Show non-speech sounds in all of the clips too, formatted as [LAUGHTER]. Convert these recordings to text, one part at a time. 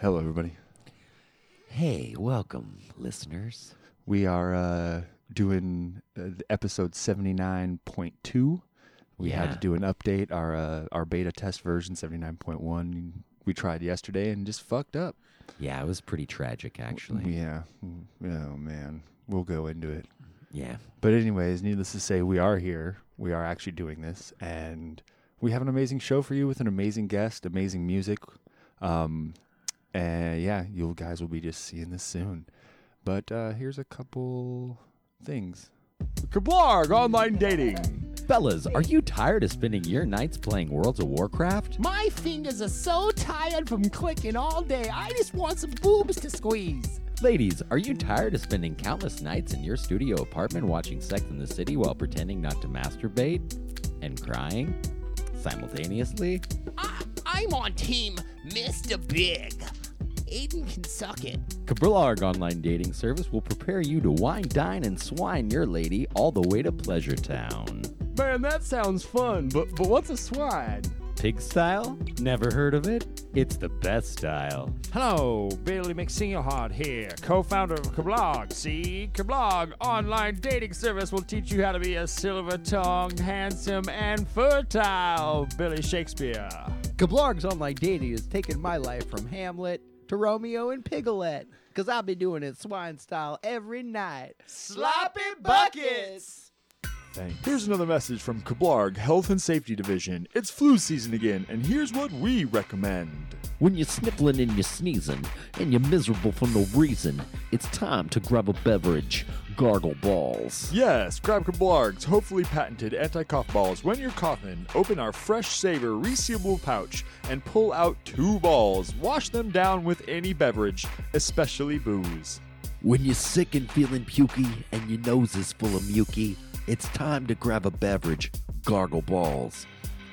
Hello, everybody. Hey, welcome, listeners. We are uh, doing uh, episode seventy nine point two. We had to Yeah. do an update. Our uh, our beta test version seventy nine point one. We tried yesterday and just fucked up. Yeah, it was pretty tragic, actually. Yeah. Mm, Oh man, we'll go into it. Yeah. But anyways, needless to say, we are here. We are actually doing this, and we have an amazing show for you with an amazing guest, amazing music. Um, and yeah, you guys will be just seeing this soon. But uh, here's a couple things. Kablarg online dating. Fellas, are you tired of spending your nights playing Worlds of Warcraft? My fingers are so tired from clicking all day. I just want some boobs to squeeze. Ladies, are you tired of spending countless nights in your studio apartment watching Sex in the City while pretending not to masturbate and crying simultaneously? I, I'm on team Mr. Big. Aiden can suck it. Cabrillarg Online Dating Service will prepare you to wine, dine, and swine your lady all the way to Pleasure Town. Man, that sounds fun. But but what's a swine? Pig style? Never heard of it? It's the best style. Hello, Billy McSeniorhart here, co-founder of Kablog. See, Kablog online dating service will teach you how to be a silver-tongued, handsome, and fertile Billy Shakespeare. Kablarg's online dating has taken my life from Hamlet to Romeo and Piglet, because I'll be doing it swine style every night. Sloppy buckets! Here's another message from Kablarg Health and Safety Division. It's flu season again, and here's what we recommend. When you're sniffling and you're sneezing, and you're miserable for no reason, it's time to grab a beverage. Gargle balls. Yes, grab Kablarg's hopefully patented anti-cough balls when you're coughing. Open our fresh saver resealable pouch and pull out two balls. Wash them down with any beverage, especially booze. When you're sick and feeling pukey, and your nose is full of muky, it's time to grab a beverage. Gargle balls.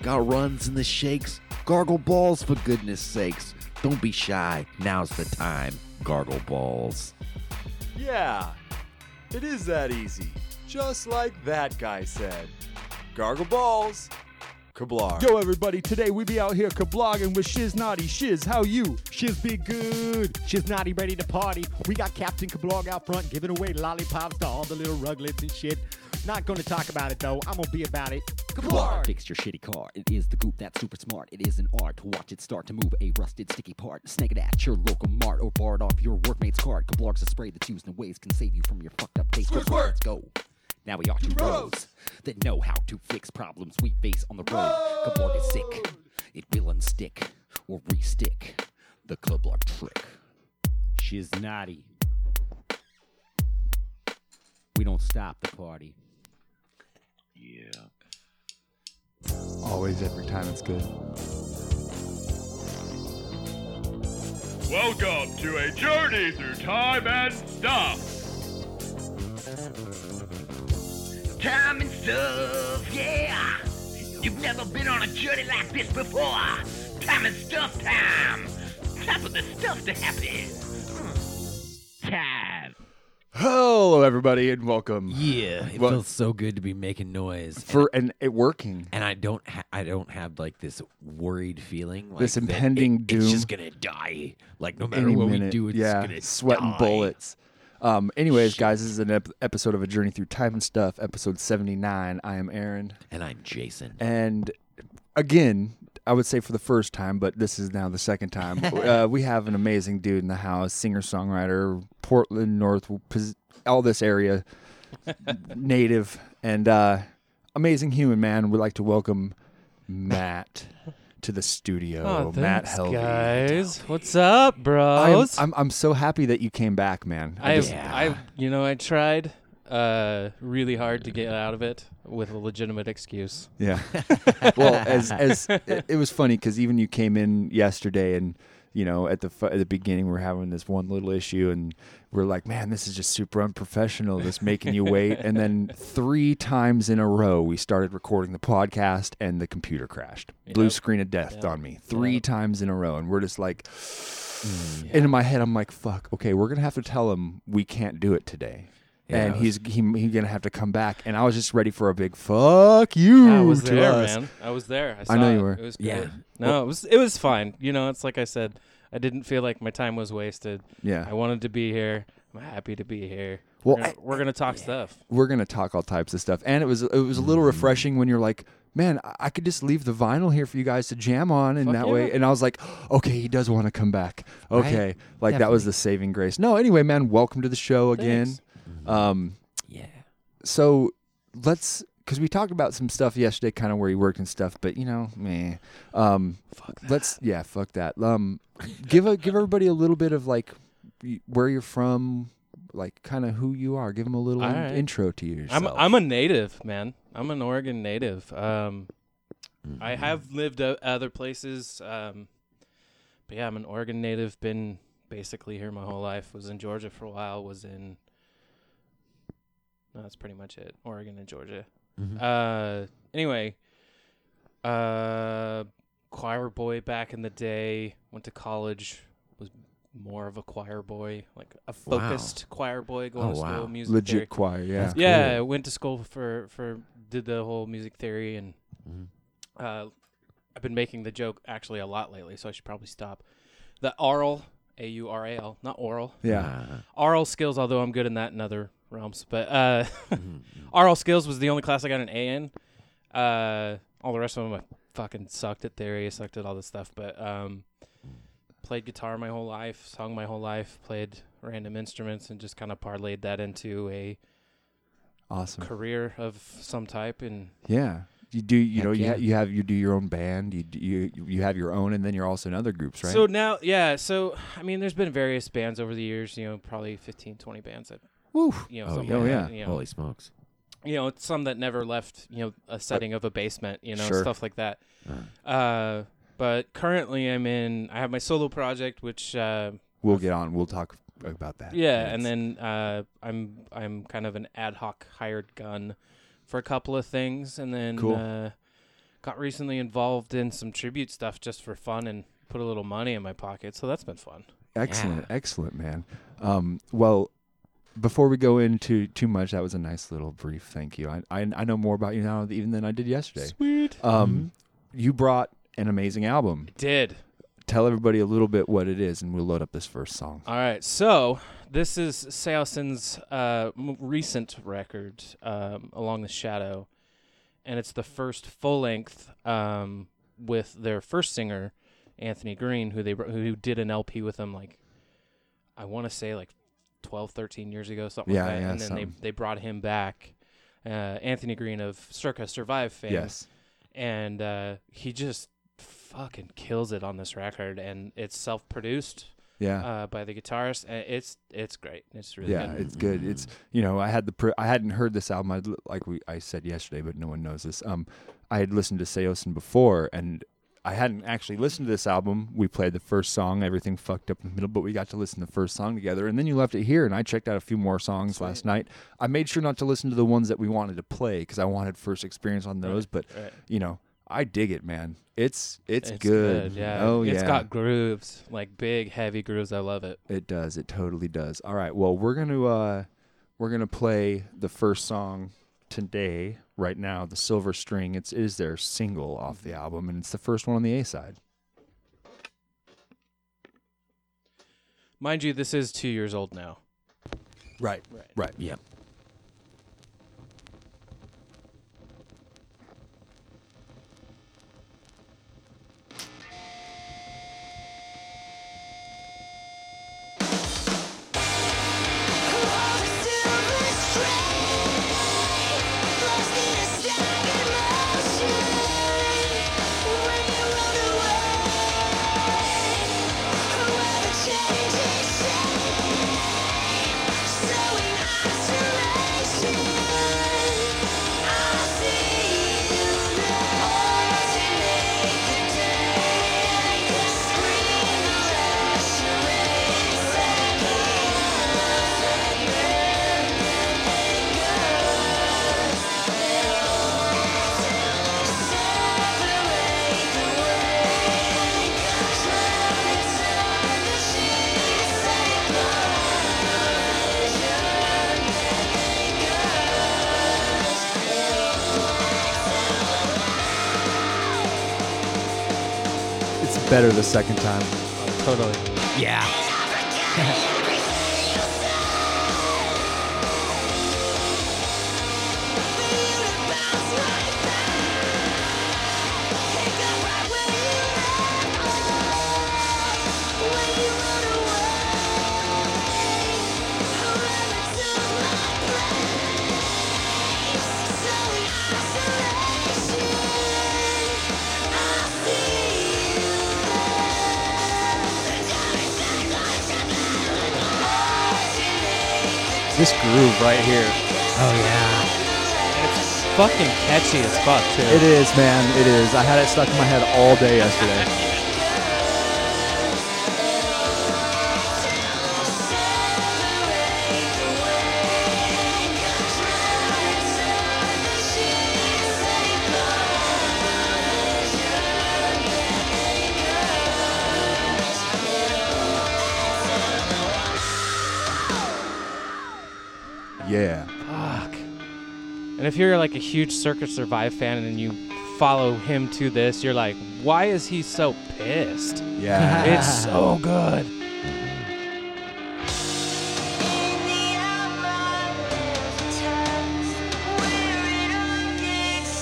Got runs in the shakes? Gargle balls for goodness sakes. Don't be shy. Now's the time. Gargle balls. Yeah, it is that easy. Just like that guy said. Gargle balls, Kablarg. Yo, everybody! Today we be out here kablogging with Shiz Naughty Shiz. How you? Shiz be good. Shiz naughty, ready to party. We got Captain Kablog out front giving away lollipops to all the little ruglets and shit. Not gonna talk about it though. I'm gonna be about it. Kablarg! Fix your shitty car. It is the group that's super smart. It is an art to watch it start to move a rusted, sticky part. Snag it at your local mart or bar it off your workmate's card. Kablarg's a spray that's used in ways can save you from your fucked up days. Squirt, Let's go. Now we are two bros that know how to fix problems we face on the road. Kablarg is sick. It will unstick or restick the Kablarg trick. Shiz naughty. We don't stop the party. Always, every time it's good. Welcome to a journey through time and stuff. Time and stuff, yeah. You've never been on a journey like this before. Time and stuff time. Time for the stuff to happen. Hmm. Time. Hello, everybody, and welcome. Yeah, it Well- feels so good to be making noise. And- For and it working. and I don't ha- I don't have like this worried feeling like This that impending it- It's just doom. gonna die. Like no matter any what minute. we do, it's yeah, gonna sweating die. bullets. Um, anyways, guys, this is an ep- episode of A Journey Through Time and Stuff, episode 79. I am Aaron. And I'm Jason. And again, I would say for the first time, but this is now the second [LAUGHS] time. uh, we have an amazing dude in the house, singer songwriter, Portland, North, Pos- all this [LAUGHS] area, native, and uh, amazing human man. We'd like to welcome Matt to the studio. Matt Helvey. Oh, guys. What's up, I'm, bros? I'm I'm so happy that you came back, man. I, just- I, you know, I tried uh, really hard to get out of it with a legitimate excuse. yeah. well, as as it, it was funny because even you came in yesterday and you know at the fu- at the beginning we we're having this one little issue and we're like, man, this is just super unprofessional. This making you wait, and then three times in a row we started recording the podcast and the computer crashed. Blue screen of death on me three times in a row, and we're just like. And in my head, I'm like, "Fuck, okay, we're gonna have to tell him we can't do it today." and he's he, he gonna have to come back, and I was just ready for a big fuck you I was Mm. to there, us. man. I was there. I, saw know it. you were. It was Yeah. great. No, it was it was fine. You know, it's like I said. I didn't feel like my time was wasted. Yeah. I wanted to be here. I'm happy to be here. Well, we're gonna, I- we're gonna talk stuff. we're gonna talk all types of stuff. And it was it was a Mm-hmm. little refreshing when you're like, man, I- I could just leave the vinyl here for you guys to jam on, and Fuck that yeah. way. And I was like, okay, he does want to come back. Okay, like that was Definitely. the saving grace. No, anyway, man, welcome to the show again. Thanks. Mm-hmm. Um, Yeah. so let's because we talked about some stuff yesterday, kind of where he worked and stuff. But you know, meh. Um, fuck Let's yeah, fuck that. Um, give a give everybody a little bit of like y- where you're from. Like kind of who you are. Give them a little All in- right. intro to yourself. I'm I'm a native man. I'm an Oregon native. Um, I Mm-hmm. have lived o- other places, um, but yeah, I'm an Oregon native. Been basically here my whole life. Was in Georgia for a while. Was in. No, that's pretty much it. Oregon and Georgia. Mm-hmm. Uh, anyway, uh, choir boy back in the day. Went to college. Was more of a choir boy, like a Wow. focused choir boy going Oh, to wow. school music. legit theory. choir. Yeah, That's Yeah, cool. I went to school for for did the whole music theory and Mm-hmm. uh, I've been making the joke actually a lot lately, so I should probably stop. The aural, A U R A L, not oral. yeah. Uh-huh. Aural skills, although I'm good in that in other realms, but uh, [LAUGHS] Mm-hmm. aural skills was the only class I got an A in. Uh, all the rest of them I fucking sucked at theory, I sucked at all this stuff, but um, played guitar my whole life, sung my whole life, played random instruments, and just kind of parlayed that into a Awesome. career of some type and Yeah, you do. You Heck know, you ha- yeah. you have you do your own band. You d- you you have your own, and then you're also in other groups, right? so now yeah so i mean there's been various bands over the years you know probably 15 20 bands that Woo. you know Oh, something yeah. like Oh, that, yeah. you know, Holy smokes. you know some that never left you know a setting of a basement you know Sure. stuff like that uh but currently i'm in i have my solo project which uh we'll get on. We'll talk about that. yeah and then uh i'm i'm kind of an ad hoc hired gun for a couple of things and then Cool. uh got recently involved in some tribute stuff just for fun and put a little money in my pocket so that's been fun Excellent, excellent, man. Um, well, before we go into too much, that was a nice little brief. Thank you. I I, I know more about you now even than I did yesterday. Sweet. Um, you brought an amazing album. Did. Tell everybody a little bit what it is, and we'll load up this first song. All right. So this is Seosin's uh, m- recent record, um, Along the Shadow, and it's the first full length um, with their first singer, Anthony Green, who they br- who did an LP with them like I want to say like 12, 13 years ago, something Yeah, like that. yeah, and then something. they they brought him back, uh, Anthony Green of Circa Survive fame Yes. and uh, he just fucking kills it on this record, and it's self-produced Yeah. uh, by the guitarist. And it's it's great. It's really yeah good. Mm-hmm. it's good it's you know i had the pr- i hadn't heard this album I'd, li- like we i said yesterday but no one knows this um i had listened to seosin before and i hadn't actually listened to this album we played the first song everything fucked up in the middle but we got to listen to the first song together and then you left it here and i checked out a few more songs last night i made sure not to listen to the ones that we wanted to play because i wanted first experience on those but right. you know i dig it man it's it's, It's good. Yeah. oh It's yeah got grooves, like big heavy grooves. I love it. it does. It totally does. All right. Well, we're gonna uh, we're gonna play the first song today, right now. The Silver String. It's it is their single off the album, and it's the first one on the A side. Mind you, this is two years old now. Right. Right. Right. Yeah. It's better the second time. Oh, Totally. Yeah. This groove right here. Oh yeah. And it's fucking catchy as fuck, too. It is, man. It is. I had it stuck in my head all day yesterday. [LAUGHS] Yeah. Fuck. And if you're like a huge Circus Survive fan and you follow him to this, you're like, why is he so pissed? Yeah. It's so good.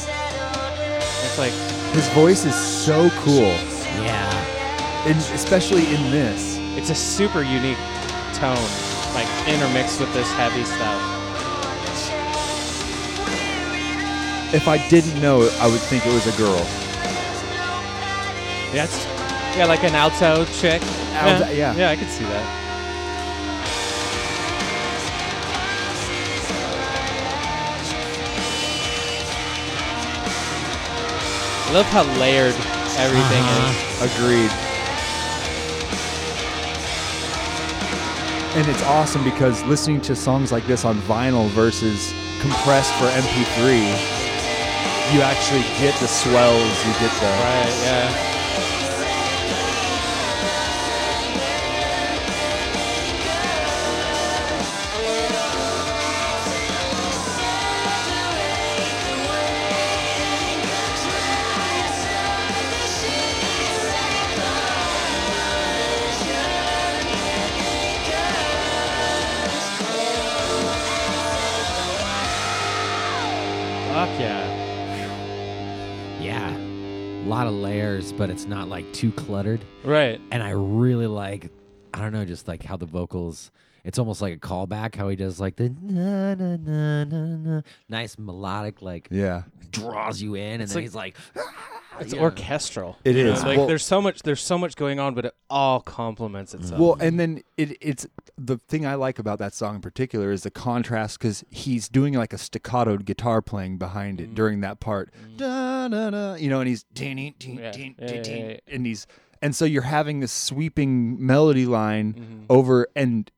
It's like, [LAUGHS] His voice is so cool, Yeah. and especially in this. it's a super unique tone, like intermixed with this heavy stuff. If I didn't know, I would think it was a girl. Yeah, it's, yeah like an alto chick. Alto- yeah. yeah. I could see that. I love how layered everything Uh-huh. is. Agreed. And it's awesome because listening to songs like this on vinyl versus compressed for MP3, you actually get the swells, you get the. Right, yeah. Fuck yeah. Yeah. A lot of layers, but it's not like too cluttered. Right. And I really like, I don't know, just like how the vocals. It's almost like a callback how he does like the na na na na na, nice melodic like Yeah. draws you in, and then like- he's like, It's Yeah. orchestral. It You know, is. Like Well- there's so much there's so much going on, but it all complements itself. Well, and then it, it's the thing I like about that song in particular is the contrast because he's doing like a staccato guitar playing behind Mm. it during that part, da, da, da, you know, and he's ding, ding, ding, Yeah. ding, Yeah, ding, yeah, ding, yeah, yeah. and he's and so you're having this sweeping melody line Mm-hmm. over and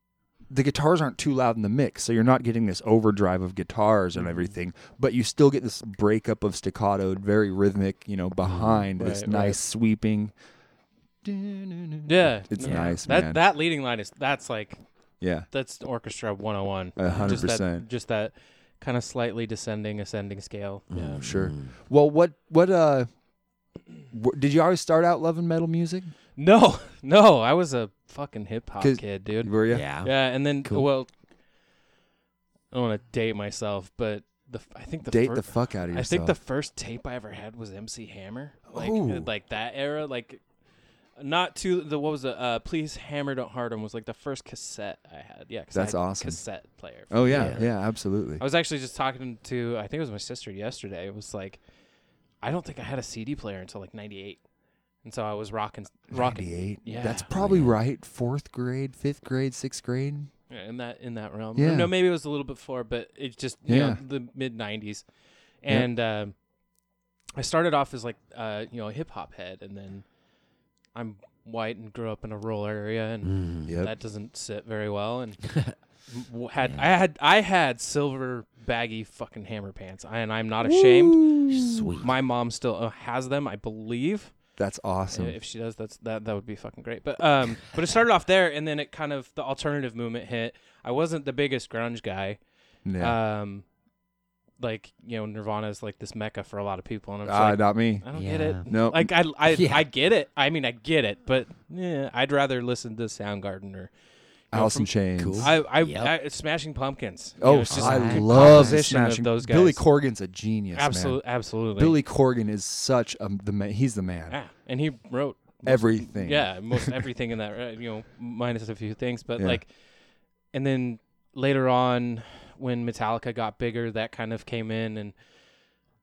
the guitars aren't too loud in the mix so you're not getting this overdrive of guitars Mm-hmm. and everything but you still get this breakup of staccato very rhythmic you know behind this Mm-hmm. Right, right. nice sweeping yeah. it's Yeah. nice That man that leading line is that's like yeah that's orchestra 101. A hundred Just that- percent. Just that kind of slightly descending ascending scale. Yeah. Sure. Well, what what uh wh- did you always start out loving metal music? [LAUGHS] No. No, I was a fucking hip hop 'Cause- kid, dude. Were you? yeah, Yeah, and then Cool. well I don't want to date myself, but the f- I think the Date fir- the fuck out of I yourself. think the first tape I ever had was MC Hammer, like uh, Ooh. like that era, like not too the what was it? Uh, Please Hammer Don't Hurt 'Em was like the first cassette I had. Yeah, 'cause I That's had awesome. Cassette player. oh yeah, yeah, absolutely. I was actually just talking to I think it was my sister yesterday. It was like I don't think I had a CD player until like '98, and so I was rocking rocking 98. Yeah. That's probably right. Fourth grade, fifth grade, sixth grade. Yeah, in that in that realm. Yeah. No, maybe it was a little bit before, but it's just you Yeah. know the mid '90s, and um, I started off as like uh, you know a hip hop head, and then I'm white and grew up in a rural area, and Mm, Yep. that doesn't sit very [LAUGHS] well. And w- had I had I had silver baggy fucking hammer pants, I, and I'm not ashamed. sweet. My mom still uh, has them, I believe. That's awesome. Uh, If she does, that's that that would be fucking great. But um, [LAUGHS] but it started off there, and then it kind of the uh, alternative movement hit. I wasn't the biggest grunge guy. yeah. Um, like you know Nirvana is like this mecca for a lot of people, and I'm just Ah, like, not me. I don't get it. Yeah. No. Like I [LAUGHS] I, Yeah. I get it. I mean I get it, but yeah, I'd rather listen to Soundgarden or Alice from- in Chains. Cool. I I, Yep. I Smashing Pumpkins. You know, Oh, it's just I the love composition smashing of those guys. Billy Corgan's a genius. absolutely, Man. absolutely. Billy Corgan is such a the man. He's the man. yeah, and he wrote Everything. [LAUGHS] yeah most everything in that right, you know minus a few things, but Yeah. like, and then later on when Metallica got bigger, that kind of came in, and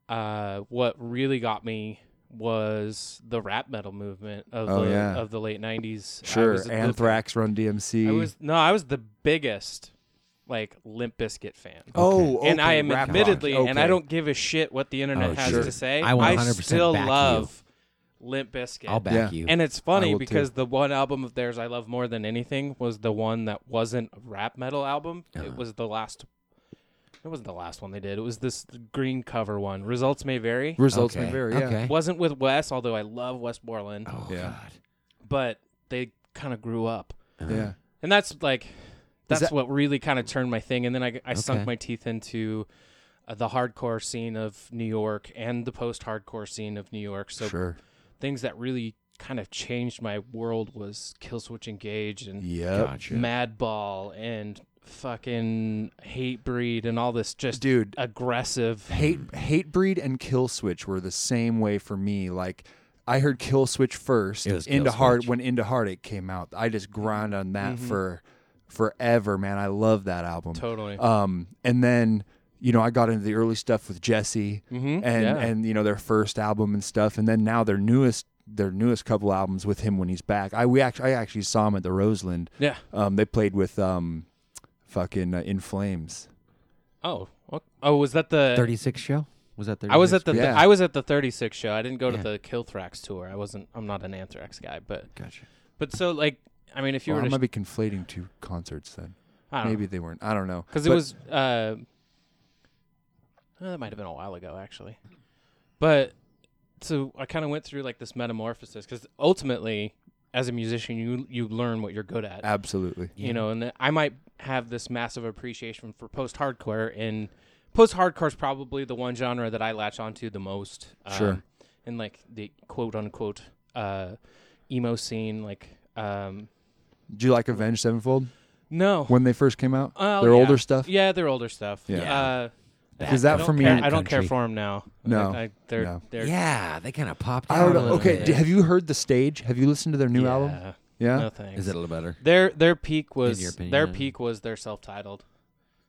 uh, what really got me was the rap metal movement of Oh, the yeah. of the late '90s. I was Sure. the- Anthrax, Run DMC. I was no, I was the biggest like Limp Bizkit fan. oh, and I okay, am rap rock. admittedly, and I Okay. don't give a shit what the internet Oh, has sure. to say. I will 100% still back you. love Limp Bizkit. I'll back Yeah. you. And it's funny will because the one album of theirs I love more than anything was the one that wasn't a rap metal album. It was the last. It wasn't the last one they did. It was this green cover one. Results may vary. Results okay. may vary. Yeah. Okay. wasn't with Wes, although I love Wes Borland, Oh Yeah. God. Uh-huh. but they kind of grew up. Yeah. And that's like, that's that- what really kind of turned my thing. And then I, I Okay. sunk my teeth into uh, the hardcore scene of New York and the post hardcore scene of New York. So Sure. things that really kind of changed my world was Killswitch Engage and Yep. Gotcha. Madball and fucking Hatebreed and all this just Dude. aggressive. Hate Hatebreed and Killswitch were the same way for me. Like I heard Killswitch first. It was Into Heart Killswitch. when Into Heartache came out. I just grind on that Mm-hmm. for forever, man. I love that album. Totally. Um, and then you know I got into the early stuff with Jesse and Mm-hmm. yeah. and you know their first album and stuff, and then now their newest their newest couple albums with him when he's back. I we actually I actually saw him at the Roseland. yeah. Um, they played with um, fucking uh, In Flames. Oh. o- Oh, was that the 36 show? Was that 36? I was at the Yeah. I was at the 36 show. I didn't go to Yeah. the Killthrax tour. I wasn't I'm not an Anthrax guy, but Gotcha. but so like I mean if you Well, I were to might be conflating two concerts then. I don't Maybe they weren't. I don't know. cuz it But- was uh oh, that might have been a while ago actually. But so I kind of went through like this metamorphosis cuz ultimately as a musician you you learn what you're good at. absolutely. you know and i might have this massive appreciation for post-hardcore and post-hardcore is probably the one genre that i latch onto the most um, Sure. and like the quote-unquote uh, emo scene like um, Do you like Avenged Sevenfold no when they first came out? Oh, their yeah. older stuff. yeah they're older stuff Yeah. uh, Because I that don't for me, care- i don't care Country. for them now No. I, I- they're, No. they're Yeah, they kind of popped out. I don't a know. little Okay, bit. d- have you heard the stage? Have you listened to their new yeah, album? Yeah, no thanks Is it a little better? their their peak was your opinion, their yeah. peak was their self-titled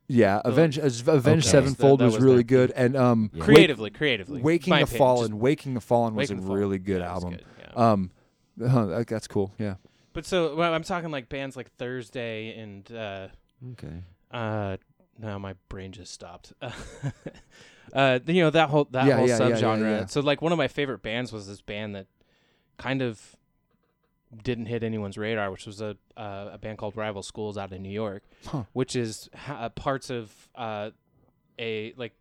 yeah. Avenged Avenged Okay. Sevenfold That- that was, was really their- good, and um, Wake- creatively creatively Waking my the opinion, Fallen, just- Waking the Fallen was Waking a the Fallen. really good Yeah, it was album. good, yeah. Um, [LAUGHS] huh, that- that's cool. Yeah, But so well, I'm talking like bands like Thursday and uh Okay. uh now my brain just stopped. [LAUGHS] uh you know that whole that Yeah, whole yeah, yeah, yeah, subgenre. yeah. So like one of my favorite bands was this band that kind of didn't hit anyone's radar, which was a uh, a band called Rival Schools out in New York, Huh. which is ha- parts of uh a like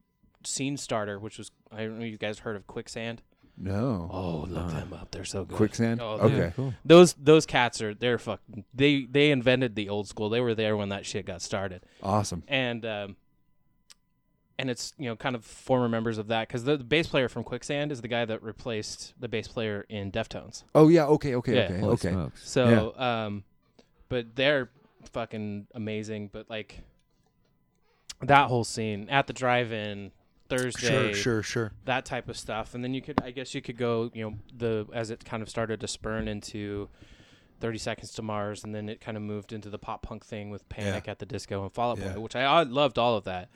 scene starter, which was I don't know you guys heard of Quicksand. no, Oh, look them up. They're so good. Quicksand. Oh, okay, they're- those those cats are they're fucking they they invented the old school. They were there when that shit got started, awesome. and um, and it's you know kind of former members of that because the, the bass player from Quicksand is the guy that replaced the bass player in Deftones. Oh yeah, okay, okay, Yeah. okay, Holy okay. smokes. So um, but they're fucking amazing. But like that whole scene at the drive-in Thursday, sure. that type of stuff and then you could i guess you could go you know the as it kind of started to spurn into 30 seconds to mars and then it kind of moved into the pop punk thing with panic at the disco and fall out boy Yeah. which I, I loved all of that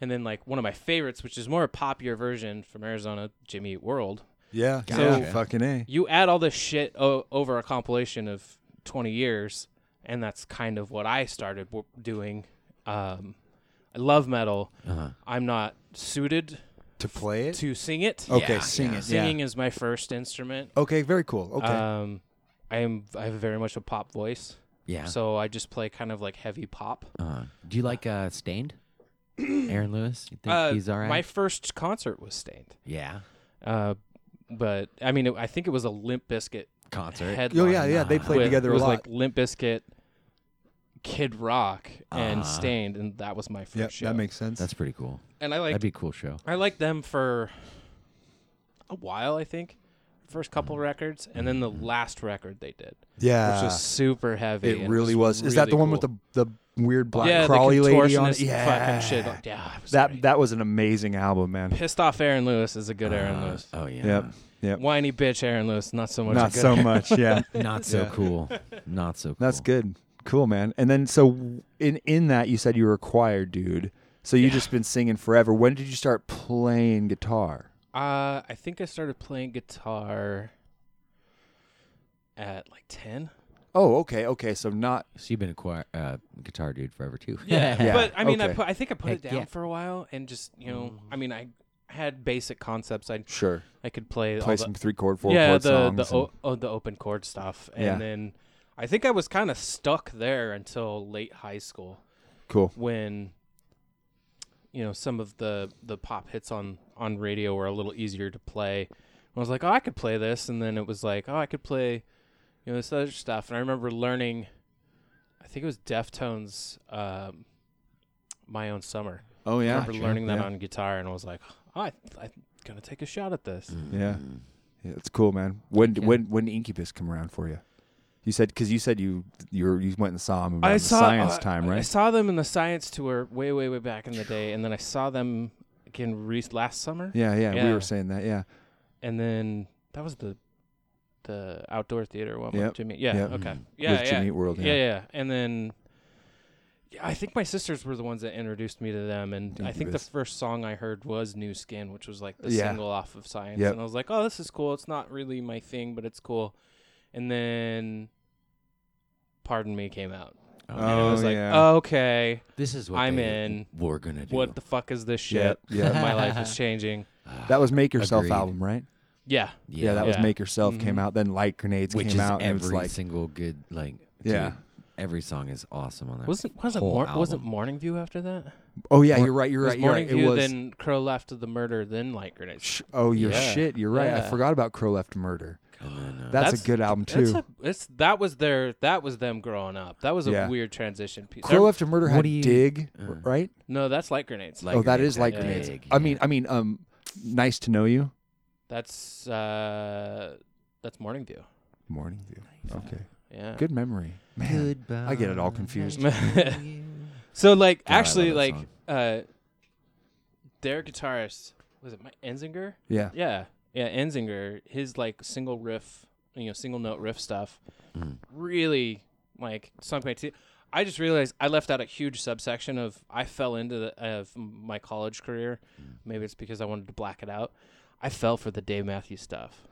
and then like one of my favorites which is more a popular version from arizona jimmy Eat world Yeah, So- yeah, fucking a. you add all this shit o- over a compilation of 20 years and that's kind of what i started w- doing um, i love metal Uh-huh. i'm not suited To play to sing it Okay, sing it. Yeah. Singing is my first instrument. Okay, very cool. Okay, Um, I am I have very much a pop voice, Yeah. so I just play kind of like heavy pop. Uh, do you like uh, [CLEARS THROAT] Stained? Aaron Lewis? You think Uh, he's all right? My first concert was Stained, yeah. uh, but I mean it, I think it was a Limp Biscuit Concert. headline. oh yeah, yeah. They played with- together It a was lot. like Limp Biscuit, Kid Rock and Stained, and that was my first Yeah, show. Uh-huh. that makes sense. That's pretty cool. and I like That'd be a cool show. I liked them for a while, I think. First couple Mm. records, and then the last record they did, yeah, which was super heavy. Uh, it and really was. just Is that really the one cool. with the the weird black yeah, crawly the lady on it? contortionist Yeah, fucking shit? Like, Yeah, it was that great. that was an amazing album, man. pissed off Aaron Lewis is a good Uh, Uh, Aaron Lewis. Oh yeah. Yep, yep. Whiny bitch Aaron Lewis, not so much. a Not good [LAUGHS] so much. Yeah, Not so Yeah. cool. Not so cool. that's good. Cool, man. And then so in in that you said you were a choir dude. So you have just been singing forever. When did you start playing guitar? Uh, I think I started playing guitar at like ten. Oh, okay, okay. So not So you've been a choir, uh, guitar dude forever too. [LAUGHS] Yeah, but I mean, I okay. Mm-hmm. put, I think I put it Heck down yeah. for a while, and just you know, I mean, I had basic concepts. I sure. I could play Play all the, some three chord, four yeah chord the songs. the and- o- oh, the open chord stuff, and Yeah. then I think I was kind of stuck there until late high school cool. when you know some of the the pop hits on on radio were a little easier to play. I was like, oh, I could play this, and then it was like, oh, I could play, you know, this other stuff. And I remember learning, I think it was Deftones, um, "My Own Summer." Oh I yeah, remember learning that yeah. on guitar, and I was like, oh, I, I'm gonna take a shot at this. Yeah, Mm. yeah, it's cool, man. When Yeah. when when did Incubus come around for you? You said because you said you you were, you went and saw him around I the saw science uh, time, I right? saw them in the science tour way, way, way back in the day, and then I saw them again re- last summer. yeah, yeah, we Yeah. were saying that. Yeah, and then that was the the outdoor theater one Yep. with Jimmy. Yep. Yeah, Mm. Mm-hmm. okay, Mhm. yeah, With yeah. Jimmy Eat World, Yeah. yeah. yeah, And then yeah, I think my sisters were the ones that introduced me to them, and I think the Incubus. first song I heard was "New Skin," which was like the Yeah. single off of Science, Yep. and I was like, "Oh, this is cool. It's not really my thing, but it's cool." And then "Pardon Me" came out, and Oh, I was like, yeah. "Okay, This is what I'm they- in. We're gonna do. what the fuck is this Yeah, shit? yeah. [LAUGHS] my [LAUGHS] life is changing." Ah, that was Make Yourself Agreed. album, right? Yeah, Yeah, that was Yeah. Make Yourself came Mhm. out. Then Light Grenades which came is out, and it every was like single good like. Yeah. dude, every song is awesome on that. wasn't wasn't whole mor- wasn't album. Morning View after that? oh yeah, you're right, you're It was right, you're Morning right. It View, was then Crow Left of the Murder, then Light Grenade. sh- oh your Yeah. shit, you're right. I Yeah. forgot about Crow Left Murder. And then, uh, That's, That's- a good album That's too. a, it's that was their that was them growing up. That was a Yeah. weird transition piece. Crow They're- Left Murder had do you- Uh. Dig, right? no, that's Light Grenades. Light Oh, that Grenades is Light yeah, Grenades. big, I yeah. mean, I mean, um, Nice to Know You. that's uh that's Morning View. Morning View. Okay, Yeah. good memory, man. Goodbye. I get it all [LAUGHS] confused. so like I love actually that like song. uh their guitarist was it my Enzinger? Yeah. Yeah. Yeah, Enzinger, his like single riff, you know, single note riff stuff Mm-hmm. really like sunk my teeth. I just realized I left out a huge subsection of I fell into the, of my college career. Mm. Maybe it's because I wanted to black it out. I fell for the Dave Matthews stuff.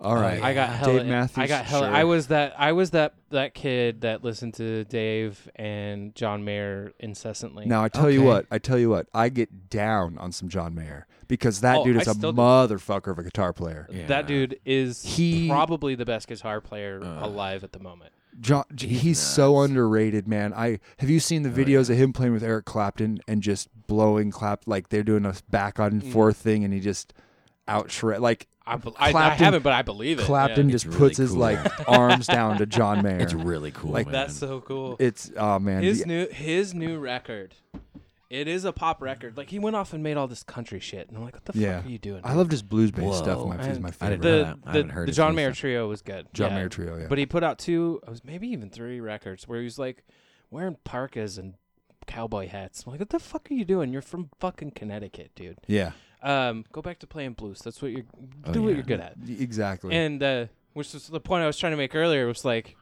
All right. Oh, I got hella, Dave Matthews. I got hella, sure. I was that I was that that kid that listened to Dave and John Mayer incessantly. Now I tell you Okay. what. I tell you what. I get down on some John Mayer because that Oh, dude I is a still do. motherfucker of a guitar player. Yeah. That dude is He- Uh. probably the best guitar player alive at the moment. John, j- he's so underrated, man. I have you Oh, seen the videos of him playing with Eric Clapton and just blowing clap like they're doing a back on Mm. forth thing, and he just out shred like I, bel I, I Clapton- haven't, but I believe it. yeah. Clapton just really puts his cool. like arms down to John Mayer. [LAUGHS] It's really cool. Like, man. [LAUGHS] That's so cool. It's- oh man, his the- new his new record. It is a pop record. Like he went off and made all this country shit, and I'm like, what the yeah. fuck are you doing? I loved his blues based Whoa. stuff. My, is And my I favorite. didn't the know that. I the, haven't heard the his John new Mayer stuff. trio was good. John yeah. Mayer trio, yeah. But he put out two, it was maybe even three records where he was like wearing parkas and cowboy hats. I'm like, what the fuck are you doing? You're from fucking Connecticut, dude. yeah, Um, go back to playing blues. That's what you're Oh, do what yeah. you're good at. exactly. And uh, which was the point I was trying to make earlier was like,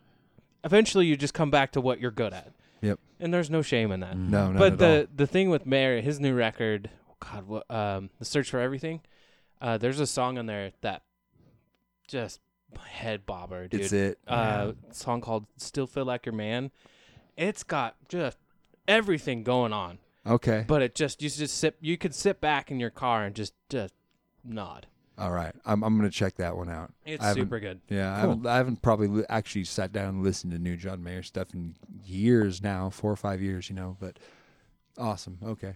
eventually you just come back to what you're good at. Yep. Mm-hmm. And there's no shame in that. no, no, but the the thing with Mayer, his new record, oh God, what um, the search for everything. Uh, there's a song on there that just head bobber, dude. it's it. Uh, song called "Still Feel Like Your Man." It's got just everything going on, Okay. but it just you just sit you could sit back in your car and just just nod. All right, I'm I'm gonna check that one out. It's I haven't- super good. Yeah, I, haven't, I haven't probably li- actually sat down and listened to new John Mayer stuff in years now, four or five years, you know. But awesome. Okay.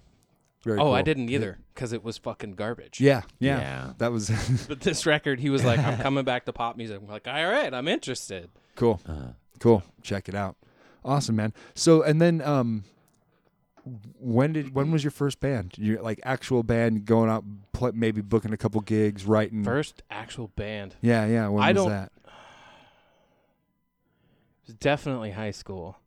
Very Oh, I cool. didn't either because it was fucking garbage. Yeah, yeah. Yeah. That was [LAUGHS] But this record, he was like, "I'm coming back to pop music." I'm like, "All right, I'm interested." cool. Cool. Check it out. Awesome, man. So and then um when did when was your first band? Your like actual band going out pl- maybe booking a couple gigs, writing. First actual band. Yeah, yeah, when I was don't- that? It was definitely high school.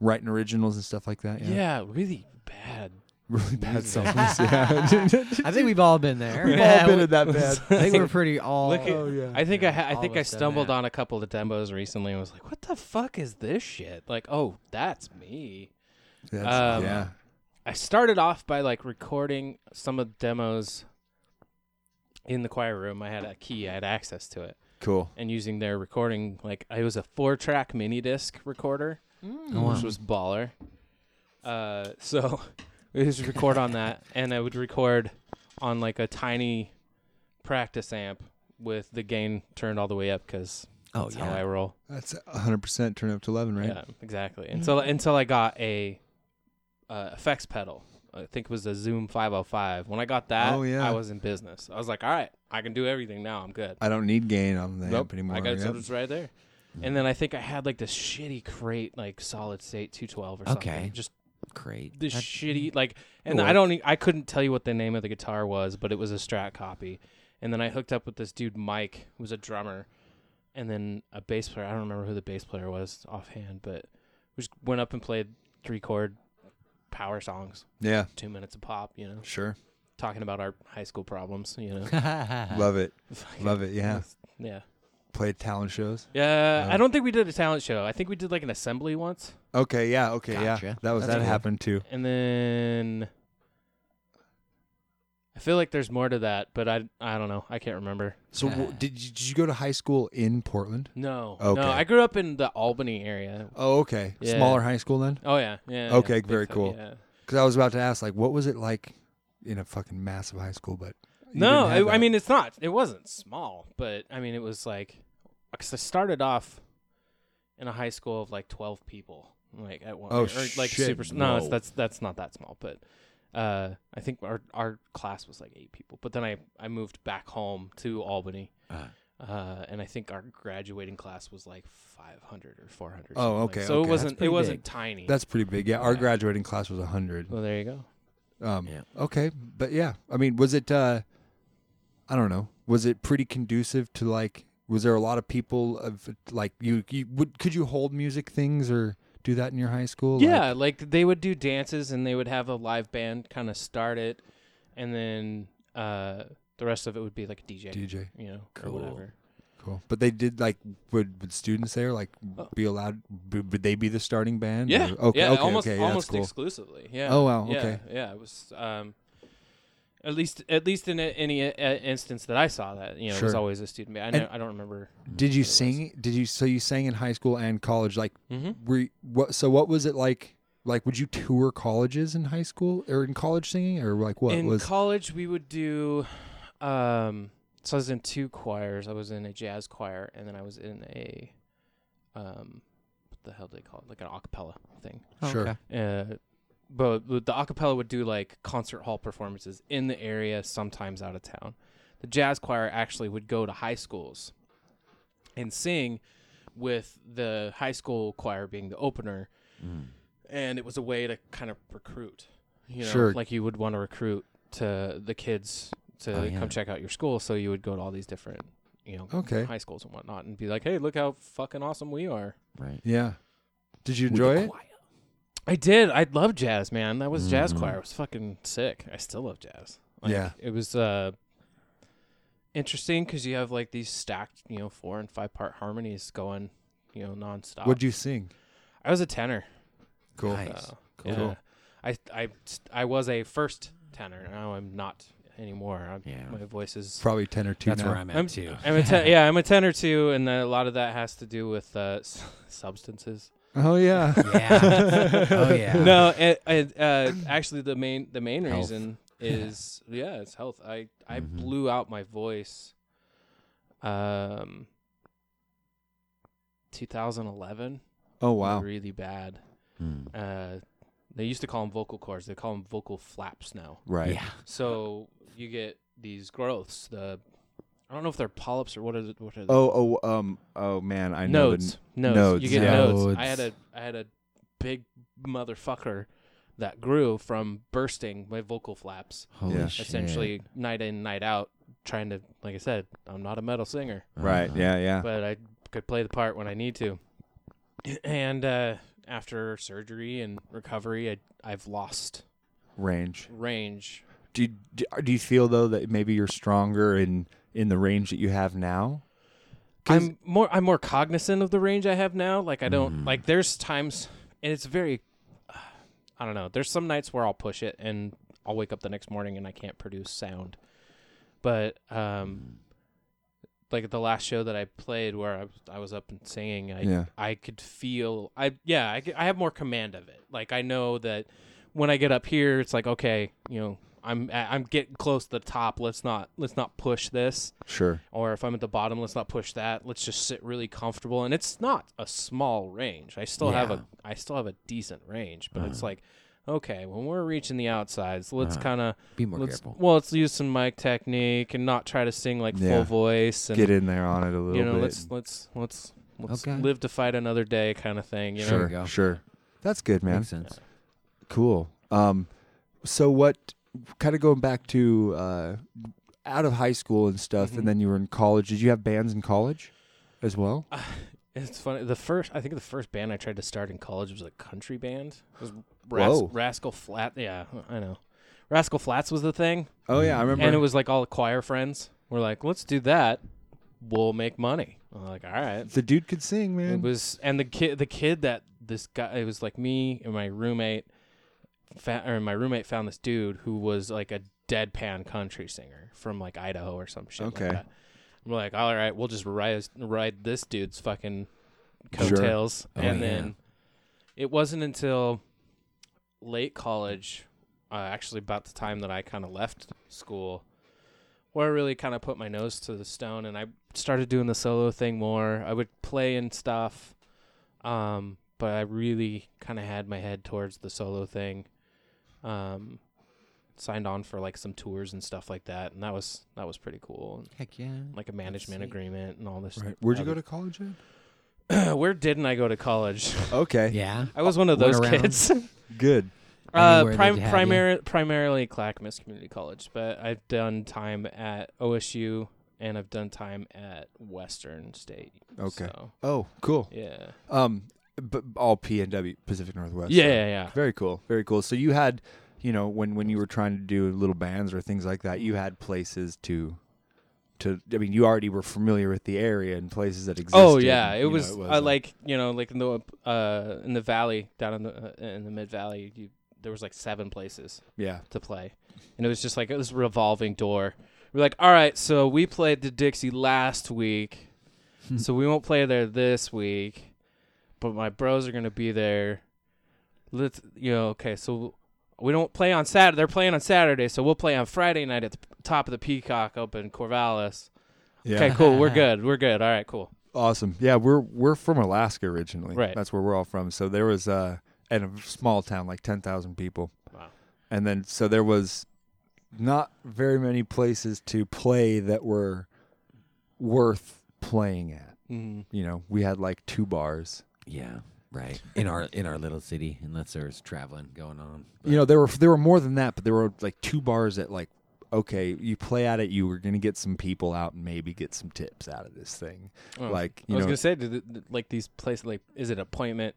Writing originals and stuff like that. Yeah. Yeah, really bad. Really bad [LAUGHS] songs. Yeah. [LAUGHS] I think we've all been there. We've Yeah, all been we- in that [LAUGHS] band. Oh, I think we're pretty all. Look at- I think I ha- I all think of I us done stumbled that. on a couple of demos recently and was like, "What the fuck is this shit?" Like, "Oh, that's me." That's- Um, yeah. I started off by like recording some of the demos in the choir room. I had a key, I had access to it, Cool. and using their recording, like it was a four-track mini disc recorder, Oh, which was baller. Uh, so [LAUGHS] we just record on that, and I would record on like a tiny practice amp with the gain turned all the way up because Oh, that's how I roll. That's 100% turn up to 11, right? Mm-hmm. Yeah, exactly. Until until I got a uh, effects pedal. I think it was a Zoom 505. When I got that, Oh, yeah. I was in business. I was like, all right, I can do everything now. I'm good. I don't need gain on the amp anymore. I got Yep. it it's right there. And then I think I had like this shitty crate, like solid state 212 or something. Okay. Just Great. this [LAUGHS] That- shitty, like, and I don't, e- I couldn't tell you what the name of the guitar was, but it was a Strat copy. And then I hooked up with this dude Mike, who was a drummer, and then a bass player. I don't remember who the bass player was offhand, but we just went up and played three chord power songs, Yeah, two minutes a pop. You know, sure. talking about our high school problems. You know, Love it. [LAUGHS] Love it. Yeah. [LAUGHS] yeah, Played talent shows. yeah. I don't think we did a talent show. I think we did like an assembly once, Okay, yeah, okay, yeah. Gotcha. That was That's that cool. happened too. and then. I feel like there's more to that, but I I don't know. I can't remember. So w- did you, did you go to high school in Portland? No. Okay. No, I grew up in the Albany area. Oh, okay. Yeah. Smaller high school then? Oh yeah. Yeah. yeah, Okay, big very time, cool. yeah. Cuz I was about to ask like what was it like in a fucking massive high school but you No, didn't have I- I that. mean it's not. It wasn't small, but I mean it was like because I started off in a high school of like twelve people, like at one. Oh, or, like shit, super. s- No, it's, whoa. that's that's not that small, but. Uh, I think our our class was like eight people, but then I, I moved back home to Albany, uh, and I think our graduating class was like five hundred or four hundred. Oh, okay, So okay, that's it wasn't it pretty wasn't tiny. that's pretty big. Yeah, our graduating class was 100. well, there you go. Um Yeah. okay, but yeah. I mean, was it uh I don't know. Was it pretty conducive to like was there a lot of people of like you, you would could you hold music things or do that in your high school? Like- Yeah, like they would do dances and they would have a live band kind of start it, and then uh, the rest of it would be like a DJ, DJ. you know, or whatever. Cool. But they did like would, would students there like be allowed? b- Would they be the starting band? Uh, Yeah, Or- okay. yeah, okay. almost okay. almost that's cool. exclusively. Yeah. Oh, wow, Yeah, okay. Yeah, it was. Um, at least, at least in a, any uh, instance that I saw that, you know, it was Sure. always a student band. I, know, And- I don't remember. did you sing? Did you? So you sang in high school and college? Like, Mhm. were you, what? So what was it like? Like, would you tour colleges in high school or in college singing or like what in was? college we would do um so i was in two choirs i was in a jazz choir and then i was in a um what the hell do they call it like an acapella thing sure. uh but the the acapella would do like concert hall performances in the area sometimes out of town the jazz choir actually would go to high schools and sing with the high school choir being the opener Mm, and it was a way to kind of recruit you know Sure. like you would want to recruit to the kids to Oh, yeah. come check out your school so you would go to all these different you know Okay. high schools and whatnot and be like hey look how fucking awesome we are Yeah. Did you enjoy it? I did. I love jazz, man. That was jazz choir. It was fucking sick. I still love jazz. Like, Mm-hmm. Yeah. It was uh interesting cuz you have like these stacked, you know, four and five part harmonies going, you know, nonstop. What'd you sing? I was a tenor. Cool. so, yeah. I I I was a first tenor. Now I'm not anymore. I'm, Yeah. My voice is Probably ten or two. That's now. where I'm at I'm, too. I'm a te- yeah, I'm a tenor too, and a lot of that has to do with uh, s- substances. Oh yeah. [LAUGHS] Yeah. oh yeah. [LAUGHS] no, it, it, uh, actually, the main the main reason is yeah. it's health. I I blew out my voice, um, 2011. Oh wow. really bad. Mm. Uh, they used to call them vocal cords. They call them vocal flaps now. Right. Yeah. So you get these growths. The I don't know if they're polyps or what are the, what are they? Oh oh um oh man I know the nodes, n- nodes. You get yeah. nodes. I had a I had a big motherfucker that grew from bursting my vocal flaps. Holy Yeah. shit. Essentially, night in, night out, trying to, like I said, I'm not a metal singer, Right. Uh-huh. Yeah. Yeah. but I could play the part when I need to. [CLEARS THROAT] And uh, after surgery and recovery, I, I've lost range. range. Do you, do, do you feel though that maybe you're stronger in in the range that you have now? 'Cause- I'm more I'm more cognizant of the range I have now. Like I don't like there's times and it's very uh, I don't know. There's some nights where I'll push it and I'll wake up the next morning and I can't produce sound. But Mm-hmm. um like at the last show that I played where I, was- I was up and singing, I Yeah. I could feel I yeah, I c- I have more command of it. Like I know that when I get up here, it's like okay, you know, I'm I'm getting close to the top. Let's not let's not push this Sure. or if I'm at the bottom, let's not push that. Let's just sit really comfortable. And it's not a small range. I still have a I still have a decent range, but Uh-huh. it's like, okay, when we're reaching the outsides, let's kind of Be more let's, careful. Well, let's use some mic technique and not try to sing like Yeah. full voice and Get in there on it a little you know bit. let's let's let's let's Okay. live to fight another day kind of thing. You know, sure. go. Sure. That's good, man. Makes sense. Cool. Um, so what? Kind of going back to uh, out of high school and stuff, Mm-hmm. and then you were in college. Did you have bands in college as well? Uh, It's funny. The first, I think, the first band I tried to start in college was a country band. It was Ras- Whoa. Rascal Flat. Yeah, I know. Rascal Flats was the thing. oh yeah, I remember. And it was like all the choir friends were like, let's do that. We'll make money. I'm like, all right. the dude could sing, It man. was, and the kid, the kid that this guy, it was like me and my roommate, fa- or my roommate found this dude who was like a deadpan country singer from like Idaho or some shit. Okay. Like that. We're like, all right, we'll just ride, ride this dude's fucking Sure. coattails. Oh, and yeah. then it wasn't until late college, uh, actually about the time that I kind of left school, where I really kind of put my nose to the stone and I started doing the solo thing more. I would play and stuff, um, but I really kind of had my head towards the solo thing. Um, signed on for like some tours and stuff like that, and that was that was pretty cool. And, Heck yeah. like a management sweet. agreement and all this. Right. Where'd you go to college at? to? [CLEARS THROAT] Where didn't I go to college? Okay. Yeah. I was one of Went those around. kids. [LAUGHS] [LAUGHS] Good. Uh, Anywhere prim- they'd have primar- primarily Clackamas Community College, but I've done time at OSU and I've done time at Western State. Okay. So, Oh, cool. yeah. Um, but all P and W Pacific Northwest. yeah. so- Yeah. Yeah. Very cool. Very cool. So you had, you know, when when you were trying to do little bands or things like that, you had places to to I mean, you already were familiar with the area and places that existed. Oh yeah, and, it you know, was, uh, wasn't- like you know like in the uh in the valley down in the uh, in the mid valley you there was like seven places yeah. to play. And it was just like this revolving door. We're like, all right, so we played the Dixie last week, Hmm. so we won't play there this week, but my bros are gonna be there. Let's, you know, okay, so we don't play on Saturday. They're playing on Saturday, so we'll play on Friday night at the p- top of the Peacock up in Corvallis. Yeah. Okay, [LAUGHS] cool. We're good. We're good. All right, cool. Awesome. Yeah, we're we're from Alaska originally. Right. That's where we're all from. So there was uh and a small town like 10,000 people. Wow. And then so there was not very many places to play that were worth playing at. Mm. You know, we had like two bars. Yeah. Right. In our in our little city, unless there's traveling going on. you know there were there were more than that but there were like two bars that like okay you play at it you were gonna get some people out and maybe get some tips out of this thing Oh. like I you was know gonna say, did it, like these places, like is it appointment,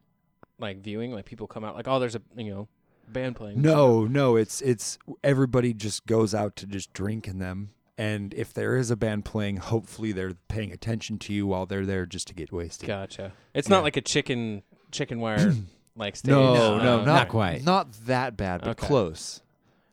like viewing, like people come out, like oh, there's a you know, band playing. no no it's it's everybody just goes out to just drink in them and if there is a band playing hopefully they're paying attention to you while they're there just to get wasted Gotcha. It's not like a chicken [CLEARS THROAT] chicken wire like stage. no, no Uh, not, not quite. not that bad but Okay. close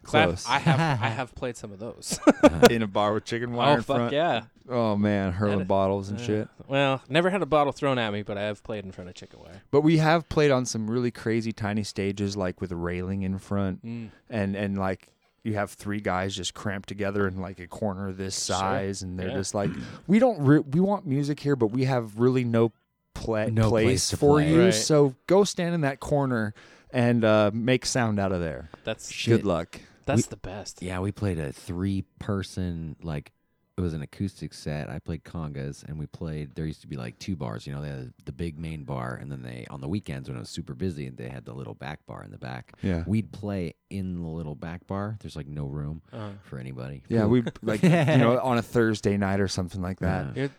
Clap- close I have I have played some of those. [LAUGHS] in a bar with chicken wire [LAUGHS] oh in fuck front. yeah. oh man hurling That- bottles and shit Well, never had a bottle thrown at me, but I have played in front of chicken wire. But we have played on some really crazy tiny stages, like with a railing in front, Mm. and and like you have three guys just cramped together in like a corner this size, and they're Yeah. just like, we don't re- we want music here, but we have really no pla- No place, place to for play. you, Right. so go stand in that corner and uh, make sound out of there. That's Good luck. that's the best. Yeah, we played a three person like it was an acoustic set. I played congas, and we played. There used to be like two bars, you know. They had the big main bar, and then they on the weekends when it was super busy, and they had the little back bar in the back. Yeah. we'd play in the little back bar. There's like no room Uh-huh. for anybody. Yeah, we [LAUGHS] like you know on a Thursday night or something like that. It-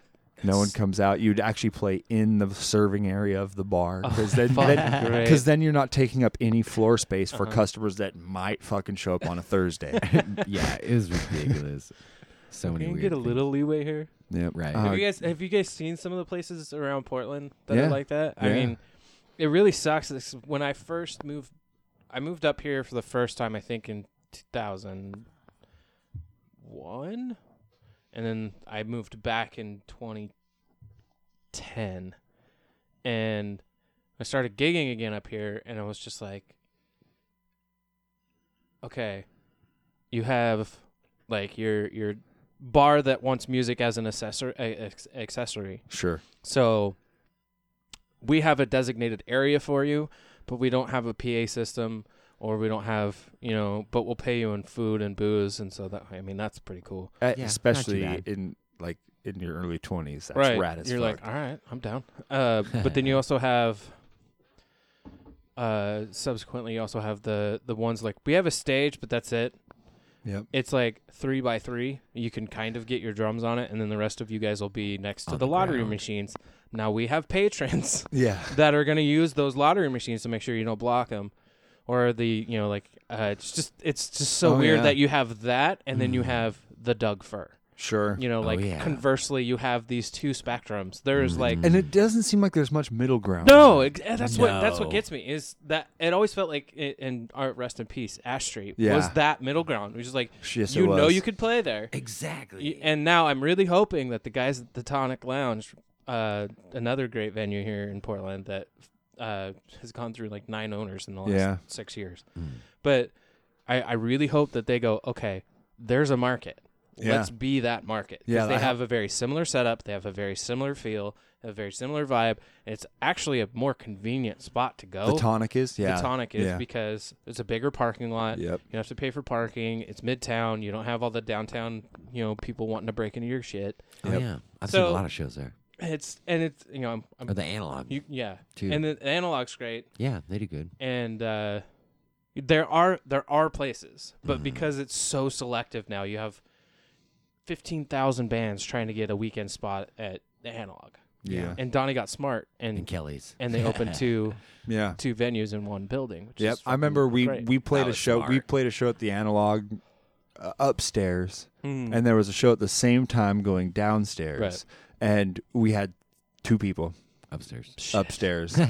No one comes out. You'd actually play in the serving area of the bar because [LAUGHS] then fucking then, Oh, great. Uh-huh. 'cause then you're not taking up any floor space for customers that might fucking show up on a [LAUGHS] Thursday. yeah, it was ridiculous. So many Can you weird. get a things. little leeway here? yep. Right. Uh, Have you guys have you guys seen some of the places around Portland that Yeah. are like that? I Yeah. mean, it really sucks. This- When I first moved, I moved up here for the first time I think in 2001, and then I moved back in 2010, and I started gigging again up here, and I was just like, okay, you have like your your bar that wants music as an accessor- a- ex- accessory. sure. So we have a designated area for you, but we don't have a PA system or we don't have, you know, but we'll pay you in food and booze and so that I mean that's pretty cool. Uh, too especially bad. in like in your early twenties, that's right. rad as You're fuck. like, "All right, I'm down." Uh but [LAUGHS] then you also have uh subsequently you also have the the ones like we have a stage, but that's it. Yep. It's like three by three. You can kind of get your drums on it, and then the rest of you guys will be next to the, lottery machines. Now we have patrons yeah. that are going to use those lottery machines to make sure you don't block them, or the you know like uh, it's just it's just so Oh, weird yeah. Mm. that you have that, and then you have the Doug Fur. Sure. You know, like conversely, you have these two spectrums. There's like And it doesn't seem like there's much middle ground. no, ex- eh, that's what that's No. what gets me is that it always felt like i- in art rest in peace Ash Street Yeah. was that middle ground, which is like Yes, it you know was. you could play there exactly. Y- And now I'm really hoping that the guys at the Tonic Lounge, uh, another great venue here in Portland that uh, has gone through like nine owners in the last Yeah. six years, but I, I really hope that they go, okay, there's a market. Yeah. Let's be that market. 'Cause Yeah, they I- have a very similar setup. They have a very similar feel, a very similar vibe. And it's actually a more convenient spot to go The tonic is yeah. the tonic is yeah. because it's a bigger parking lot. Yep. You have to pay for parking. It's midtown. You don't have all the downtown, you know, people wanting to break into your shit. Oh yeah, I've seen a So- lot of shows there. It's and it's you know, I'm, I'm Or the analog. you, yeah. Too. And the, the analog's great yeah, they do good. and uh there are there are places, but Mm-hmm. because it's so selective now, you have 15,000 bands trying to get a weekend spot at the analog. Yeah. And Donnie got smart and And Kelly's. Mm. [LAUGHS] and [LAUGHS] [LAUGHS] they opened two Yeah. two venues in one building, which Yep, is I remember fucking we great. we played That a was show. We smart. played a show at the Analog uh, upstairs, Hmm. and there was a show at the same time going downstairs, Mm. Right. and we had two people [LAUGHS] upstairs. [LAUGHS] [LAUGHS] upstairs and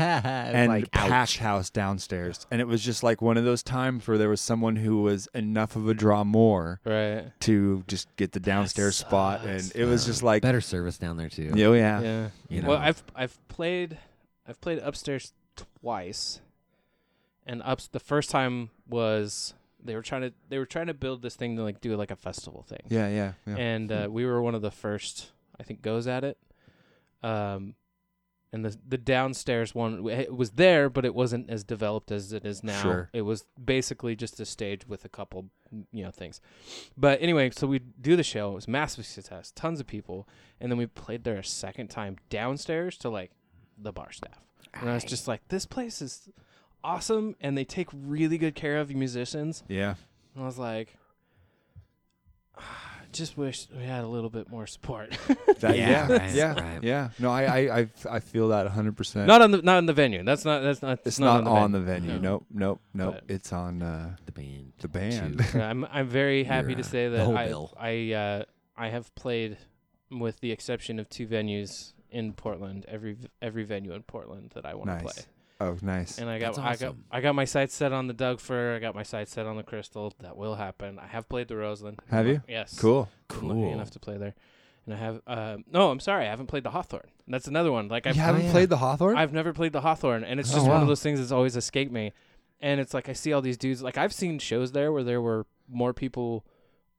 and packed house downstairs, and it was just like one of those times where there was someone who was enough of a draw more right. to just get the downstairs spot, and it was just like, better service down there too. yeah, oh, yeah, Yeah. You Well, know. I've I've played I've played upstairs twice, and ups the first time was they were trying to they were trying to build this thing to like do like a festival thing, yeah, yeah, yeah. and uh, we were one of the first I think goes at it. Um, and the the downstairs one it was there, but it wasn't as developed as it is now. Sure. It was basically just a stage with a couple mm, you know things. But anyway, so we do the show. It was massive success, tons of people, and then we played there a second time downstairs to like the bar staff, and I was just like, this place is awesome, and they take really good care of musicians. yeah. And I was like, I just wish we had a little bit [LAUGHS] more support. [LAUGHS] That- yeah, Yeah, yeah, right, yeah, right. No, I, I, I, I feel that hundred percent. not on the not in the venue. That's not that's not It's not, on the venue. venue. Nope, nope, nope. But- It's on uh, The band. the band. Two. [LAUGHS] Yeah, [LAUGHS] I'm I'm very happy Your, to uh, say the that whole I bill. I uh, I have played with the exception of two venues in Portland. Every every venue in Portland that I want to play. Nice. Oh, nice. And I got That's I got awesome. I got my sights set on the Doug Fur. I got my sights set on the Crystal. That will happen. I have played the Roseland. Have you? Yes. Cool. I'm lucky enough Uh-huh. to play there. And I have um, no, I'm sorry, I haven't played the Hawthorne. That's another one. Like I've you haven't yeah. played the Hawthorne? I've never played the Hawthorne, and it's Oh, just one wow. of those things that's always escaped me. And it's like I see all these dudes. Like I've seen shows there where there were more people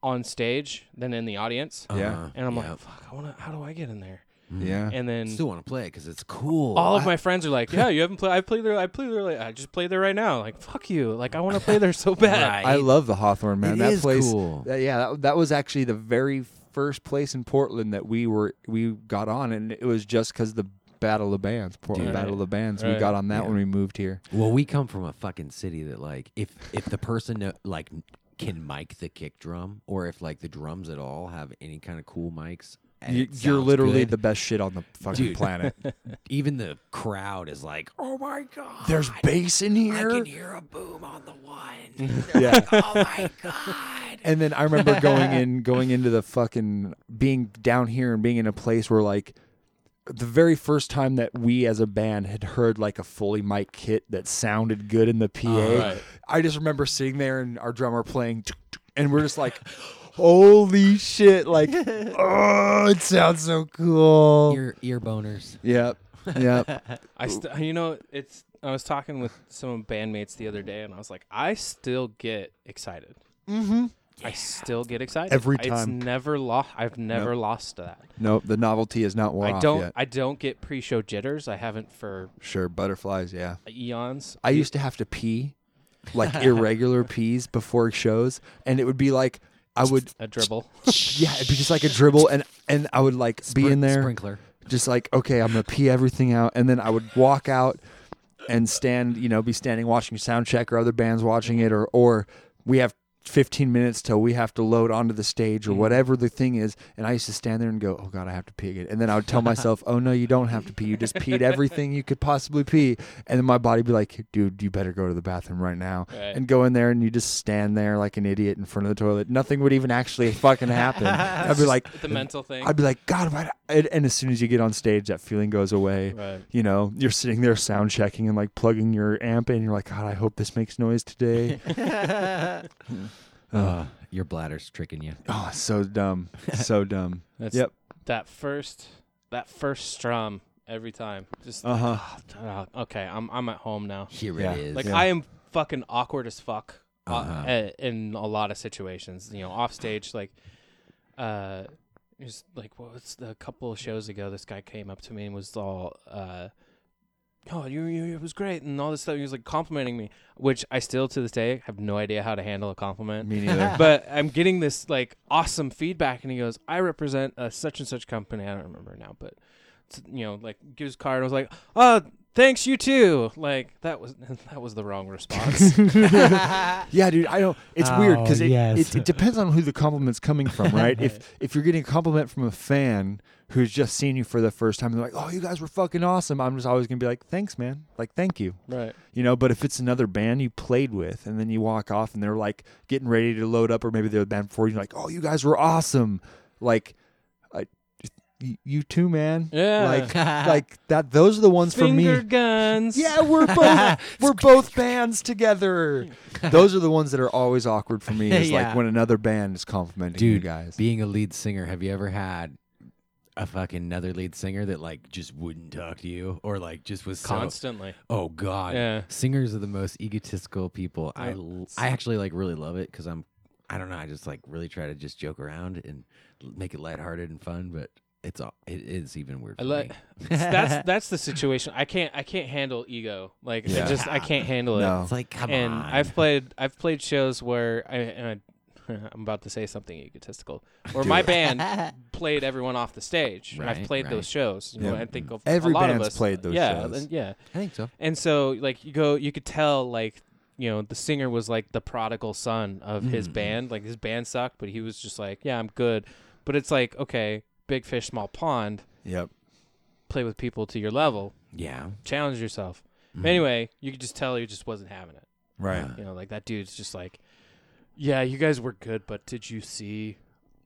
on stage than in the audience, Yeah. and I'm like, fuck, I want to. How do I get in there? yeah. And then still want to play it because it's cool. all of my friends are like, yeah, you haven't played. I played there. I played there. Like, I just played there right now. Like fuck you. Like I want to play there so bad. I love the Hawthorne, man. It that is place. cool. that- yeah, that, that was actually the very first place in Portland that we were we got on, and it was just because the Battle of Bands, Portland Dude. Battle of Bands. We Right. got on that Yeah. when we moved here. Well, we come from a fucking city that like if if the person that, like can mic the kick drum or if like the drums at all have any kind of cool mics, and You, it you're sounds literally good, the best shit on the fucking Dude. planet. even the crowd is like, oh my god, [LAUGHS] There's bass in I here. can hear a boom on the one. Yeah. oh my god. And then I remember going in, going into the fucking being down here and being in a place where like the very first time that we as a band had heard like a fully mic kit that sounded good in the PA, I just remember sitting there and our drummer playing, tuk, tuk, and we're just like, holy shit! Like, oh, it sounds so cool. Ear, ear boners. Yep. Yep. I st- you know it's I was talking with some bandmates the other day and I was like I still get excited. Mhm. I still get excited Every It's time. never lost. I've never lost that. nope. The novelty is not worn I off don't. yet. I don't get pre-show jitters. I haven't for sure, butterflies. Yeah. eons. I used to have to pee like irregular pees before shows, and it would be like I would a dribble. yeah, it'd be just like a dribble, and and I would like be in there, Sprinkler. just like okay, I'm gonna pee everything out, and then I would walk out and stand, you know, be standing watching sound check or other bands watching it, or or we have. 15 minutes till we have to load onto the stage or whatever the thing is and i used to stand there and go oh god i have to pee again and then i would tell myself oh no you don't have to pee you just peed everything you could possibly pee and then my body would be like dude you better go to the bathroom right now Right. and go in there and you just stand there like an idiot in front of the toilet nothing would even actually fucking happen [LAUGHS] i'd be like the mental thing. I'd be like, God, why? And, and as soon as you get on stage, that feeling goes away. Right. You know, you're sitting there sound checking and like plugging your amp in. You're like, God, I hope this makes noise today. Uh, your bladder's tricking you. oh, it's so dumb, so dumb. That's yep. that first that first strum every time. Just Uh huh. oh, okay. I'm I'm at home now. Here Yeah. it is. Like Yeah. I am fucking awkward as fuck uh, Uh-huh. uh, in a lot of situations. You know, off stage, like, uh, it was like well, it's a couple of shows ago. This guy came up to me and was all, uh, "Oh, you, you, it was great," and all this stuff. He was like complimenting me, which I still to this day have no idea how to handle a compliment. Me neither. But I'm getting this like awesome feedback, and he goes, "I represent a such and such company. I don't remember now, but it's, you know, like gives his card. I was like, oh, thanks, you too. Like that was [LAUGHS] that was the [LAUGHS] wrong response. [LAUGHS] yeah, dude. I don't. It's weird Oh, because it, yes. it it depends on who the compliment's coming from, right? [LAUGHS] if if you're getting a compliment from a fan who's just seen you for the first time, they're like, "Oh, you guys were fucking awesome." I'm just always gonna be like, "Thanks, man. Like, thank you." right. you know but if it's another band you played with and then you walk off and they're like getting ready to load up or maybe they're the band before you like oh you guys were awesome like I, y- you too man Yeah. like [LAUGHS] like that those are the ones Finger for me guns. yeah we're both [LAUGHS] we're both bands together those are the ones that are always awkward for me is Yeah. like when another band is complimenting you Dude, guys being a lead singer, have you ever had a fucking another lead singer that like just wouldn't talk to you or like just was so- [LAUGHS] Constantly. oh god, Yeah. singers are the most egotistical people. I Yeah. l- I actually like really love it because I'm I don't know I just like really try to just joke around and l- make it lighthearted and fun, but it's all it is even weird. I for like me. [LAUGHS] [LAUGHS] that's that's the situation. I can't I can't handle ego. Like Yeah. I just I can't handle it. no It's like come and on. I've played I've played shows where I, and I [LAUGHS] I'm about to say something egotistical. Where [LAUGHS] my band played everyone off the stage. and I've Right, played right. those shows. You know, Yeah. I think of Every a lot of band's us played those yeah, shows. and- Yeah. I think so. And so like you go you could tell like you know the singer was like the prodigal son of Mm-hmm. his band. Like his band sucked, but he was just like, yeah, I'm good. But it's like, okay, big fish small pond, yep play with people to your level, Yeah. challenge yourself. Mm-hmm. Anyway, you could just tell he just wasn't having it. Mm. right You know, like that dude's just like, yeah, you guys were good, but did you see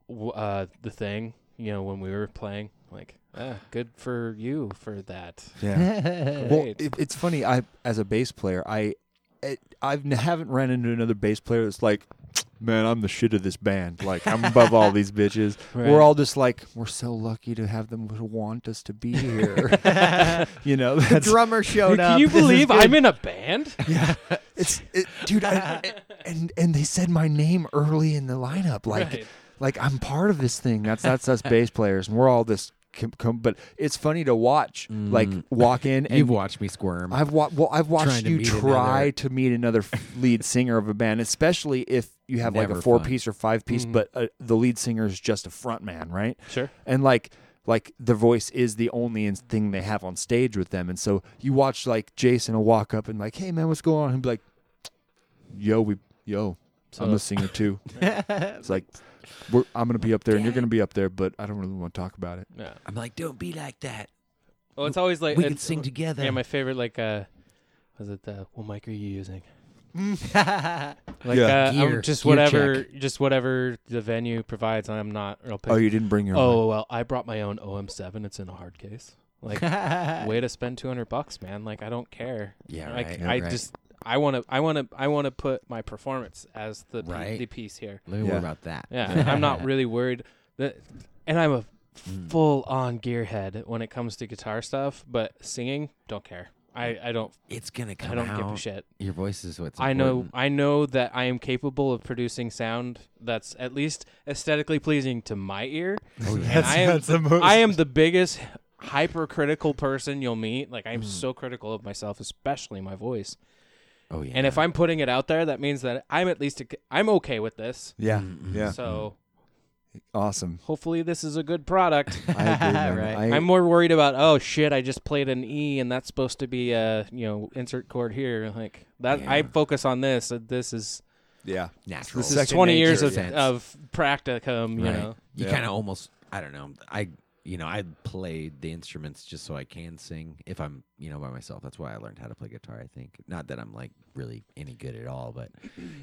w- uh the thing, you know, when we were playing? Like, ah, good for you for that. yeah [LAUGHS] Well, Great. it, it's funny. I as a bass player, I it, I've n- haven't ran into another bass player that's like, man, I'm the shit of this band. Like I'm above all these [LAUGHS] bitches. Right. We're all just like, we're so lucky to have them who want us to be here. [LAUGHS] [LAUGHS] you know, that's Drummer showed up. Can you This is believe good. I'm in a band? [LAUGHS] it's it, dude. I, I- and and they said my name early in the lineup. Like Right. like I'm part of this thing. That's that's us bass players, and we're all this com- com- but it's funny to watch. Like walk in and Mm. [LAUGHS] You've watched me squirm. [LAUGHS] I've wa- well, I've watched Trying to you meet try another- to meet another f- lead singer of a band, especially if you have like Never a four fun. piece or five piece, Mm-hmm. but uh, the lead singer is just a front man, right? Sure. And like like the voice is the only ins- thing they have on stage with them, and so you watch like Jason will walk up and like, hey man, what's going on? And be like, yo, we yo, I'm a singer too. it's like. We're, I'm gonna be up there, and you're gonna be up there, but I don't really want to talk about it. Yeah. I'm like, don't be like that. Well, it's always like We can it's- sing together. [LAUGHS] Yeah, my favorite like uh, was it the what mic are you using? like Yeah. uh, I'm Gear- just gear whatever, just whatever the venue provides, and I'm not real. Picky. Oh, you didn't bring your. Oh well, I brought my own OM7. It's in a hard case. Like, way to spend 200 bucks, man. Like, I don't care. Yeah, like Uh, right, I right. just I want to I want to I want to put my performance as the p- Right. the piece here. Let me Yeah. worry about that. Yeah, [LAUGHS] I'm not really worried that, and I'm a Mm. full on gearhead when it comes to guitar stuff, but singing, don't care. I I don't It's gonna come I don't out. give a shit. Your voice is what's. I know important. I know that I am capable of producing sound that's at least aesthetically pleasing to my ear. Oh, Oh, [LAUGHS] And I am, the I am the biggest hypercritical person you'll meet. Like Mm. I'm so critical of myself, especially my voice. Oh yeah. And if I'm putting it out there, that means that I'm at least ac- I'm okay with this. yeah, yeah, So Mm. awesome. hopefully this is a good product. Mm. [LAUGHS] I agree. man. Right. I- I'm more worried about oh shit, I just played an E and that's supposed to be a you know insert chord here. Like that, I focus on this. that This is yeah, natural. This is Second twenty years nature. of, Sense. of practicum. You know, You Yeah. kind of almost. I don't know. I you know I played the instruments just so I can sing if I'm you know by myself. That's why I learned how to play guitar. I think not that I'm like really any good at all, but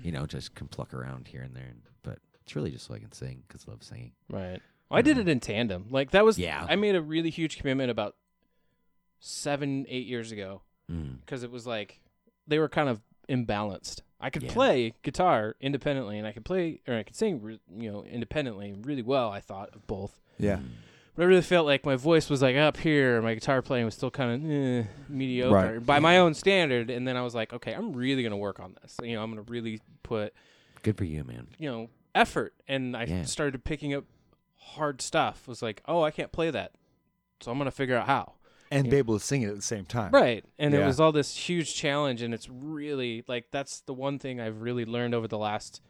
you know just can pluck around here and there. And, but it's really just so I can sing because I love singing. right? I did Mm-hmm. it in tandem. Like that was Yeah. I made a really huge commitment about seven, eight years ago Mm. because it was like they were kind of imbalanced. I could Yeah. play guitar independently, and I could play or I could sing, re- you know, independently really well. I thought of both, yeah. Mm. but I really felt like my voice was like up here. and My guitar playing was still kind of eh, mediocre Right. by my own standard. And then I was like, okay, I'm really gonna work on this. You know, I'm gonna really put Good for you, man. you know effort. And I Yeah. started picking up hard stuff. Was like, oh, I can't play that, so I'm gonna figure out how. and be able to sing it at the same time. Right. And Yeah. it was all this huge challenge and it's really like that's the one thing I've really learned over the last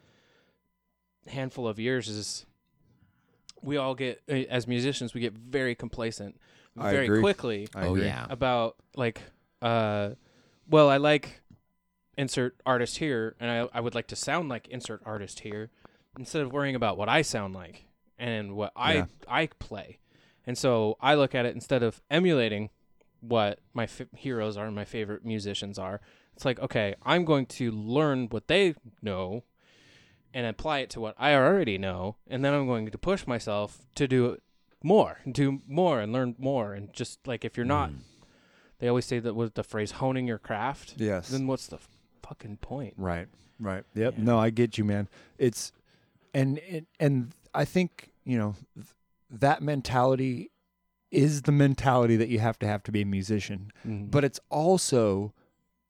handful of years is we all get eh, as musicians we get very complacent I very agree. quickly I oh agree. yeah. about like uh well I like insert artist here and I I would like to sound like insert artist here instead of worrying about what I sound like and what I Yeah. I play. And so I look at it instead of emulating what my f- heroes are and my favorite musicians are. It's like, okay, I'm going to learn what they know and apply it to what I already know, and then I'm going to push myself to do it more, and do more and learn more and just like if you're Mm. not they always say that with the phrase honing your craft. Yes. Then what's the fucking point? Right. Right. Yep. No, I get you, man. It's and and, and I think, you know, th- that mentality is the mentality that you have to have to be a musician. Mm-hmm. Mm-hmm. But it's also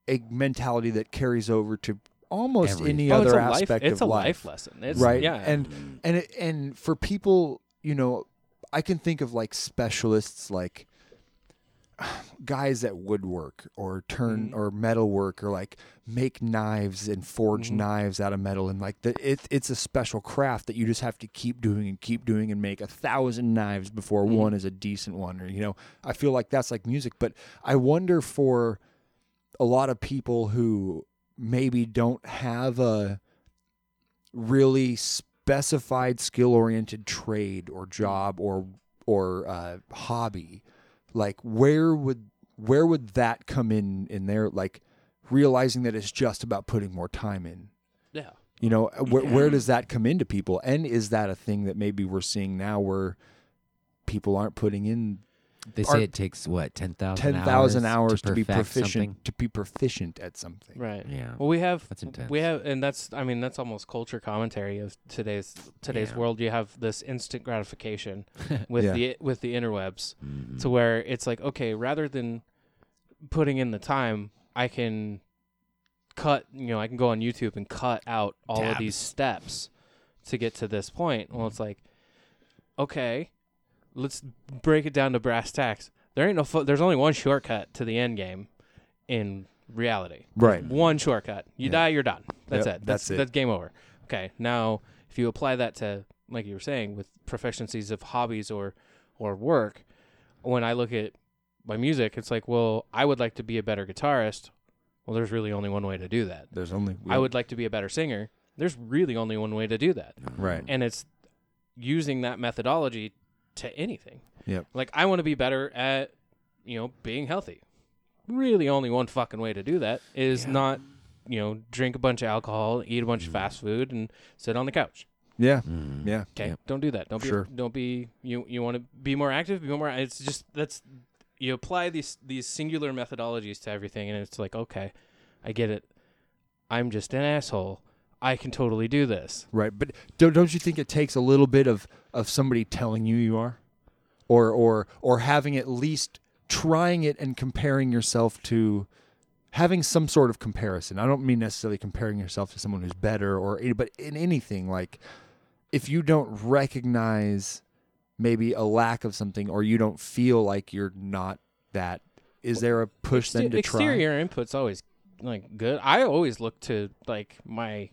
a mentality that carries over to almost any Oh, other it's a aspect life, of it's a life. life, lesson. It's, right Yeah. Mm. and and it, and for people you know i can think of like specialists like [SIGHS] guys that woodwork or turn Mm-hmm. or metal work or like make knives and forge knives out of metal and like the, it, it's a special craft that you just have to keep doing and keep doing and make a thousand knives before one is a decent one or you know i feel like that's like music but i wonder for a lot of people who maybe don't have a really specified skill oriented trade or job or or uh, hobby like where would where would that come in in there like realizing that it's just about putting more time in yeah. you know uh, where, where does that come into people and is that a thing that maybe we're seeing now where people aren't putting in They Art- say it takes what ten thousand 10,000 hours, to, be perfect proficient something? to be proficient at something Right. Yeah. Well, we have That's intense. we have, and that's I mean that's almost culture commentary of today's today's Yeah. world. You have this [LAUGHS] instant gratification with Yeah. the with the interwebs, Mm-hmm. to where it's like okay, rather than putting in the time, I can cut. You know, I can go on YouTube and cut out all of these steps to get to this point. Well, it's like okay, let's break it down to brass tacks. There ain't no fu- there's only one shortcut to the end game in reality. Right. One shortcut. You die, you're done. That's Yep, it. that's That's it. that's game over. Okay. Now, if you apply that to like you were saying with proficiencies of hobbies or or work, when I look at my music, it's like, well, I would like to be a better guitarist. Well, there's really only one way to do that. There's only I would like to be a better singer. There's really only one way to do that. right. And it's using that methodology to anything. Yep. Like I want to be better at, you know, being healthy. Really only one fucking way to do that is not, you know, drink a bunch of alcohol, eat a bunch Mm-hmm. of fast food and sit on the couch. Yeah. Yeah. Okay? Don't do that. Don't be Sure. don't be you you want to be more active, be more it's just that's you apply these these singular methodologies to everything and it's like, okay, I get it. I'm just an asshole. I can totally do this. Right. But don't, don't you think it takes a little bit of, of somebody telling you you are? Or, or, or having at least trying it and comparing yourself to having some sort of comparison. I don't mean necessarily comparing yourself to someone who's better or, any- but in anything, like if you don't recognize maybe a lack of something or you don't feel like you're not that, is there a push then to try? exterior input's always like good. I always look to like my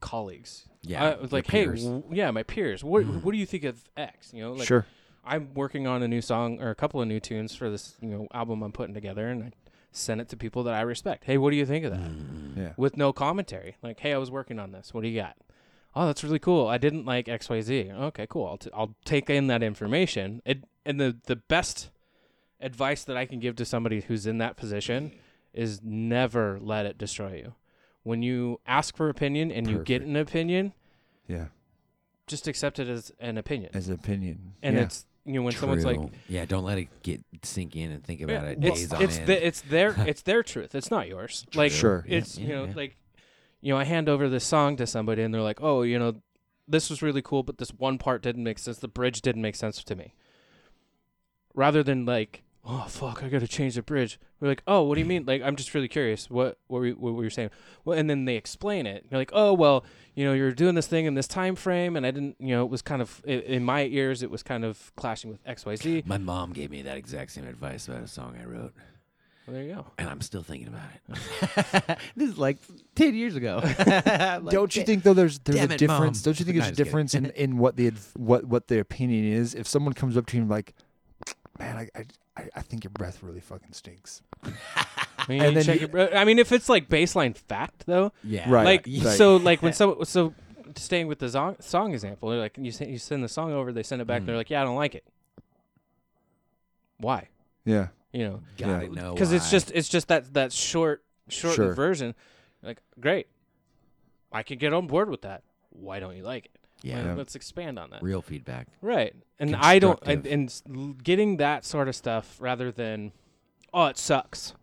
colleagues. Yeah, I your was like, hey, peers. w- yeah, my peers. What what do you think of X? You know, like, Mm-hmm. Sure. I'm working on a new song or a couple of new tunes for this you know album I'm putting together, and I send it to people that I respect. Hey, what do you think of that? Mm-hmm. Yeah. With no commentary, like, hey, I was working on this. What do you got? Oh, that's really cool. I didn't like X Y Z. Okay, cool. I'll t- I'll take in that information. It and the the best advice that I can give to somebody who's in that position is never let it destroy you. When you ask for opinion and you get an opinion, Yeah. just accept it as an opinion. As an opinion. and Yeah. it's you know when someone's like True. yeah, don't let it get sink in and think about it. it's days on it's, end. the, it's [LAUGHS] their it's their truth. It's not yours. Like Sure. Yeah, it's you yeah, know yeah. like you know I hand over this song to somebody and they're like, "Oh, you know, this was really cool, but this one part didn't make sense. The bridge didn't make sense to me." Rather than like, "Oh fuck, I got to change the bridge." We're like, "Oh, what do you mean? Like I'm just really curious. What what were you, what were you saying?" Well, and then they explain it. You're like, "Oh, well, you know, you're doing this thing in this time frame and I didn't, you know, it was kind of i in my ears it was kind of clashing with XYZ." My mom gave me that exact same advice about a song I wrote, Well, there you go. and I'm still thinking about it. this is like ten [LAUGHS] years ago. Like, don't you think though there's there's Damn a it, difference Mom. don't you [LAUGHS] think No, there's a just kidding. difference in, in what the adv- what what the opinion is if someone comes up to you and like man I- I I, I think your breath really fucking stinks I mean, And you then check you- your bro- I mean, if it's like baseline fact though, Yeah, Right. like right. [LAUGHS] so, like when so so staying with the song, song example, they're like you send, you send the song over, they send it back, Mm. and they're like, yeah, I don't like it. Why? yeah You know, Gotta know because it's why. just it's just that that short shortened Oh, Sure. version. Like, great, I can get on board with that. Why don't you like it? Yeah. Like, let's expand on that. real feedback. Right. And I don't, I, Constructive. and s- l- getting that sort of stuff rather than, oh, it sucks.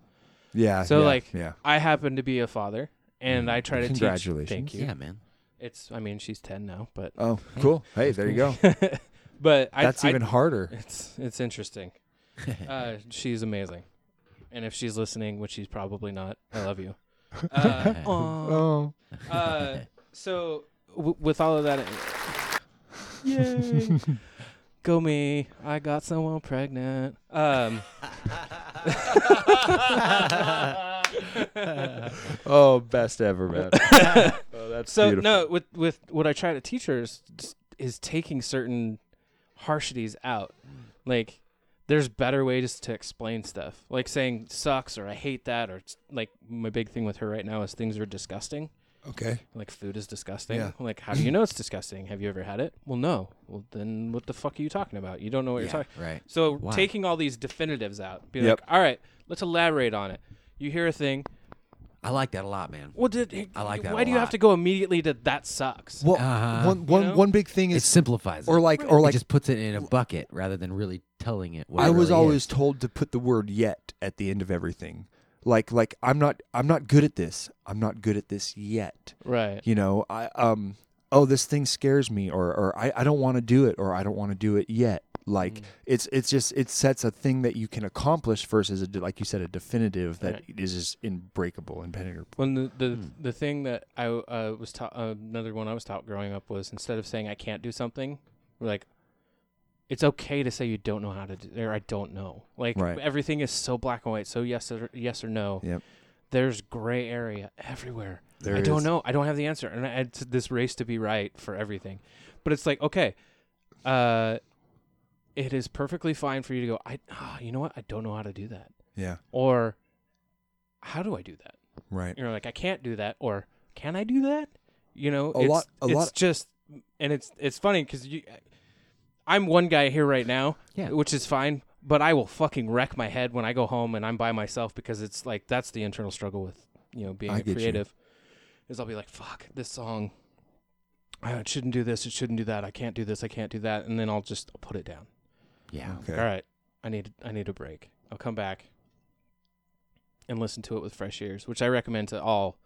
yeah So yeah, like, yeah I happen to be a father, and I try to Mm-hmm. Congratulations. teach. Thank you. Yeah, man. It's. I mean, she's ten now, but [LAUGHS] oh cool hey there you go but [LAUGHS] I, that's I- even harder [LAUGHS] It's it's [LAUGHS] interesting. uh, she's amazing, and if she's listening, which she's probably not, I love [LAUGHS] you. Uh, aw. oh Uh, [LAUGHS] so w- with all of that, yay, go me! I got someone pregnant. [LAUGHS] Um, [LAUGHS] [LAUGHS] oh best ever [LAUGHS] man oh that's so beautiful no, with with what I try to teach her is is taking certain harshities out. Like there's better ways to explain stuff. Like saying sucks or I hate that or it's- like my big thing with her right now is things are disgusting. okay Like food is disgusting. Yeah. Like how do you know it's disgusting? Have you ever had it? Well, no. Well, then what the fuck are you talking about? You don't know what Yeah, you're talking. right. So Why? taking all these definitives out, be Yep. like, all right, let's elaborate on it. You hear a thing. I like that a lot, man. Well, did, I like that Why a do you have lot. to go immediately to that sucks? well Uh-huh. one one know? one big thing It is simplifies it, or like or it like just puts it in a bucket rather than really telling it. What I it was really always is. told to put the word yet at the end of everything. Like like I'm not I'm not good at this. I'm not good at this yet. Right. You know, I um oh this thing scares me or or I, I don't want to do it or I don't want to do it yet. Like Mm. it's it's just it sets a thing that you can accomplish versus a de- like you said a definitive that is just unbreakable and penetrable. When the the, Hmm. the thing that I uh, was taught, another one I was taught growing up was instead of saying I can't do something, we're like, it's okay to say you don't know how to do or I don't know. Like Right. everything is so black and white, so yes or yes or no. Yep. There's gray area everywhere. There I don't is. know. I don't have the answer. And I, it's this race to be right for everything. But it's like, okay, uh it is perfectly fine for you to go, I ah, you know what? I don't know how to do that. Yeah. Or how do I do that? Right. you're like I can't do that or can I do that? You know, A it's, lot- a it's lot- just and it's it's funny cuz you I'm one guy here right now, Yeah. which is fine, but I will fucking wreck my head when I go home and I'm by myself because it's like that's the internal struggle with, you know, being I a get you. creative. Is I'll be like, fuck, this song uh, it shouldn't do this, it shouldn't do that, I can't do this, I can't do that, and then I'll just put it down. Yeah. Okay. All right, I need I need a break. I'll come back and listen to it with fresh ears, which I recommend to all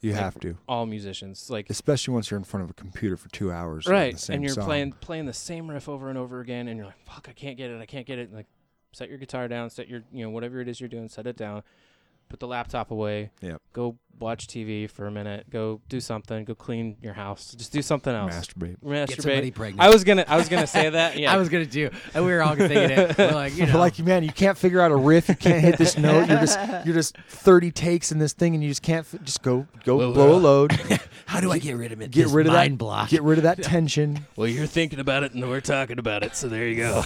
You like, have to, all musicians like especially once you're in front of a computer for two hours. on right The same and you're song. playing playing the same riff over and over again and you're like fuck i can't get it i can't get it and like set your guitar down set your you know whatever it is you're doing set it down put the laptop away Yep. go watch tv for a minute go do something go clean your house just do something else [LAUGHS] masturbate. Get somebody masturbate pregnant. i was gonna i was gonna say [LAUGHS] that yeah I was gonna do, and we were all thinking it. We're like, you know, Like man, you can't figure out a riff. You can't hit this note. You're [LAUGHS] just you're just thirty takes in this thing, and you just can't f- just go go blow a load. [LAUGHS] how do I get rid of it? Get This rid of mind that block. Get rid of that tension. well you're thinking about it and we're talking about it so there you go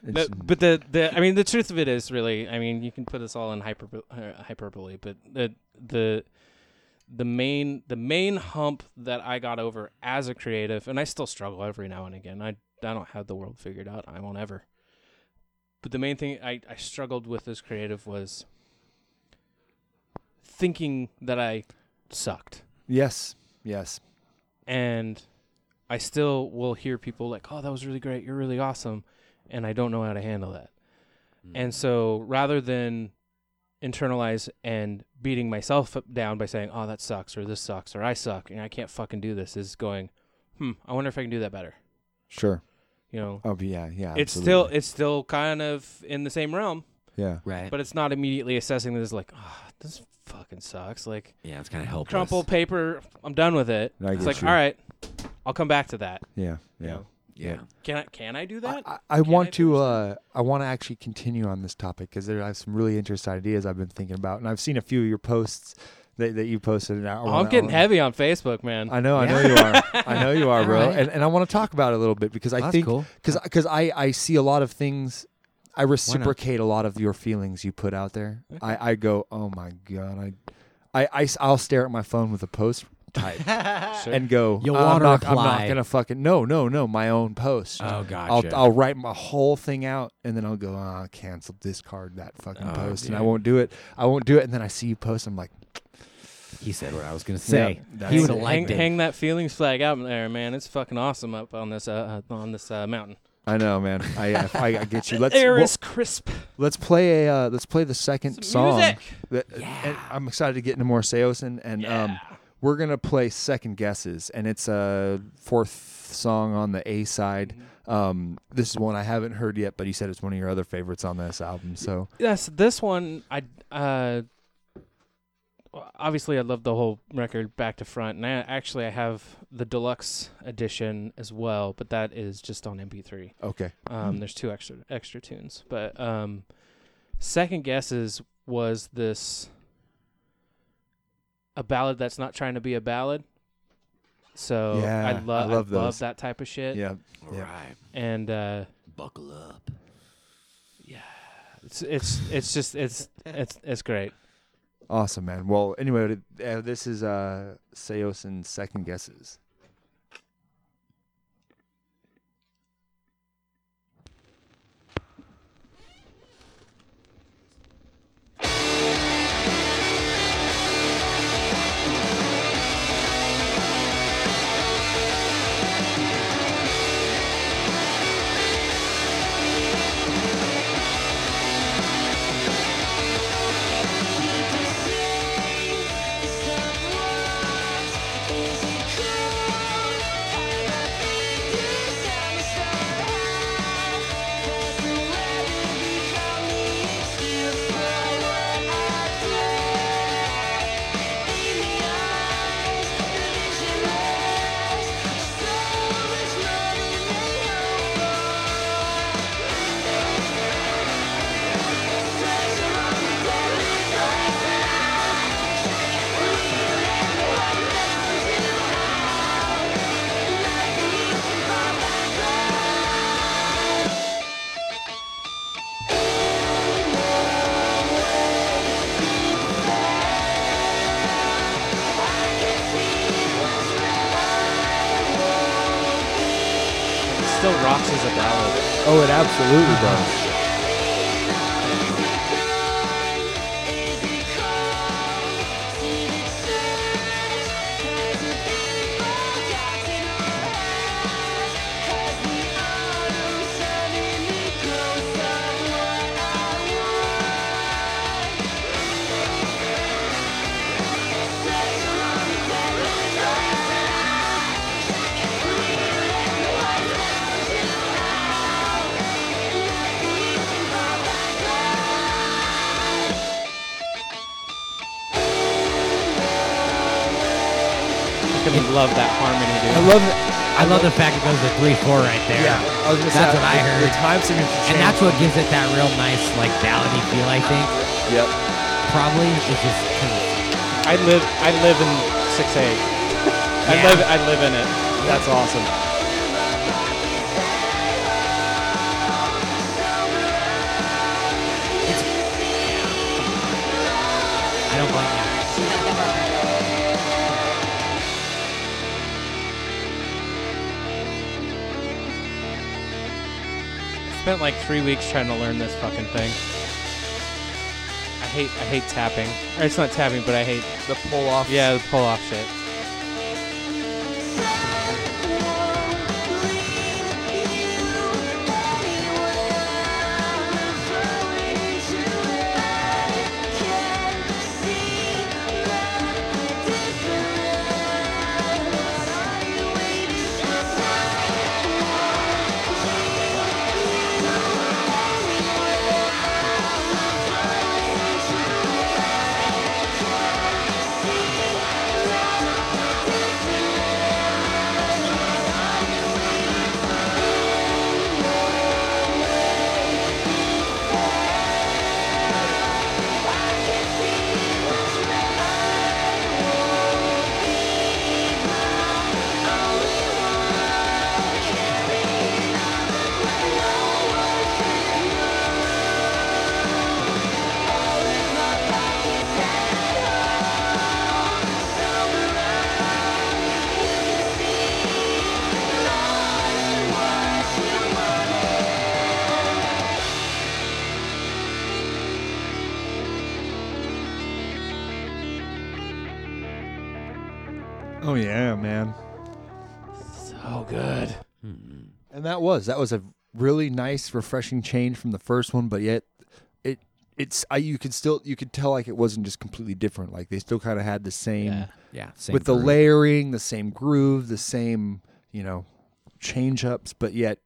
But, but the, the I mean the truth of it is really I mean you can put this all in hyper uh, hyperbole but the the the main the main hump that I got over as a creative and I still struggle every now and again I I don't have the world figured out I won't ever but the main thing I, I struggled with as creative was thinking that I sucked yes, yes, and I still will hear people like, "Oh, that was really great. You're really awesome," and I don't know how to handle that. Mm. Mm-hmm. And so, rather than internalize and beating myself up- down by saying, "Oh, that sucks," or "This sucks," or "I suck," and I can't fucking do this," is going, "Hmm, I wonder if I can do that better." sure. You know, Oh yeah, yeah. it's still it's still kind of in the same realm, yeah. right. but it's not immediately assessing this like, "Oh, this fucking sucks." Like, yeah, it's kind of helpless. crumple paper, I'm done with it. I it's get like, you. all right, I'll come back to that. Yeah, you yeah. know? Yeah. Can I can I do I, that? I- I Can want I to. finish Uh, I want to actually continue on this topic because there I have some really interesting ideas I've been thinking about, and I've seen a few of your posts that, that you posted. And I Oh, wanna- I'm getting I wanna- heavy on Facebook, man. I know, I know you are. I know [LAUGHS] you are, bro. Alright. And, and I want to talk about it a little bit because I That's think cool. because I I see a lot of things. I reciprocate a lot of your feelings you put out there. I, I go, oh my god, I, I, I will stare at my phone with a post [LAUGHS] type and go, You'll "I'm wanna not- I'm not reply." gonna fucking no no no my own post. Oh, I'll gotcha. I'll write my whole thing out and then I'll go, ah, cancel, discard that fucking Oh, post, and I won't do it. I won't do it, and then I see you post, I'm like, He said what I was gonna say. that's he would have it. hang, liked it. hang that feelings flag out there, man. It's fucking awesome up on this uh, uh, on this uh, mountain. I know, man, I I, I get [LAUGHS] you. Let's Air we'll- is crisp. Let's play a uh, let's play the second Some song. music. That, uh, and I'm excited to get into more Seosin and um we're gonna play second guesses and it's a fourth song on the A side. Um, this is one I haven't heard yet, but you said it's one of your other favorites on this album. So Yes, this one I uh obviously I love the whole record back to front, and I, actually I have the deluxe edition as well, but that is just on MP3. okay, Um, There's two extra extra tunes, but um, second guesses was this a ballad that's not trying to be a ballad. So Yeah, I, lo- I I love love those. that type of shit. yeah, yeah. Right. and uh, Buckle up. it's it's it's just it's it's it's great. awesome, man. Well, anyway, uh, this is uh, Seosin second guesses. Is it cool? still rocks as a ballad. Oh, it absolutely does. Fucking love that harmony, I love it. I love the fact it goes to three four right there. Yeah, I was gonna say, That's what I the- The heard. time signature And changed. that's what gives it that real nice, like ballady feel. I think Yep. probably is just 'cause- dude. I live I live in six eight. I live I live in it. That's awesome. I don't blame you. Spent like three weeks trying to learn this fucking thing. I hate I hate tapping. Or it's not tapping, but I hate The pull off. yeah the pull off shit. Oh yeah, man. So good. Hmm. And that was that was a really nice, refreshing change from the first one, but yet it it's I you could still you could tell like it wasn't just completely different. Like they still kind of had the same Yeah. Yeah, same with the group. layering, the same groove, the same you know change ups, but yet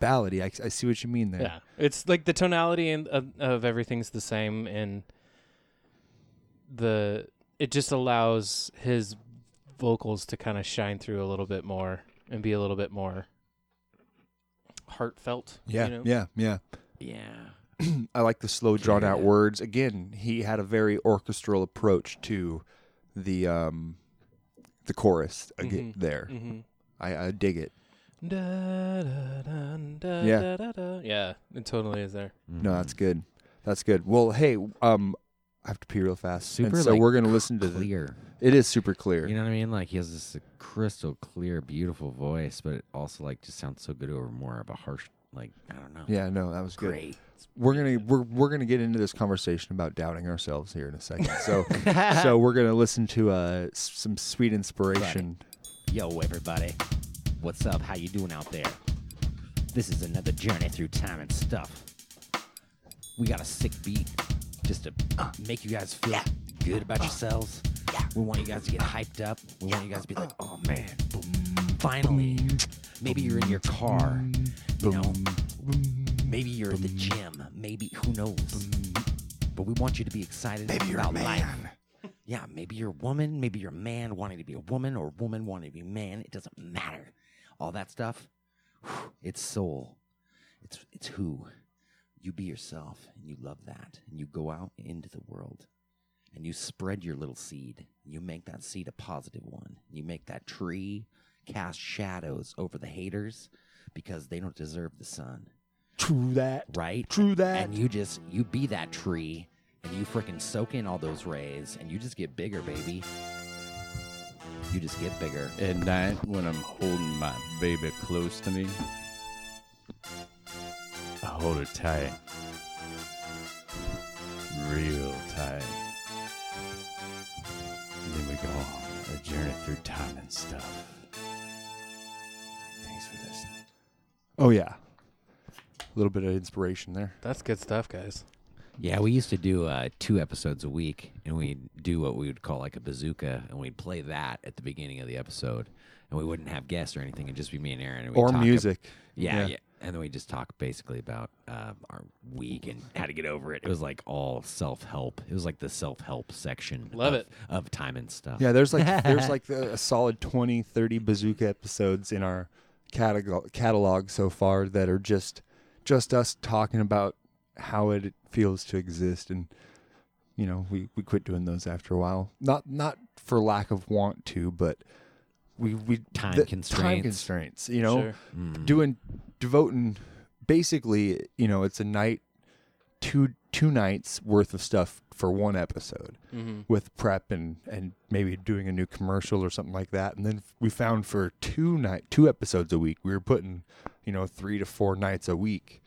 ballady. I, I see what you mean there. Yeah, it's like the tonality and of, of everything's the same, and the it just allows his vocals to kind of shine through a little bit more and be a little bit more heartfelt. Yeah, you know? yeah, yeah. yeah. I like the slow, drawn out words. Again, he had a very orchestral approach to the um the chorus again there. Mhm. I, I dig it. Da, da, da, da, Yeah. da, da, da. yeah, it totally is there. No, that's good. That's good. Well, hey, um, I have to pee real fast, and Super, so like, we're gonna listen to the. Mm-hmm. Clear. It is super clear. You know what I mean? Like he has this crystal clear, beautiful voice, but it also like just sounds so good over more of a harsh, like I don't know. yeah, no, that was good. Great. We're gonna we're we're gonna get into this conversation about doubting ourselves here in a second. [LAUGHS] So so we're gonna listen to uh s- some sweet inspiration. Yo, everybody. What's up? How you doing out there? This is another journey through time and stuff. We got a sick beat just to uh, make you guys feel good about yourselves. We want you guys to get hyped up. We want you guys to be like, oh man, finally. Maybe you're in your car. You know, maybe you're at the gym. Maybe, who knows? But we want you to be excited about life. Yeah, maybe you're a woman, maybe you're a man wanting to be a woman, or a woman wanting to be a man. It doesn't matter. All that stuff, whew, it's soul. It's it's who. You be yourself, and you love that, and you go out into the world, and you spread your little seed. You make that seed a positive one. You make that tree cast shadows over the haters because they don't deserve the sun. True that. Right? True that. and you just you be that tree and you freaking soak in all those rays and you just get bigger baby you just get bigger At night, when I'm holding my baby close to me, Hold it tight. Real tight. And then we go on a journey through time and stuff. Thanks for this. Oh yeah, a little bit of inspiration there. That's good stuff, guys. Yeah, we used to do uh, two episodes a week, and we'd do what we would call like a bazooka, and we'd play that at the beginning of the episode, and we wouldn't have guests or anything; it'd just be me and Aaron, and we'd Or talk ab- music. yeah, Yeah. yeah, and then we just talk basically about uh, our week and how to get over it. It was like all self help. It was like the self help section. Love of, it. of time and stuff. Yeah, there's like there's [LAUGHS] like the, a solid 20, 30 bazooka episodes in our catalog catalog so far that are just just us talking about how it feels to exist and you know, we we quit doing those after a while. Not not for lack of want to, but we we Time time constraints. constraints, you know. Sure. Mm-hmm. Doing devoting basically, you know, it's a night two two nights worth of stuff for one episode Mm-hmm. with prep and and maybe doing a new commercial or something like that and then we found for two night two episodes a week we were putting you know 3 to 4 nights a week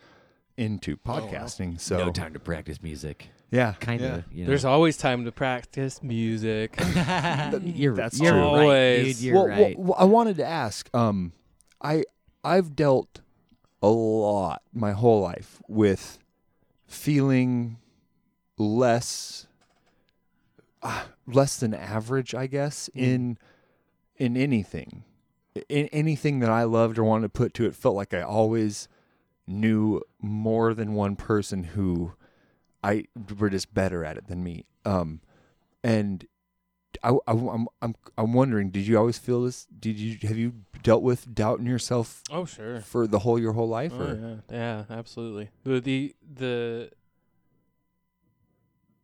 into podcasting so no time to practice music. yeah Kind of. You know? There's always time to practice music. [LAUGHS] you're, that's you're true. right, Always. dude. You're well, well, right. well, I wanted to ask. Um, I I've dealt a lot my whole life with feeling less ah, less than average, I guess, Mm. in in anything, in anything that I loved or wanted to put to it. Felt like I always knew more than one person who I were just better at it than me. Um, and I, am I'm I'm wondering, did you always feel this? Did you have you dealt with doubting yourself oh sure. for the whole your whole life? Oh, or? yeah. yeah, absolutely. The, the the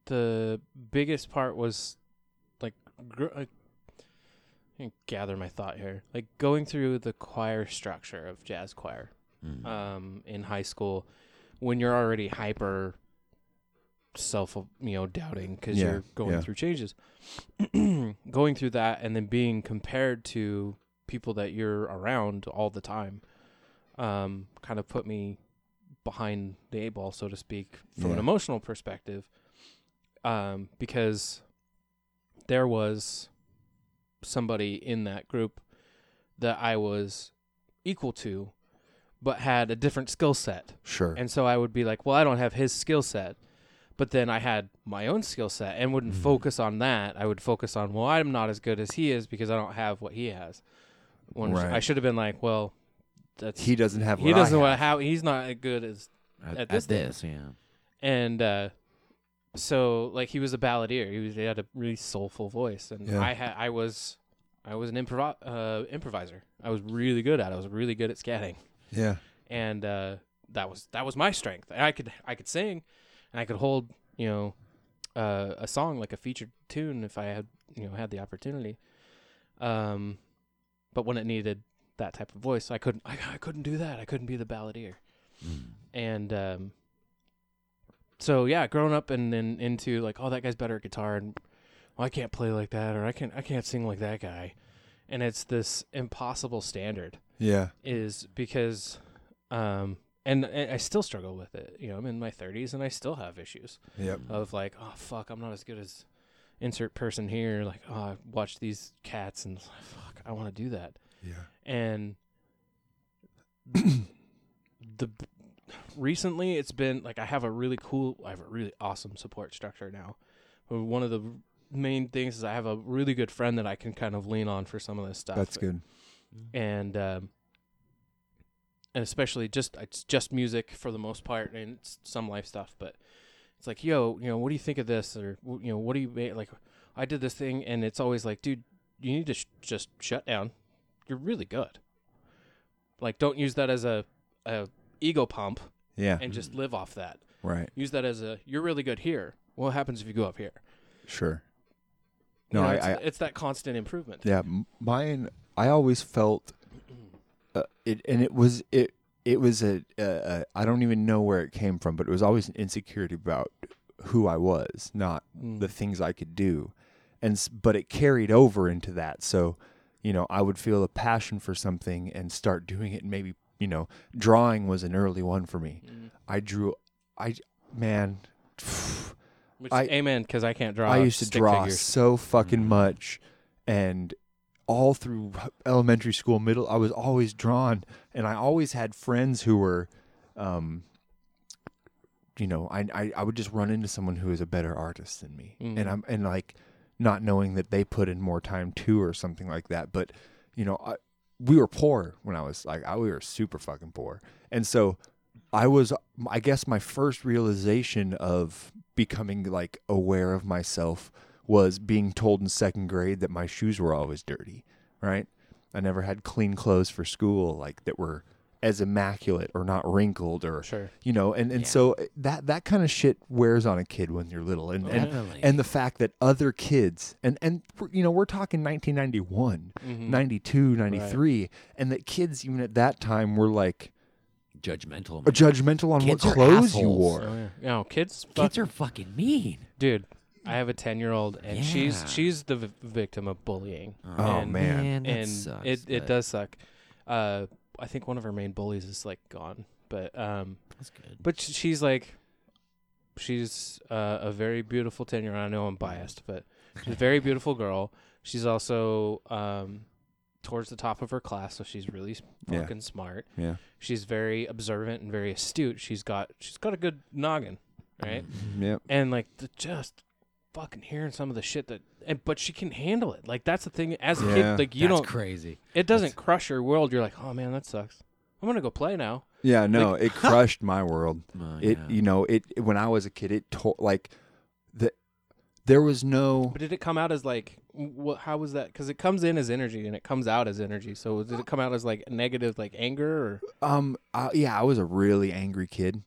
the biggest part was like gr- I can gather my thought here. Like going through the choir structure of jazz choir Mm. Mm. Uh, um, in high school when you're already hyper self you know doubting because Yeah, you're going yeah. through changes [CLEARS THROAT] going through that and then being compared to people that you're around all the time um, kind of put me behind the eight ball, so to speak, from an Yeah. emotional perspective, um, because there was somebody in that group that I was equal to, but had a different skill set. Sure. And so I would be like, well, I don't have his skill set. But then I had my own skill set and Mm-hmm. wouldn't focus on that. I would focus on, well, I'm not as good as he is because I don't have what he has. When Right. I should have been like, well, that's he doesn't have. he what I doesn't have. want how he's not as good as At, at at this this, thing. yeah. and uh so like he was a balladeer. He was he had a really soulful voice and Yeah. I had I was I was an improv uh improviser. I was really good at it. I was really good at scatting Yeah. and uh, that was that was my strength. And I could I could sing, and I could hold you know uh, a song like a featured tune if I had you know had the opportunity. Um, but when it needed that type of voice, I couldn't I, I couldn't do that. I couldn't be the balladeer, and um, so yeah, growing up and then into like oh that guy's better at guitar and well, I can't play like that or I can't I can't sing like that guy, and it's this impossible standard Yeah. is because um and, and I still struggle with it. You know, I'm in my 30s and I still have issues Yep. Mm. of like, oh fuck, I'm not as good as insert person here. Like, oh, I watch these cats and it's like, fuck, I want to do that. Yeah. And the recently it's been like I have a really cool, I have a really awesome support structure now. But One of the main things is I have a really good friend that I can kind of lean on for some of this stuff That's good. and um, and especially just it's just music for the most part, and it's some life stuff. But it's like, yo, you know, what do you think of this, or w- you know, what do you ma- like? I did this thing, and it's always like, dude, you need to sh- just shut down. You're really good. Like, don't use that as a, a ego pump Yeah. and just live off that. right. Use that as a you're really good here. What happens if you go up here? Sure. You No, know, I, it's, I it's that constant improvement. Yeah, m- mine. I always felt uh, it, and it was it. It was a, a, a. I don't even know where it came from, but it was always an insecurity about who I was, not the things I could do, and s- but it carried over into that. So, you know, I would feel a passion for something and start doing it, and maybe you know, drawing was an early one for me. I drew, I man, Which, I- amen, because I can't draw. I used to stick draw figures. Mm-hmm. so fucking much, and all through elementary school, middle, I was always drawn, and I always had friends who were, um, you know, I I, I would just run into someone who is a better artist than me, Mm. and I'm and like not knowing that they put in more time too or something like that, but you know, I, we were poor when I was like I we were super fucking poor, and so I was, I guess, my first realization of becoming like aware of myself was being told in second grade that my shoes were always dirty, right? I never had clean clothes for school, like that were as immaculate or not wrinkled or, Sure. you know, and, and so eh, that, that kind of shit wears on a kid when you're little. Oh, And, and, Definitely. and the fact that other kids, and, and, we're- you know, we're talking 1991, Mm. Mm-hmm. 92, 93, and that kids, even at that time, were like, Judgmental. are judgmental on Kids what are clothes you assholes. wore. [LAUGHS] Oh, yeah. No, kids. fuck- Kids are fucking mean. dude. I have a ten year old, and Yeah. she's she's the v- victim of bullying. Oh And- man. that and sucks, it it but does suck. Uh, I think one of her main bullies is like gone, but um, That's good. but sh- she's like, she's uh, a very beautiful ten year old. I know I'm biased, but she's a very beautiful girl. She's also um, towards the top of her class, so she's really s- Yeah. fucking smart. Yeah. She's very observant and very astute. She's got she's got a good noggin, Mm. right? Mm-hmm. Yep. and like the, just fucking hearing some of the shit that and but she can handle it like that's the thing as a Yeah. kid like you That's don't crazy. it doesn't crush your world you're like oh man that sucks i'm gonna go play now Yeah, no, it crushed my world. Oh, it yeah. you know, it when I was a kid, it to- like the there was no but did it come out as like what how was that because it comes in as energy and it comes out as energy so did it come out as like negative like anger or um I, yeah, I was a really angry kid.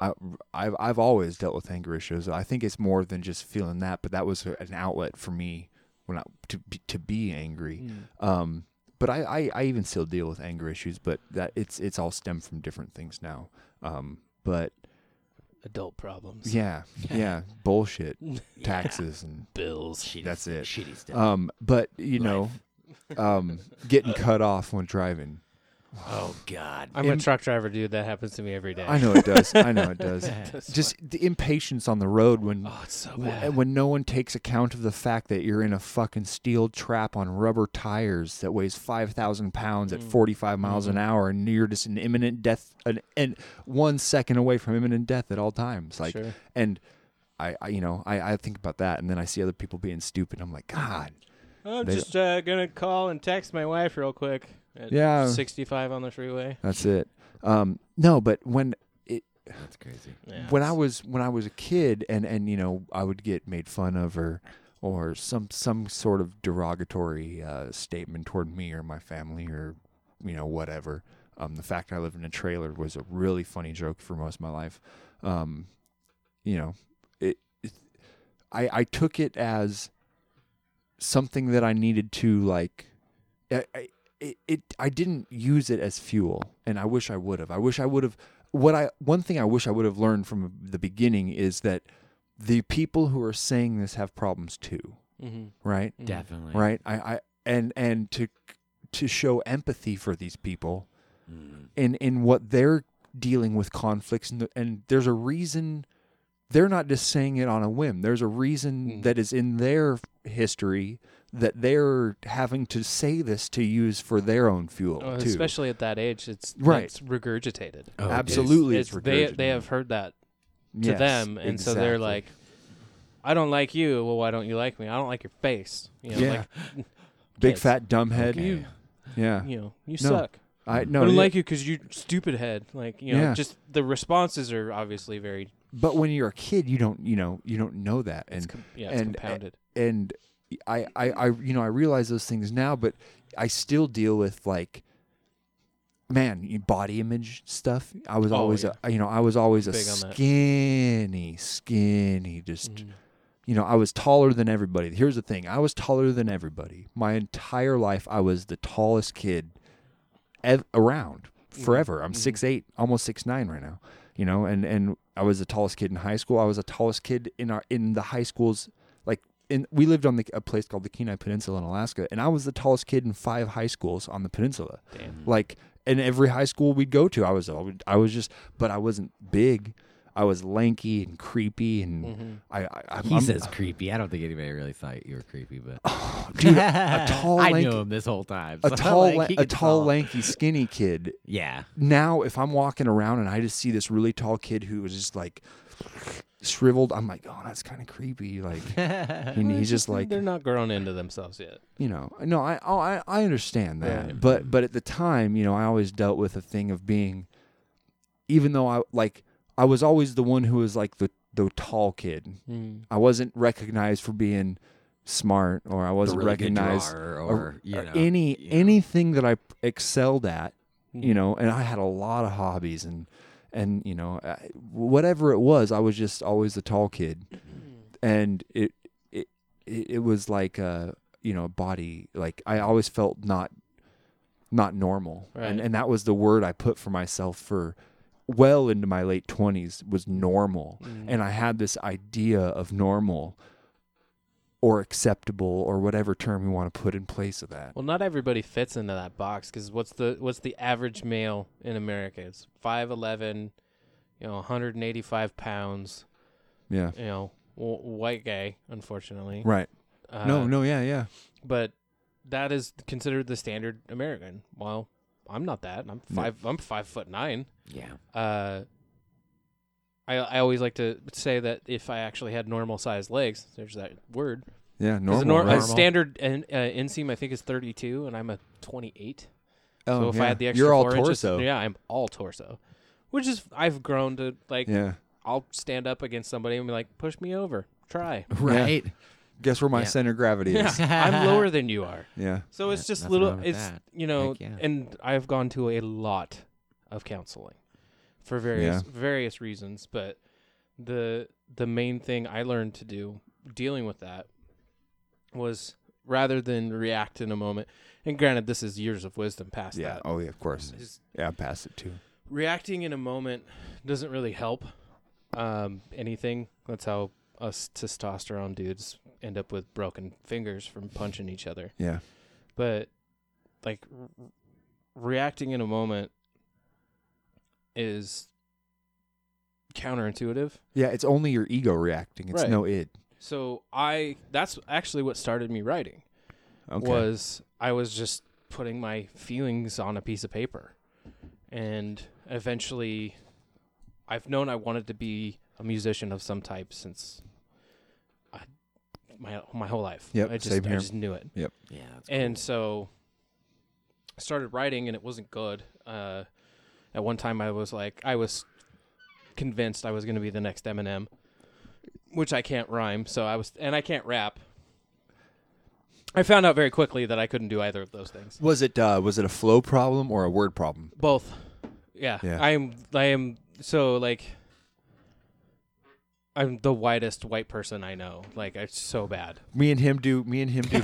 I I've I've always dealt with anger issues. I think it's more than just feeling that, but that was an outlet for me when I to be- to be angry. Mm. Um but I, I, I even still deal with anger issues, but that it's it's all stemmed from different things now. Um, but adult problems Yeah, [LAUGHS] yeah, bullshit, taxes, and bills that's it. Shitty stuff. Um, but you know, [LAUGHS] um, getting cut off when driving. oh God. i'm a truck driver dude that happens to me every day I know it [LAUGHS] does. I know it does. [LAUGHS] Just the impatience on the road when oh it's so w- bad when no one takes account of the fact that you're in a fucking steel trap on rubber tires that weighs 5,000 pounds at 45 miles an hour and you're just an imminent death an, and one second away from imminent death at all times like Sure. and I, I you know I, I think about that and then I see other people being stupid I'm like god i'm they- just uh, gonna call and text my wife real quick at Yeah. 65 on the freeway that's it um no but when it That's crazy. yeah, when it's- I was when I was a kid, and and you know, I would get made fun of or or some some sort of derogatory uh, statement toward me or my family or you know whatever. Um, the fact I lived in a trailer was a really funny joke for most of my life. Um, you know, it, it I I took it as something that I needed to like. I, I, it, it I didn't use it as fuel, and I wish I would have. I wish I would have. What I one thing I wish I would have learned from the beginning is that the people who are saying this have problems too, Mhm. right? Definitely. Right. I, I and and to to show empathy for these people Mm. in in what they're dealing with conflicts and, and there's a reason they're not just saying it on a whim there's a reason Mm-hmm. that is in their history that they're having to say this to use for their own fuel Oh, too especially at that age, it's Right. It's regurgitated. Oh, it is. absolutely It's, they they have heard that to Yes, them, and so they're exactly. like, "I don't like you. Well, why don't you like me? I don't like your face. You know, yeah like big kids. fat dumb head you, yeah you know, you No, suck. i no I don't yeah. like you because you stupid head. Like you know, Yeah. just the responses are obviously very but when you're a kid you don't you know you don't know that and it's com- yeah, it's and- uh, compounded. and I, I, I, you know, I realize those things now, but I still deal with like, man, you- body image stuff. I was Oh, always, yeah. a, you know, I was always a Big on that. Mm-hmm. skinny, skinny, just, you know, I was taller than everybody. Here's the thing. I was taller than everybody. My entire life, I was the tallest kid ev- around Mm-hmm. forever. I'm six eight, almost six nine right now. You know, and and I was the tallest kid in high school. I was the tallest kid in our in the high schools. Like, in we lived on the, a place called the Kenai Peninsula in Alaska, and I was the tallest kid in five high schools on the peninsula. Like, in every high school we'd go to, I was al- I was just, but I wasn't big. I was lanky and creepy, and I, I I'm, Mm-hmm. He I'm- [LAUGHS] says creepy. I don't think anybody really thought you were creepy, but Oh, dude, [LAUGHS] a tall, I lanky, knew him this whole time. a so, tall, like, la- he a could tall, tell. lanky, skinny kid. Yeah, Now, if I'm walking around and I just see this really tall kid who is just like shriveled, I'm like, oh, that's kind of creepy. [LAUGHS] Like, and he's just like, they're not grown into themselves yet. you know, no, I, oh, I, I understand that, but, but at the time, you know, I always dealt with a thing of being, even though I like, I was always the one who was like the the tall kid. Mm-hmm. I wasn't recognized for being smart, or I wasn't really good recognized drawer or, or, you or know, any anything that I excelled at. You know, and I had a lot of hobbies and and you know I, whatever it was, I was just always the tall kid, and it it it it was like a you know body like I always felt not not normal. Right. And and that was the word I put for myself for well into my late 20s was normal. Mm. And I had this idea of normal or acceptable or whatever term you want to put in place of that. Well, not everybody fits into that box because what's the what's the average male in America? It's five eleven, you know, one hundred and eighty five pounds. Yeah. You know, w- white guy, unfortunately. Right. Uh, no, no, yeah, yeah. But that is considered the standard American. Well, I'm not that. I'm five. I'm five foot nine. yeah. Uh, I I always like to say that if I actually had normal sized legs, there's that word. Yeah, 'Cause normal. a nor- right? a standard in, uh, inseam I think is 32, and I'm a 28. Oh, so if I yeah. had the extra You're all four inches- torso. yeah, I'm all torso, which is I've grown to like. [LAUGHS] Yeah. I'll stand up against somebody and be like, "Push me over, [LAUGHS] try." Right. Guess where my center of gravity [LAUGHS] Yeah, is. I'm lower than you are. yeah. So it's just nothing little. wrong with It's that. you know, Heck yeah. and I've gone to a lot of counseling for various Yeah. various reasons, but the the main thing I learned to do dealing with that was rather than react in a moment. And granted, this is years of wisdom past Yeah. that. Oh, yeah, of course. Is Yeah, I passed it too. reacting in a moment doesn't really help um, anything. That's how us testosterone dudes end up with broken fingers from punching each other Yeah. but like r- r- reacting in a moment is counterintuitive. Yeah, it's only your ego reacting. It's Right. no id. So I that's actually what started me writing Okay. was I was just putting my feelings on a piece of paper. And eventually I've known I wanted to be a musician of some type since I, my my whole life. Yep, I just same I here. just knew it. Yeah, that's and so I started writing and it wasn't good uh, at one time i was like i was convinced i was going to be the next eminem which i can't rhyme so i was and i can't rap i found out very quickly that i couldn't do either of those things was it uh, was it a flow problem or a word problem? both yeah, Yeah. i am i am so like i'm the whitest white person i know like it's so bad Me and him do. Me and him [LAUGHS] do.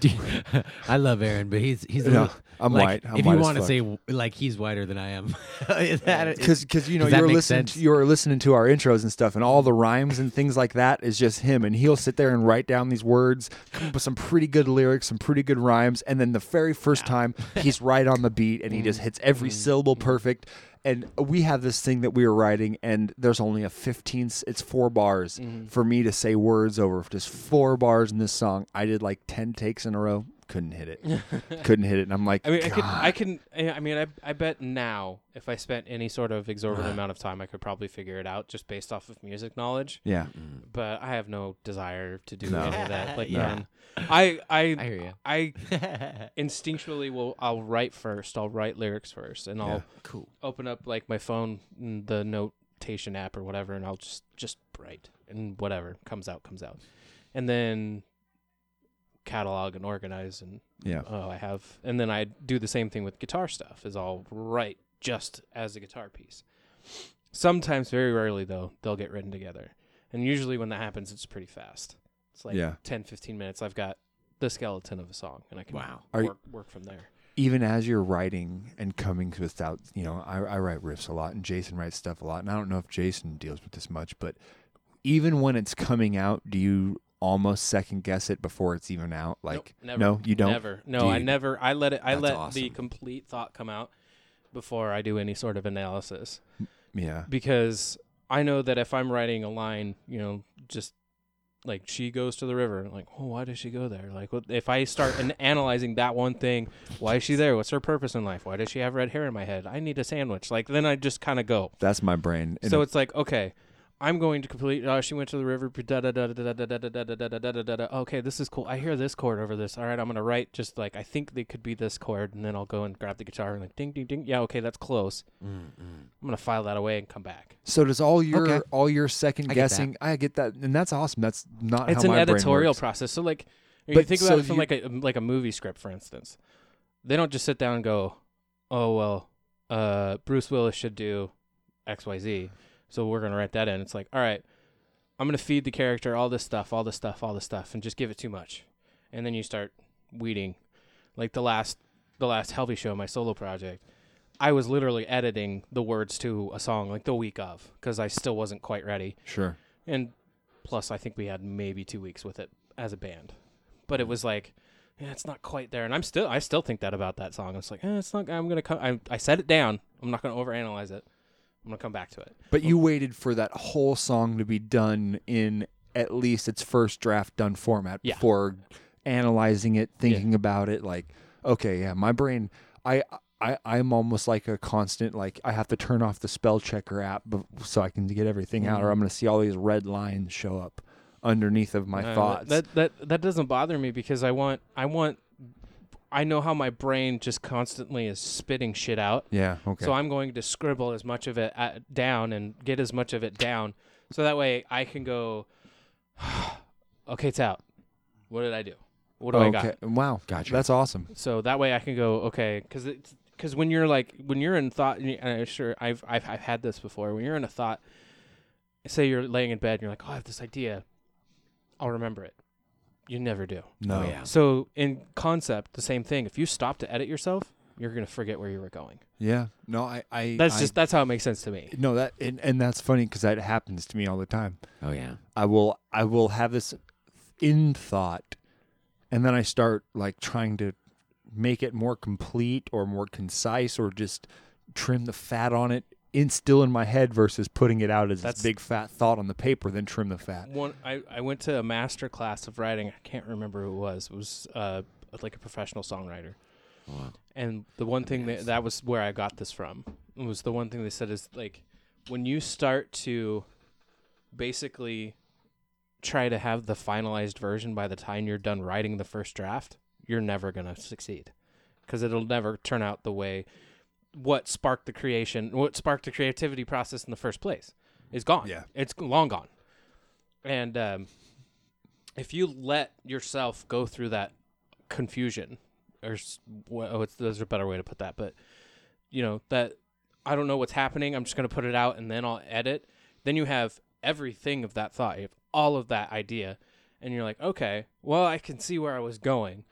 [LAUGHS] Dude, I love Aaron, but he's he's a No, little- I'm like, white. I'm if white you as want to fuck. say w- like he's whiter than I am, [LAUGHS] That- because because you know Does that you're make listening to, sense? you're listening to our intros and stuff and all the rhymes and things like that is just him and he'll sit there and write down these words come up with some pretty good lyrics some pretty good rhymes and then the very first time he's right on the beat and he just hits Mm. every syllable perfect and we have this thing that we are writing and there's only a 15 s- it's four bars Mm-hmm. for me to say words over just four bars in this song i did like 10 takes in a row couldn't hit [LAUGHS] it couldn't hit it and i'm like I mean, I could, "God." I can, eh, I I mean, I, I bet now if I spent any sort of exorbitant amount of time, I could probably figure it out just based off of music knowledge. yeah But I have no desire to do No. any of that. Like, No. man, I, I, I hear ya. I instinctually will. I'll write first. I'll write lyrics first, and I'll cool. open up like my phone, mm, the notation app or whatever, and I'll just just write and whatever comes out comes out, and then catalog and organize and yeah Oh, I have. And then I do the same thing with guitar stuff. Is I'll write just as a guitar piece. Sometimes, very rarely though, they'll get written together. And usually when that happens, it's pretty fast. It's like Yeah. ten, fifteen 10, 15 minutes. I've got the skeleton of a song, and I can Wow. Are you- work, work from there. even as you're writing and coming without, you know, I, I write riffs a lot and Jason writes stuff a lot. And I don't know if Jason deals with this much, but even when it's coming out, do you almost second guess it before it's even out? Like, Never. no, you don't. Never. No, I Dude, never. I let it. I that's let the awesome. complete thought come out before I do any sort of analysis. Yeah. Because I know that if I'm writing a line, you know, just like she goes to the river, like, oh, why does she go there? Like, what, if I start an- analyzing that one thing, why is she there? What's her purpose in life? Why does she have red hair in my head? I need a sandwich. Like, then I just kind of go. That's my brain. in So a- it's like, okay, I'm going to complete. Oh, she went to the river. Da da da da da da da da da da da da da da da. Okay, this is cool. I hear this chord over this. All right, I'm gonna write just like I think they could be this chord, and then I'll go and grab the guitar and like ding ding ding. Yeah, okay, that's close. Mm, I'm gonna file that away and come back. so does all your Okay. all your second I get that. guessing? I get that, and that's awesome. That's not It's how an my brain editorial works. process. So like, if you But think so about it from you- like a like a movie script, for instance. They don't just sit down and go, "Oh well, uh, Bruce Willis should do X Y Z, so we're gonna write that in." It's like, all right, I'm gonna feed the character all this stuff, all this stuff, all this stuff, and just give it too much, and then you start weeding. Like the last, the last Healthy Show, my solo project, I was literally editing the words to a song like the week of because I still wasn't quite ready. Sure. And plus, I think we had maybe two weeks with it as a band, but Hmm. it was like, yeah, it's not quite there. And I'm still, I still think that about that song. It's like, eh, it's not. I'm gonna come. I, I set it down. I'm not gonna overanalyze it. I'm gonna come back to it. But you waited for that whole song to be done in at least its first draft done format Yeah. before analyzing it, thinking about it. Like, okay, yeah, my brain, I, I, I'm almost like a constant. Like, I have to turn off the spell checker app bef- so I can get everything out, Mm. or I'm going to see all these red lines show up underneath of my Uh, thoughts. That, that that doesn't bother me because I want I want I know how my brain just constantly is spitting shit out. Yeah, okay. So I'm going to scribble as much of it uh down and get as much of it down, so that way I can go. [SIGHS] okay, it's out. What did I do? What do I got? Oh, Okay, Wow, gotcha. That's awesome. So that way I can go okay, because because when you're like when you're in thought, and you- and I'm sure I've, I've I've had this before. When you're in a thought, say you're laying in bed and you're like, oh, I have this idea, I'll remember it. You never do. No. Oh, yeah. So in concept, the same thing. If you stop to edit yourself, you're gonna forget where you were going. Yeah. No, I. I That's I- just that's how it makes sense to me. No, that and, and that's funny because that happens to me all the time. Oh, yeah. I will I will have this in thought, and then I start like trying to make it more complete or more concise or just trim the fat on it in still in my head versus putting it out as this That's- big fat thought on the paper then trim the fat. One, I, I went to a master class of writing. I can't remember who it was. It was uh, like a professional songwriter. Wow. And the one thing that, that was where I got this from was the one thing they said is like when you start to basically try to have the finalized version by the time you're done writing the first draft, you're never going to succeed because it'll never turn out the way what sparked the creation, what sparked the creativity process in the first place is gone. Yeah. It's long gone. And um, if you let yourself go through that confusion, or s- wha- oh, it's, there's a better way to put that, but you know that I don't know what's happening. I'm just going to put it out and then I'll edit. Then you have everything of that thought, you have all of that idea, and you're like, okay, well, I can see where I was going.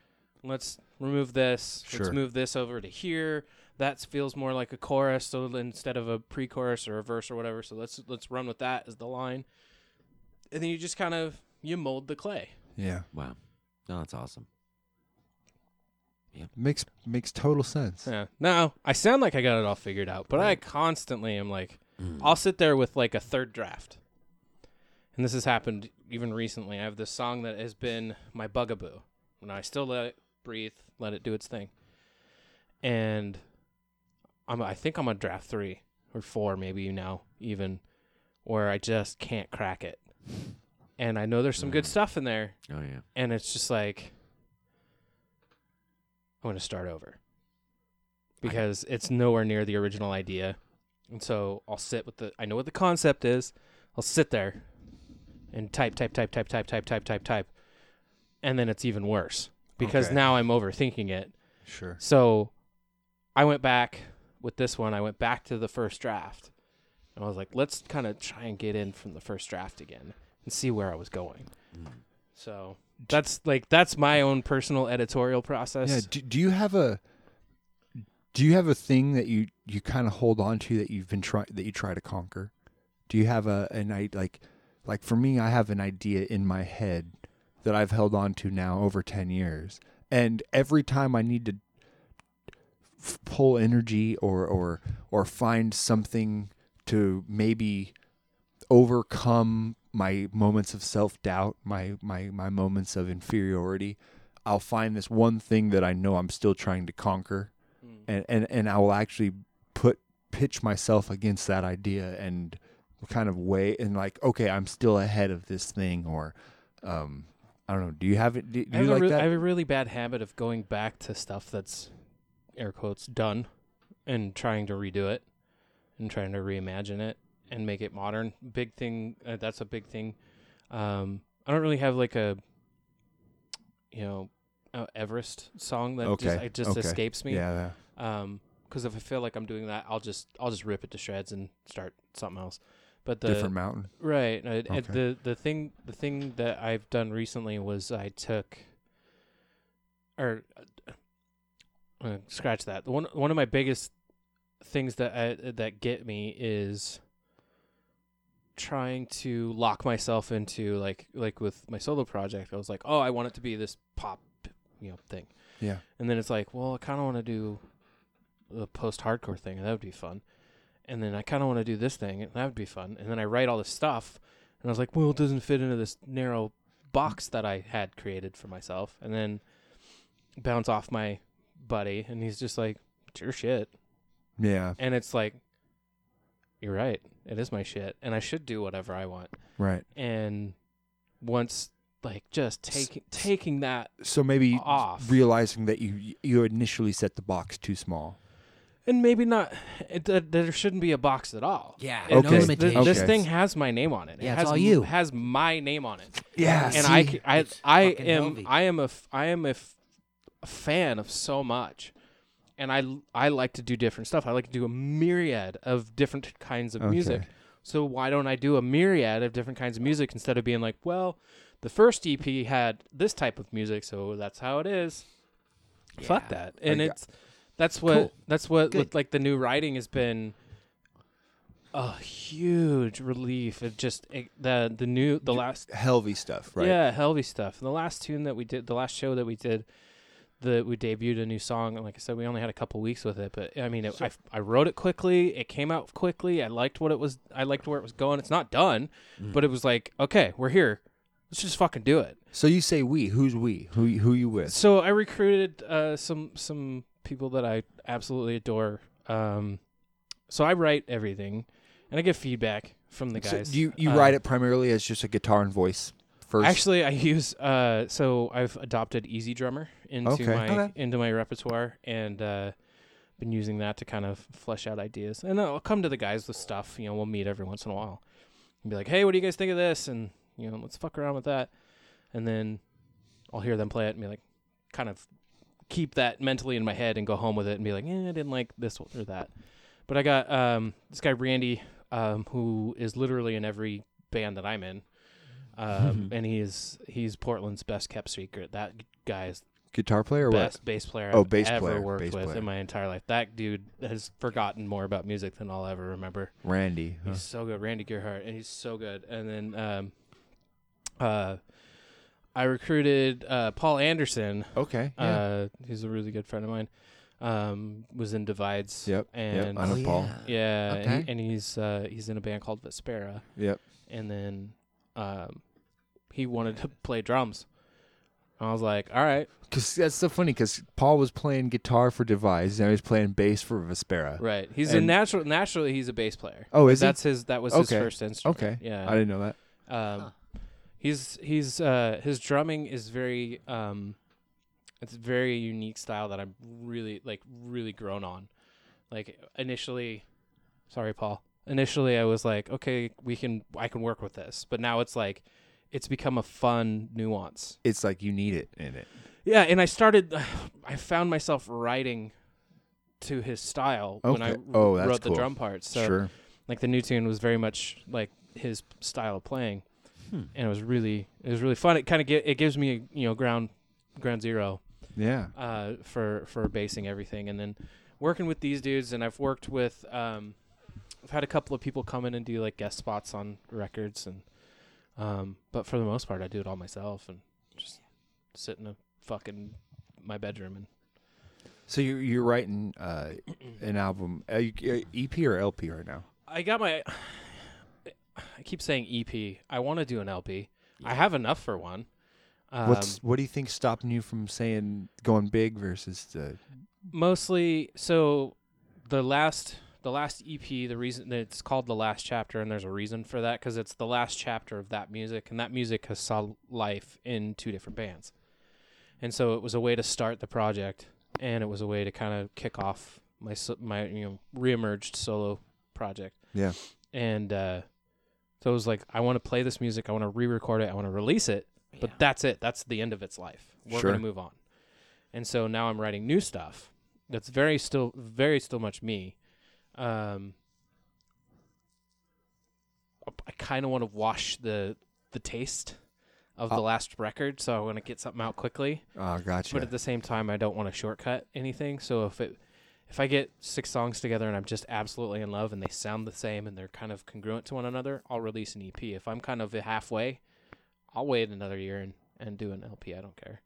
Let's remove this. Sure. Let's move this over to here. That feels more like a chorus, so instead of a pre-chorus or a verse or whatever, so let's let's run with that as the line and then you just kind of you mold the clay. Yeah. Wow. No, that's awesome. Makes makes total sense. Yeah. Now I sound like I got it all figured out, but I constantly am like, Mm. Oh, I'll sit there with like a third draft, and this has happened even recently. I have this song that has been my bugaboo, and I still let it breathe, let it do its thing, and I'm I think I'm on draft three or four, maybe now even, where I just can't crack it, and I know there's some good stuff in there. Oh, yeah. and it's just like I'm going to start over because it's nowhere near the original idea. And so I'll sit with the I know what the concept is. I'll sit there and type type type type type type type type type and then it's even worse because Okay. now I'm overthinking it. Sure. So I went back with this one. I went back to the first draft. And I was like, let's kind of try and get in from the first draft again and see where I was going. So that's like that's my own personal editorial process. Yeah. Do, do you have a do you have a thing that you you kind of hold on to that you've been trying that you try to conquer? Do you have a an I like like for me I have an idea in my head that I've held on to now over 10 years. And every time I need to f- pull energy or or or find something to maybe overcome my moments of self-doubt, my my my moments of inferiority, I'll find this one thing that I know I'm still trying to conquer Mm. and and and I will actually put pitch myself against that idea and kind of weigh and like okay, I'm still ahead of this thing or um I don't know. Do you have it? Do, do I you have, like a re- that? I have a really bad habit of going back to stuff that's air quotes done and trying to redo it and trying to reimagine it and make it modern. Big thing. Uh, that's a big thing. Um, I don't really have like a you know uh, Everest song that just Okay, it just okay. escapes me. Yeah, Um, because if I feel like I'm doing that, I'll just I'll just rip it to shreds and start something else. But the Different mountain? right? no, it- it- Okay. the the thing the thing that I've done recently was I took or uh, scratch that. One one of my biggest things that I, that get me is trying to lock myself into like like with my solo project. I was like, oh, I want it to be this pop, you know, thing. Yeah. And then it's like, well, I kind of want to do the post hardcore thing, and that would be fun. And then I kind of want to do this thing, and that would be fun. And then I write all this stuff, and I was like, well, it doesn't fit into this narrow box that I had created for myself. And then bounce off my buddy, and he's just like, it's your shit. Yeah. And it's like, you're right. It is my shit, and I should do whatever I want. Right. And once, like, just taking taking that so maybe off. realizing that you you initially set the box too small. and maybe not it, th- there shouldn't be a box at all yeah no Okay. this, limitations. Okay. thing has my name on it it Yeah, it's has all m- you. has my name on it Yeah, and I, see? c- I, I am i am a f- i am a, f- a fan of so much and i l- i like to do different stuff i like to do a myriad of different kinds of music Okay. so why don't i do a myriad of different kinds of music instead of being like well the first ep had this type of music so that's how it is fuck that and I got- it's that's what Cool. that's what Good. with like the new writing has been a huge relief it just it, the the new the last Helvy stuff, right? yeah healthy stuff the last tune that we did the last show that we did the we debuted a new song and like i said we only had a couple weeks with it but i mean it, I, I wrote it quickly it came out quickly i liked what it was i liked where it was going it's not done Mm-hmm. but it was like okay we're here let's just fucking do it So you say we? Who's we? Who who you with? so I recruited uh, some some people that I absolutely adore. Um, so I write everything, and I get feedback from the So guys. do you you Uh, write it primarily as just a guitar and voice first? Actually, I use uh, so I've adopted Easy Drummer into Okay. my Okay. into my repertoire and uh, been using that to kind of flesh out ideas. And I'll come to the guys with stuff. You know, we'll meet every once in a while and be like, "Hey, what do you guys think of this?" And you know, let's fuck around with that. And then I'll hear them play it and be like, kind of keep that mentally in my head and go home with it and be like, "Yeah, I didn't like this or that." But I got um, this guy Randy, um, who is literally in every band that I'm in, um, Mm-hmm. and he is he's Portland's best kept secret. That guy is guitar player or best what? bass player Oh, I've bass ever player, worked bass with player. in my entire life. That dude has forgotten more about music than I'll ever remember. Randy, huh? he's so good. Randy Gearhart, and he's so good. And then um, uh, I recruited uh, Paul Anderson. Okay, yeah. uh, he's a really good friend of mine. Um, was in Divides. Yep, yep, and I know Oh, Paul. Yeah, and he- Okay. and, he's uh, he's in a band called Vespera. Yep. and then um, he wanted to play drums. I was like, all right, Because that's so funny. Because Paul was playing guitar for Devise, and now he's playing bass for Vespera. Right. He's And- a natural. Naturally, he's a bass player. Oh, is he? that's his. That was his Okay. first instrument. Okay. Yeah. I didn't know that. Um, he's he's uh his drumming is very um, it's a very unique style that I'm really like really grown on. Like initially, sorry, Paul. Initially, I was like, okay, we can I can work with this, but now it's like it's become a fun nuance. It's like you need it in it. Yeah, and I started. [SIGHS] I found myself writing to his style when I Okay. Oh, that's wrote cool. the drum parts. So, Sure. like the new tune was very much like his style of playing, Hmm. and it was really it was really fun. It kind of get, it gives me you know ground ground zero. Yeah. Uh, for for basing everything, and then working with these dudes, and I've worked with um, I've had a couple of people come in and do like guest spots on records, and um, but for the most part, I do it all myself, and it's sit in a fucking my bedroom and So you're you're writing uh, an album, uh, you- uh, EP or LP right now? I got my. [SIGHS] I keep saying EP. I want to do an LP. I have enough for one. Um, What's what do you think stopping you from saying going big versus the? mostly so the last the last EP the reason that it's called the last chapter and there's a reason for that cuz it's the last chapter of that music and that music has saw life in two different bands. And so it was a way to start the project and it was a way to kind of kick off my so- my you know reemerged solo project. Yeah. And uh so it was like I want to play this music, I want to re-record it, I want to release it, but that's it. That's the end of its life. We're Sure. going to move on. And so now I'm writing new stuff that's very still very still much me. Um I kind of want to wash the the taste of the last record, so I want to get something out quickly. Oh, gotcha. But at the same time, I don't want to shortcut anything. So if it if I get six songs together and I'm just absolutely in love and they sound the same and they're kind of congruent to one another, I'll release an EP. If I'm kind of halfway, I'll wait another year and, and do an LP. I don't care.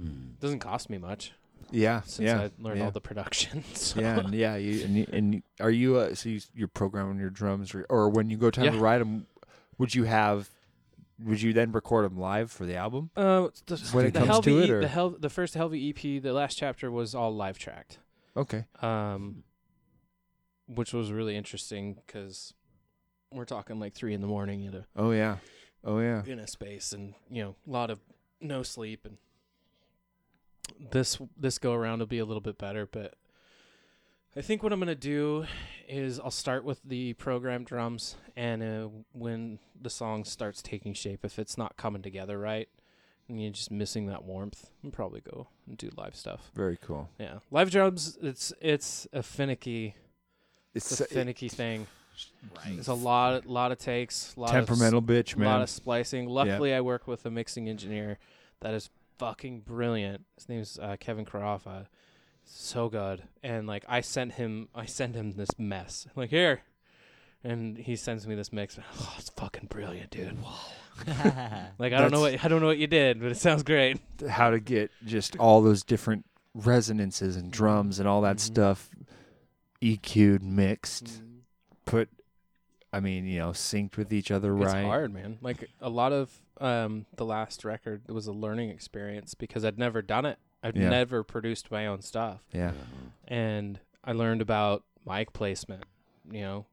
Hmm. Doesn't cost me much Yeah, since yeah, I [LAUGHS] learned yeah. all the production. [LAUGHS] So. Yeah, and yeah. You and, you, and you- are you uh, so you, you're programming your drums, or, or when you go time to Yeah. write them, would you have? Would you then record them live for the album? Uh, the, When it the comes to Helvy- it, or- the Hel- the first Helvy EP, the last chapter was all live tracked. Okay. [LAUGHS] um, which was really interesting because we're talking like three in the morning in a Oh yeah, oh yeah. in a space, and you know, a lot of no sleep, and this this go around will be a little bit better. But I think what I'm gonna do is I'll start with the program drums, and uh, when the song starts taking shape, if it's not coming together right, and you're just missing that warmth, I'll probably go and do live stuff. Very cool. Yeah, live drums. It's it's a finicky. It's It's, so- a it- finicky thing. Right. It's a lot lot of takes. Lot Temperamental of, s- bitch, Lot man. of splicing. Luckily, I work with a mixing engineer that is fucking brilliant. His name's uh, Kevin Carafa. So good. And like I sent him, I sent him this mess. Like here. And he sends me this mix. [LAUGHS] Oh, it's fucking brilliant, dude. like I don't know That's- what I don't know what you did, but it sounds great. How to get just all those different resonances Mm-hmm. and drums and all that stuff EQ'd, mixed, Mm. put. I mean, you know, synced with each other, right? It's hard, man. Like a lot of um, the last record was a learning experience because I'd never done it. I'd Yeah. never produced my own stuff, Yeah. Uh-huh. and I learned about mic placement. You know,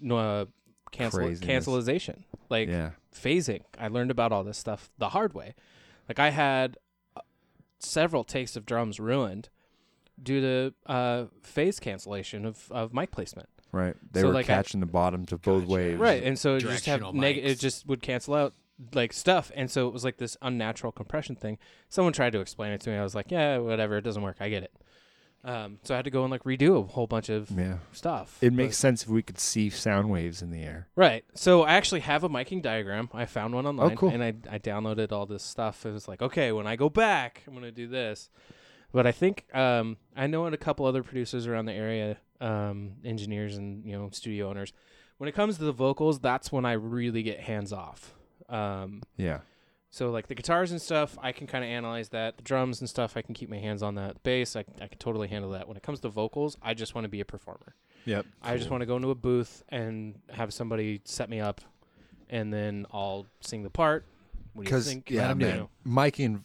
no uh, cancel Craziness. cancelization, like Yeah. phasing. I learned about all this stuff the hard way. Like I had uh, several takes of drums ruined due to uh, phase cancellation of, of mic placement. Right. They So, were like, I- catching the bottoms of both waves. Right, and so it just have directional neg- mics. it just would cancel out like stuff, and so it was like this unnatural compression thing. Someone tried to explain it to me. I was like, yeah, whatever, it doesn't work. I get it. Um, so I had to go and like redo a whole bunch of Yeah. stuff. It makes sense if we could see sound waves in the air. Right. So I actually have a miking diagram. I found one online Oh, cool. and I, I downloaded all this stuff. It was like, okay, when I go back, I'm going to do this. But I think um, I know a couple other producers around the area, um, engineers and you know studio owners. When it comes to the vocals, that's when I really get hands off. Um, Yeah. so like the guitars and stuff, I can kind of analyze that. The drums and stuff, I can keep my hands on that. Bass, I, I can totally handle that. When it comes to vocals, I just want to be a performer. Yep. I just want to go into a booth and have somebody set me up, and then I'll sing the part. What do you Because think? yeah, You man, know. mic and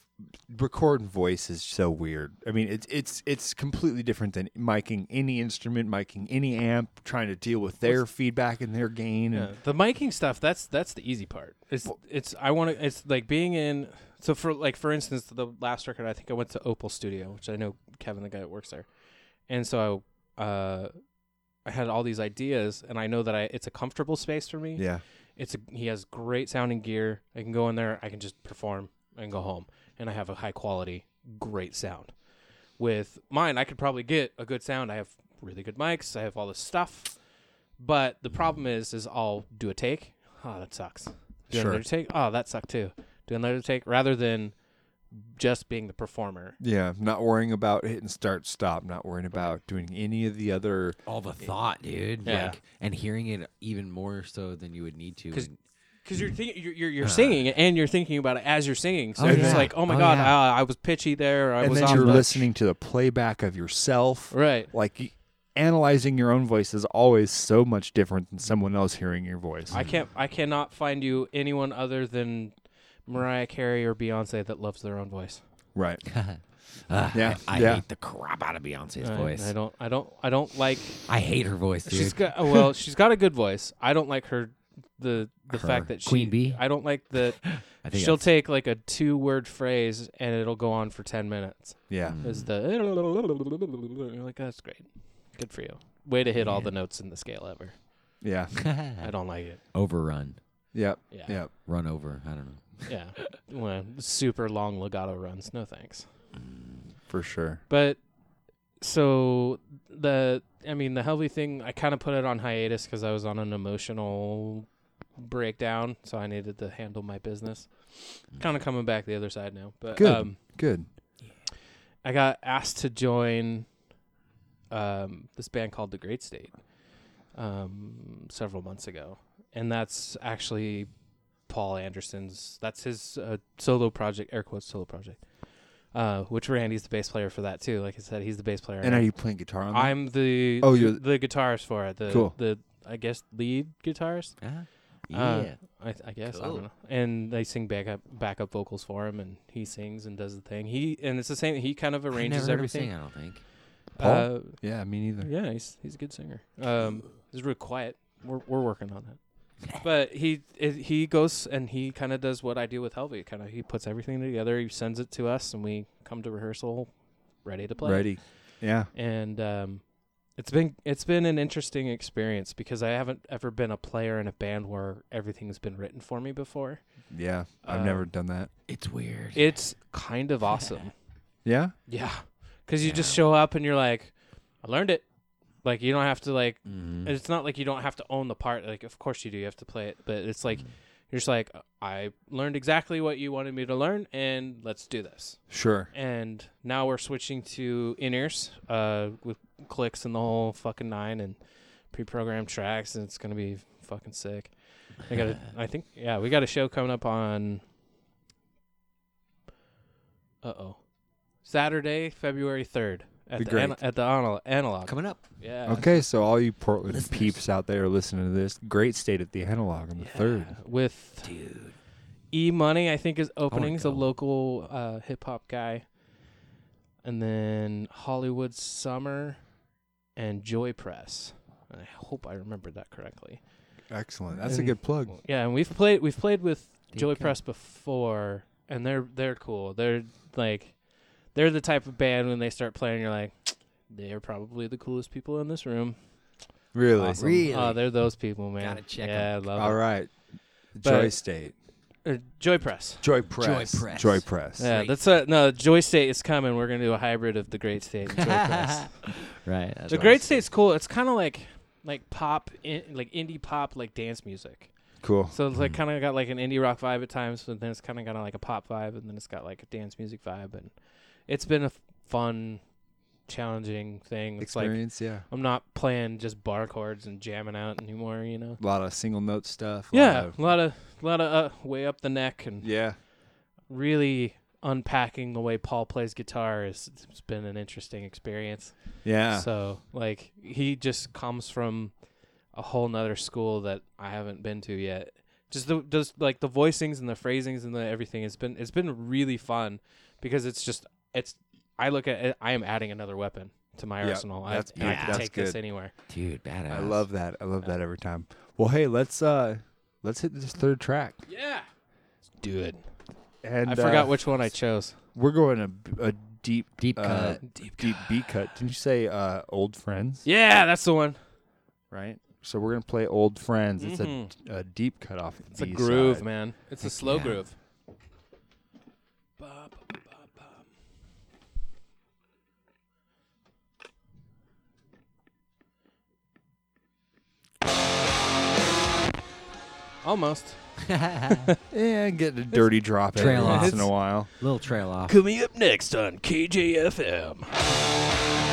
recording voice is so weird. I mean, it's it's it's completely different than miking any instrument, miking any amp, trying to deal with their feedback and their gain. Yeah, And, the miking stuff. That's that's the easy part. It's it's I want to. It's like being in. So for like for instance, the last record I think I went to Opal Studio, which I know Kevin, the guy that works there, and so I, uh, I had all these ideas, and I know that I it's a comfortable space for me. yeah. It's a, he has great sounding gear. I can go in there. I can just perform and go home, and I have a high quality, great sound. With mine, I could probably get a good sound. I have really good mics. I have all this stuff, but the problem is, is I'll do a take. Oh, that sucks. Sure. Do another take. Oh, that sucked too. Do another take rather than just being the performer. Yeah, not worrying about hitting start stop, not worrying about doing any of the other all the thought, dude. Yeah. Like, and hearing it even more so than you would need to. [LAUGHS] 'Cause- and because you're thinking you're, you're, you're singing it and you're thinking about it as you're singing. So Uh. Oh, you're just yeah. like, oh my Oh, god, yeah. uh, I was pitchy there. Or I and was then off you're the-" listening to the playback of yourself. Right. Like y- analyzing your own voice is always so much different than someone else hearing your voice. I can't. I cannot find you anyone other than Mariah Carey or Beyonce that loves their own voice. Right. Ah, Yeah, I, I yeah. hate the crap out of Beyonce's I- voice. I, I, don't. I don't. I don't like. hate her voice, dude. She's got. oh, Well, she's got a good voice. I don't like her. The the Her. fact that she, Queen Bee? I don't like that. [LAUGHS] I think She'll that's- take like a two word phrase and it'll go on for ten minutes. Yeah. Is the you're like that's great, good for you. Way to hit all the notes in the scale ever. Yeah. I don't like it. [LAUGHS] overrun, Yep. Yeah. Yep. run over. I don't know. Yeah, [LAUGHS] well, super long legato runs. No thanks. Mm, For sure. But so the I mean the healthy thing I kind of put it on hiatus because I was on an emotional breakdown, so I needed to handle my business. Kind of coming back the other side now, but Good. um, Good. I got asked to join um, this band called The Great State um, several months ago, and that's actually Paul Anderson's. That's his uh, solo project, air quotes solo project. Uh, which Randy's the bass player for that too. Like I said, he's the bass player. And are you playing guitar on that? I'm the Oh, oh, you're- you're the guitarist for it. The Cool. the I guess lead guitarist. ah, yeah. I, th- I guess I Cool. don't know. And they sing backup backup vocals for him, and he sings and does the thing. He and it's the same. He kind of I've arranges never heard him everything. sing, I don't think. Paul? yeah, me neither. Uh, yeah, he's he's a good singer. Um, he's real quiet. We're we're working on that. But he it, he goes and he kind of does what I do with Helvy. Kind of he puts everything together. He sends it to us, and we come to rehearsal ready to play Ready. Yeah. and um, it's been it's been an interesting experience because I haven't ever been a player in a band where everything's been written for me before. Yeah. I've Uh, never done that. It's weird. It's kind [LAUGHS] of awesome, Yeah. yeah, because you just show up and you're like, I learned it. Like you don't have to like. Mm-hmm. Mm-hmm. It's not like you don't have to own the part. Like of course you do. You have to play it, but it's Mm-hmm. like you're just like I learned exactly what you wanted me to learn, and let's do this. Sure. and now we're switching to in-ears uh, with clicks and the whole fucking nine and pre-programmed tracks and it's gonna be fucking sick [LAUGHS] [LAUGHS] i got a, i think yeah we got a show coming up on uh-oh saturday february 3rd at Be the, ana- great. at the anal- analog Coming up. yeah Okay, so all you Portland peeps out there listening to this, great state at the analog on the third. with dude E Money. I think is Oh opening. He's a go. local uh, hip hop guy, and then Hollywood Summer and Joy Press. I hope I remembered that correctly. Excellent. That's a good plug. Yeah, and we've played we've played with Joy Press before, and they're they're cool. They're like they're the type of band when they start playing, you're like. They are probably the coolest people in this room. Really? Really? Oh, they're those people, man. Gotta check 'em. Yeah, I love All right. Joy Uh, But- State. it. Uh, Joy Press. Joy Press. Press. Joy Press. Yeah, that's a no. Joy State is coming. We're gonna do a hybrid of the [LAUGHS] Great State and Joy Press. [LAUGHS] right. the Great State's cool. It's kind of like like pop, in, like indie pop, like dance music. Cool. So it's like kind of got like an indie rock vibe at times, but then it's kind of got like a pop vibe, and then it's got like a dance music vibe, and it's been a f- fun, challenging thing. It's like Experience, yeah. I'm not playing just bar chords and jamming out anymore. You know. A lot of single note stuff. a lot Yeah, of- a lot of lot of uh, way up the neck and yeah. really unpacking the way Paul plays guitar is it's been an interesting experience. Yeah. So like he just comes from a whole nother school that I haven't been to yet. Just the just like the voicings and the phrasings and the everything. It's been it's been really fun because it's just it's I look at it, I am adding another weapon to my Yeah, arsenal. I, that's and I beautiful. can That's take this good. anywhere. Dude, badass. I love that. I love that every time. Well, hey, let's uh let's hit this third track. Yeah. Do it. And I forgot uh, which one I chose. we're going a, a deep Deep uh, cut. deep B cut. Didn't you say uh old friends? Yeah, that's the one. Right. So we're gonna play old friends. It's Mhm. Mm-hmm. a, a deep cut off. It's a groove, man. man. It's a slow yeah. groove. Almost. Yeah, get a dirty drop every trail once off. in a while. Little trail off. Coming up next on KJFM.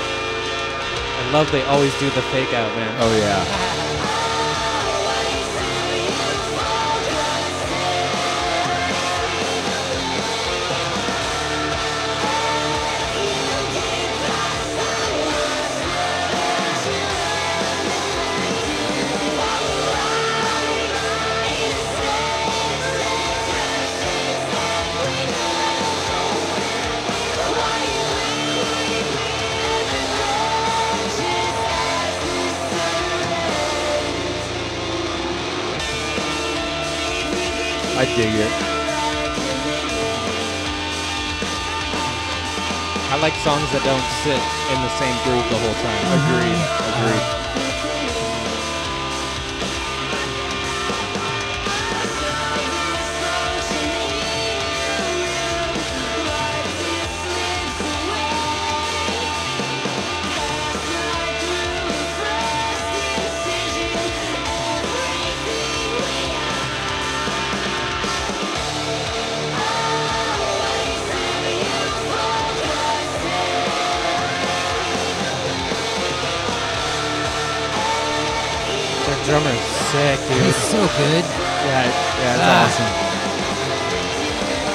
I love they always do the fake out, man. Oh yeah. I dig it. I like songs that don't sit in the same groove the whole time. Agreed. Agreed. Their drummer's sick, dude. He's so good. Yeah, yeah, Ah. that's awesome.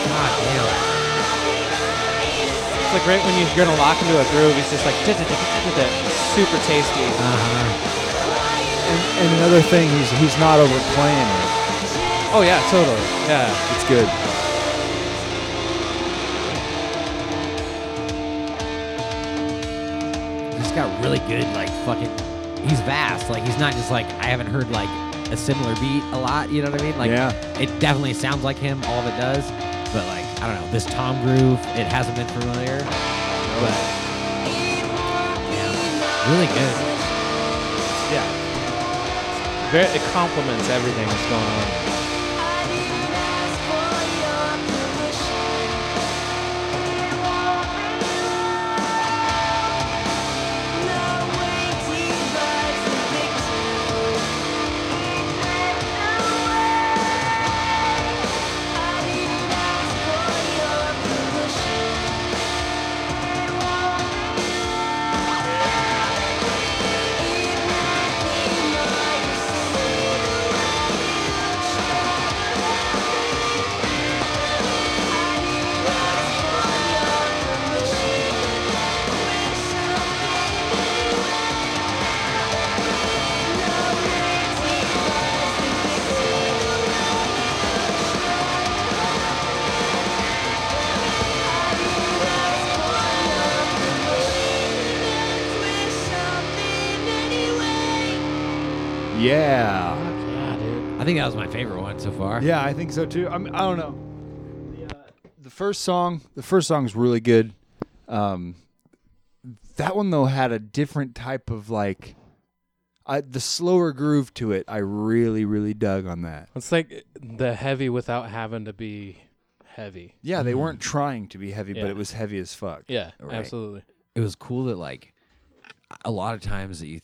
God damn. It's like right when you're gonna lock into a groove, he's just like [LAUGHS] "Da, da, da, da, da, da." super tasty. And, and another thing, he's he's not overplaying it. Oh yeah, totally. Yeah. It's good. He's got really good, like, fucking. He's vast. Like, he's not just like, I haven't heard, like, a similar beat a lot. You know what I mean? Like, Yeah. it definitely sounds like him, all of it does. But, like, I don't know. This Tom groove, it hasn't been familiar. But. Yeah. Really good. Yeah. Very, it complements everything that's going on. Yeah. Yeah, dude. I think that was my favorite one so far. Yeah, I think so too. I'm, I don't know. The, uh, the first song, the first song is really good. Um, that one though had a different type of like, I, the slower groove to it. I really, really dug on that. It's like the heavy without having to be heavy. Yeah, Mm. they weren't trying to be heavy, but Yeah. it was heavy as fuck. Yeah, absolutely. it was cool that like a lot of times that you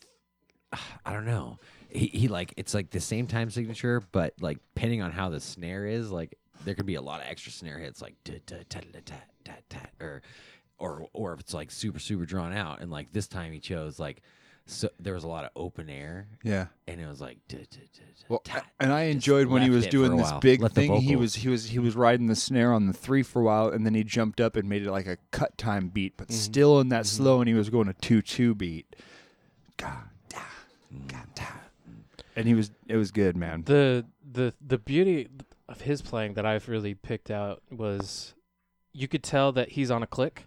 [SIGHS] i don't know he, he like it's like the same time signature but like depending on how the snare is like there could be a lot of extra snare hits like da, da, da, da, da, da, da, or or or if it's like super super drawn out and like this time he chose like so there was a lot of open air Yeah. and it was like da, da, da, da, Well, da. and I Just enjoyed when he left was it for doing a this while. big Let the thing. He vocal- was he was he was riding the snare on the three for a while, and then he jumped up and made it like a cut time beat, Mm-hmm. but still in that slow. And he was going a two two beat. God, da, God, da. And he was it was good, man. The the the beauty of his playing that I've really picked out was you could tell that he's on a click.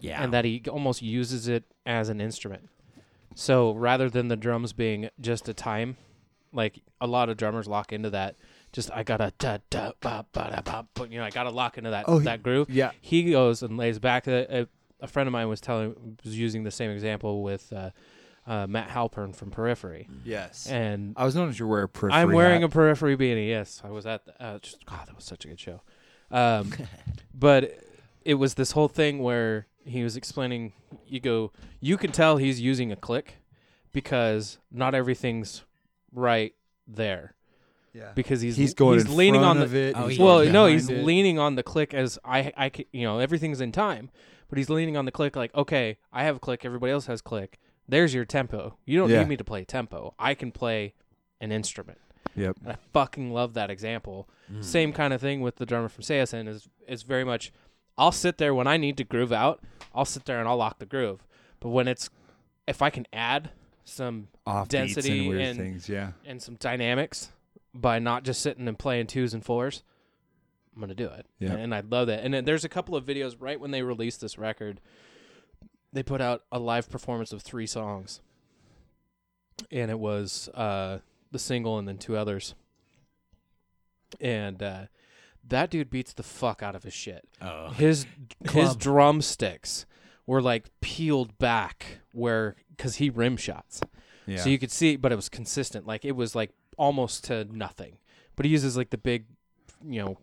yeah and that he almost uses it as an instrument. So rather than the drums being just a time, like a lot of drummers lock into that, just I gotta da da ba ba da ba, ba," you know, I gotta lock into that Oh, he- that groove. yeah. he goes and lays back. A, a, a friend of mine was telling was using the same example with uh, uh, Matt Halpern from Periphery, Yes, and I was noticing you're wearing a periphery. I'm wearing hat. a periphery beanie. Yes, I was at. The, uh, just, God, that was such a good show. [LAUGHS] Um, but it was this whole thing where he was explaining. You go. You can tell he's using a click because not everything's right there. Yeah. Because he's He's going he's in leaning front on of the it. Oh, he's yeah. well going no behind he's it. leaning on the click as I I ca- you know everything's in time but he's leaning on the click like okay I have click everybody else has click There's your tempo. You don't Yeah. need me to play tempo. I can play an instrument. Yep. And I fucking love that example. Mm. Same kind of thing with the drummer from Season is is very much I'll sit there when I need to groove out, I'll sit there and I'll lock the groove. But when it's if I can add some Offbeats and density weird things, yeah. and some dynamics by not just sitting and playing twos and fours, I'm gonna do it. Yeah. And I love that. And then there's a couple of videos right when they released this record, they put out a live performance of three songs. And it was uh the single and then two others. And uh that dude beats the fuck out of his shit. Oh. His his Club. drumsticks were like peeled back where cuz he rim shots. Yeah. So you could see but it was consistent. Like it was like almost to nothing. But he uses like the big you know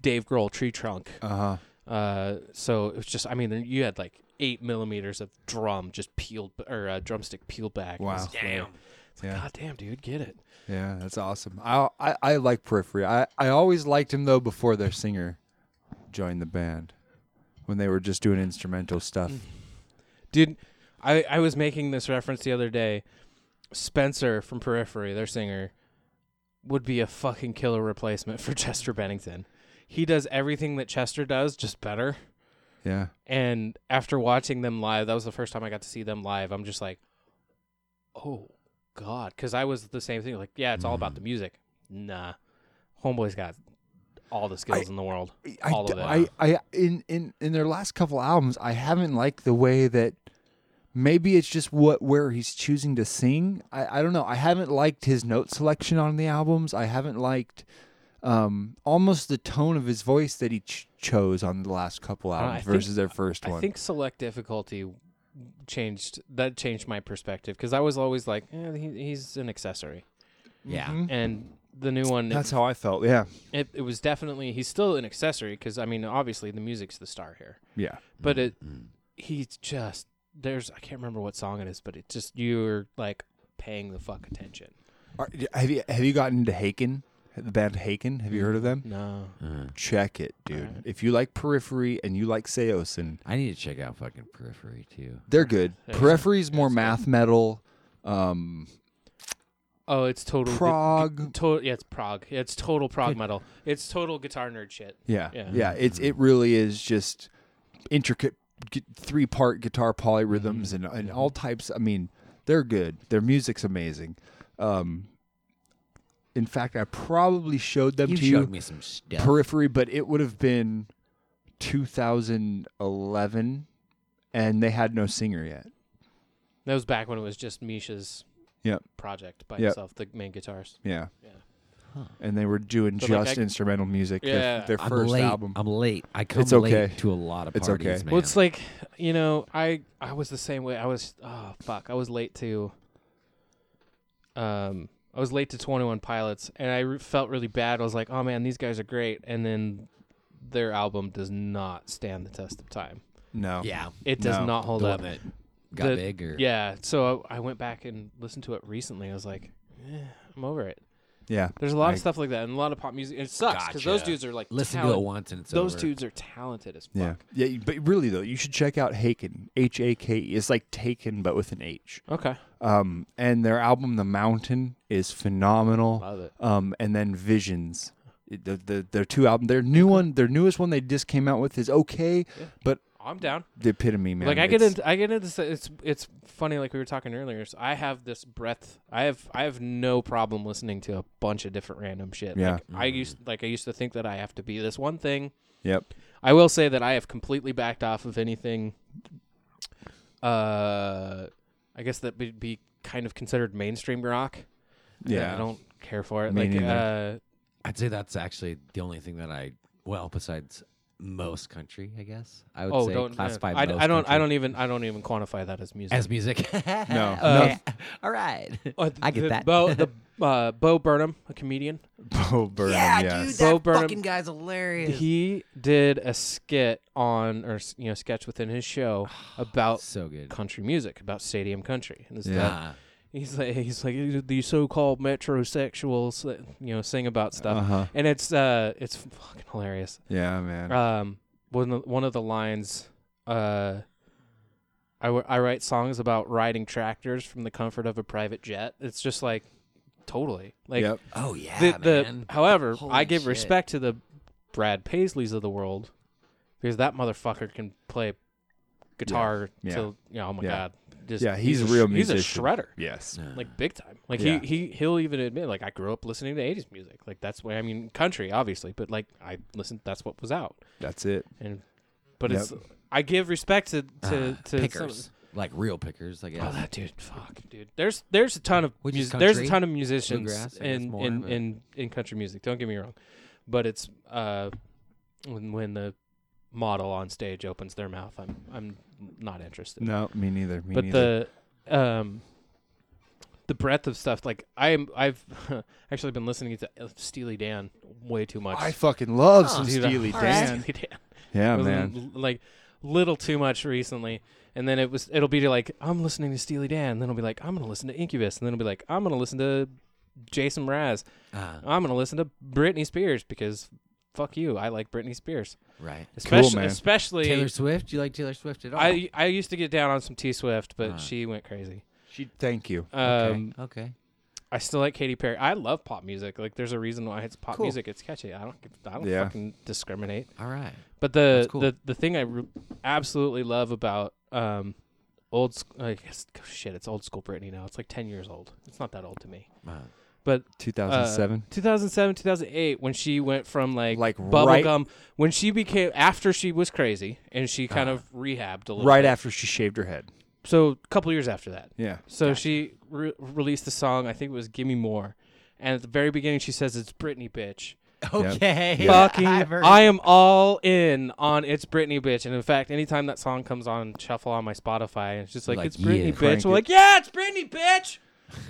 Dave Grohl tree trunk. Uh-huh. Uh, so it was just, I mean, you had like eight millimeters of drum just peeled or uh, drumstick peeled back. Wow. It's like, Damn. It's like, Yeah. God damn, dude, get it. Yeah, that's awesome. I I, I like Periphery. I, I always liked him though before their singer joined the band when they were just doing instrumental stuff. Mm-hmm. Dude, I, I was making this reference the other day. Spencer from Periphery, their singer, would be a fucking killer replacement [LAUGHS] for Chester Bennington. He does everything that Chester does, just better. Yeah. And after watching them live, that was the first time I got to see them live. I'm just like, oh god, because I was the same thing. Like, yeah, it's all about Mm. the music. Nah, homeboy's got all the skills in the world. I, all d- of it. I, I in, in in their last couple albums, I haven't liked the way that maybe it's just what where he's choosing to sing. I, I don't know. I haven't liked his note selection on the albums. I haven't liked um almost the tone of his voice that he ch- chose on the last couple Uh, I don't know, I albums think- versus their first one. I think select difficulty changed that changed my perspective because I was always like, eh, he, he's an accessory. Yeah. Mm-hmm. Mhm. and the new one. That's how I felt, yeah. it it was definitely he's still an accessory because I mean obviously the music's the star here. Yeah. but it he's just there's I can't remember what song it is, but it just you're like paying the fuck attention. Are, have you have you gotten into Haken? The band Haken? Have you heard of them? No. Mm-hmm. Check it, dude. If you like Periphery and you like Seosin, I need to check out fucking Periphery too. they're good. Yeah, it's- Periphery's more math metal. Um, Oh, it's total gu- Prog. gu- to- yeah, it's prog. Yeah, it's total prog metal. It's total guitar nerd shit. yeah, yeah, yeah, It's it really is just intricate three part guitar polyrhythms and and all types. I mean, they're good. Their music's amazing. Um, in fact, I probably showed them You to you. showed me some stuff. Periphery, but it would have been 2011, and they had no singer yet. That was back when it was just Misha's Yep. project by Yep. himself, the main guitarist. Yeah. yeah. And they were doing But, like, just I- instrumental music. Yeah. Their, their I'm first late. album. I'm late. I come it's okay. late to a lot of It's parties, okay. man. Well, it's like you know, I I was the same way. I was oh fuck, I was late to. Um, I was late to Twenty One Pilots, and I re- felt really bad. I was like, oh man, these guys are great, and then their album does not stand the test of time. No. Yeah. it does No. not hold The one up. that got big or- yeah. So I, I went back and listened to it recently. I was like, eh, I'm over it. Yeah. There's a lot I- of stuff like that, and a lot of pop music. and It sucks because those Gotcha. dudes are like Listen to talent- it once and it's those over. dudes are talented as Yeah. Yeah. you- But really, though, you should check out Haken. H A K E. It's like Taken, but with an H. Okay. Um, and their album, The Mountain, is phenomenal. Love it. Um, and then Visions. It- The, the, their two album, their new one, their newest one they just came out with is okay, but I'm down. The epitome, man. Like I get It's- into, I get into. s- It's it's funny. Like we were talking earlier. So I have this breadth. I have I have no problem listening to a bunch of different random shit. Yeah. Like, Mm-hmm. I used like I used to think that I have to be this one thing. Yep. I will say that I have completely backed off of anything. Uh, I guess that would be kind of considered mainstream rock. Yeah. I don't care for it. Me like uh, neither. I'd say that's actually the only thing that I well besides most country, I guess. I would say uh, Oh, don't, yeah. classify I, d- most I don't. country I don't even. I don't even quantify that as music. as music. [LAUGHS] [LAUGHS] No. Okay. Uh, All [LAUGHS] right. Oh, th- I get the that. [LAUGHS] Bo, the uh, Bo Burnham, a comedian. [LAUGHS] Bo Burnham, Yeah, yeah. dude, that fucking guy's hilarious. He did a skit on, or s- you know, sketch within his show about so good country music, about stadium country, and this Yeah. that. He's like he's like the so-called metrosexuals, that, you know, sing about stuff, Uh-huh. and it's uh, it's fucking hilarious. Yeah, man. Um, one of, one of the lines, uh, I, w- I write songs about riding tractors from the comfort of a private jet. It's just like totally like Yep. Oh, yeah, The, the- man. however, I Holy give shit. respect to the Brad Paisleys of the world because that motherfucker can play guitar Yeah. till you know, oh my Yeah. god. Just, Yeah, he's a real sh- He's a musician. shredder. Yes. like big time. Like Yeah. he he he'll even admit like I grew up listening to '80s music. Like that's why I mean country obviously, but like I listened. That's what was out. That's it. And but Yep. it's I give respect to to, Ah, to some- pickers, like real pickers, I guess. Oh, that dude, fuck, dude. There's there's a ton of Which mus- is there's a country, ton of musicians bluegrass, I guess in more, in, but- in in country music. Don't get me wrong, but it's uh when when the model on stage opens their mouth, I'm I'm not interested No, me neither. Me but neither. the um the breadth of stuff like i am i've [LAUGHS] actually been listening to steely dan way too much I fucking love Oh, some dude, Steely I love Dan. [LAUGHS] Steely Dan. Yeah, Was man. l- like little too much recently and then it was it'll be like i'm listening to steely dan and then it'll be like i'm gonna listen to incubus and then it'll be like i'm gonna listen to jason mraz Ah. i'm gonna listen to britney spears because fuck you i like britney spears Right. especially man. especially Taylor Swift? Do you like Taylor Swift at all? I I used to get down on some T Swift, but she went crazy. She thank you. Um, okay. I still like Katy Perry. I love pop music. Like, there's a reason why it's pop Cool. music. It's catchy. I don't. give- I don't Yeah. fucking discriminate. All right. But the That's cool. the the thing I re- absolutely love about um old sc- I guess oh, shit, it's old school Britney now. It's like ten years old. It's not that old to me. Wow. But uh, 2007? 2007, 2008, when she went from like Like right- bubblegum, when she became after she was crazy and she kind of rehabbed a little Uh-huh. right bit. after she shaved her head. So a couple years after that. Yeah. So she re- released the song. I think it was "Gimme More," and at the very beginning she says it's Britney bitch. [LAUGHS] Okay. Fucking, I've heard- I am all in on it's Britney bitch. And in fact, anytime that song comes on shuffle on my Spotify, and it's just like, Like, it's Britney yeah, bitch. crank I'm it. like, yeah, it's Britney bitch.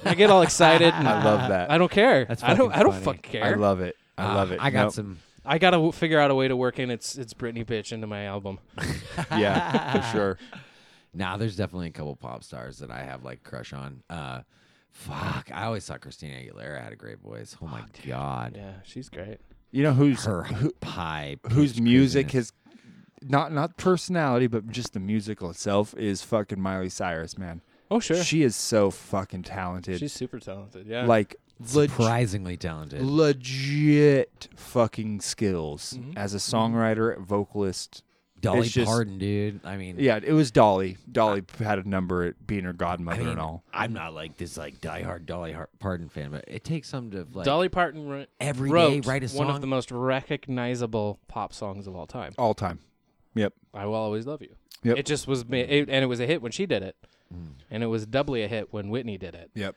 And I get all excited. [LAUGHS] and I love that. Uh, I don't care. That's I don't. fucking I don't funny. fucking care. Uh, I love it. I Ah, love it. I got Nope. some. I gotta w- figure out a way to work in it's it's Britney bitch into my album. [LAUGHS] Yeah, for [LAUGHS] sure. Now there's definitely a couple pop stars that I have like crush on. Uh, fuck. I always thought Christina Aguilera had a great voice. Oh my god. Yeah, she's great. You know who's Her pie. whose music has not not personality, but just the musical itself is fucking Miley Cyrus, man. Oh sure, She is so fucking talented. she's uh, super talented. Yeah, like leg- surprisingly talented. legit fucking skills Mm-hmm. as a songwriter, vocalist. Dolly it's just- Parton, dude. I mean, Yeah, it was Dolly. Dolly had a number at being her godmother I mean, and all. I'm not like this like diehard Dolly Har- Parton fan, but it takes something to like Dolly Parton wrote, every day wrote write a one of song? the most recognizable pop songs of all time. All time. Yep. I will always love you. Yep. Mm. It just was, ma- it, and it was a hit when she did it, and it was doubly a hit when Whitney did it. Yep.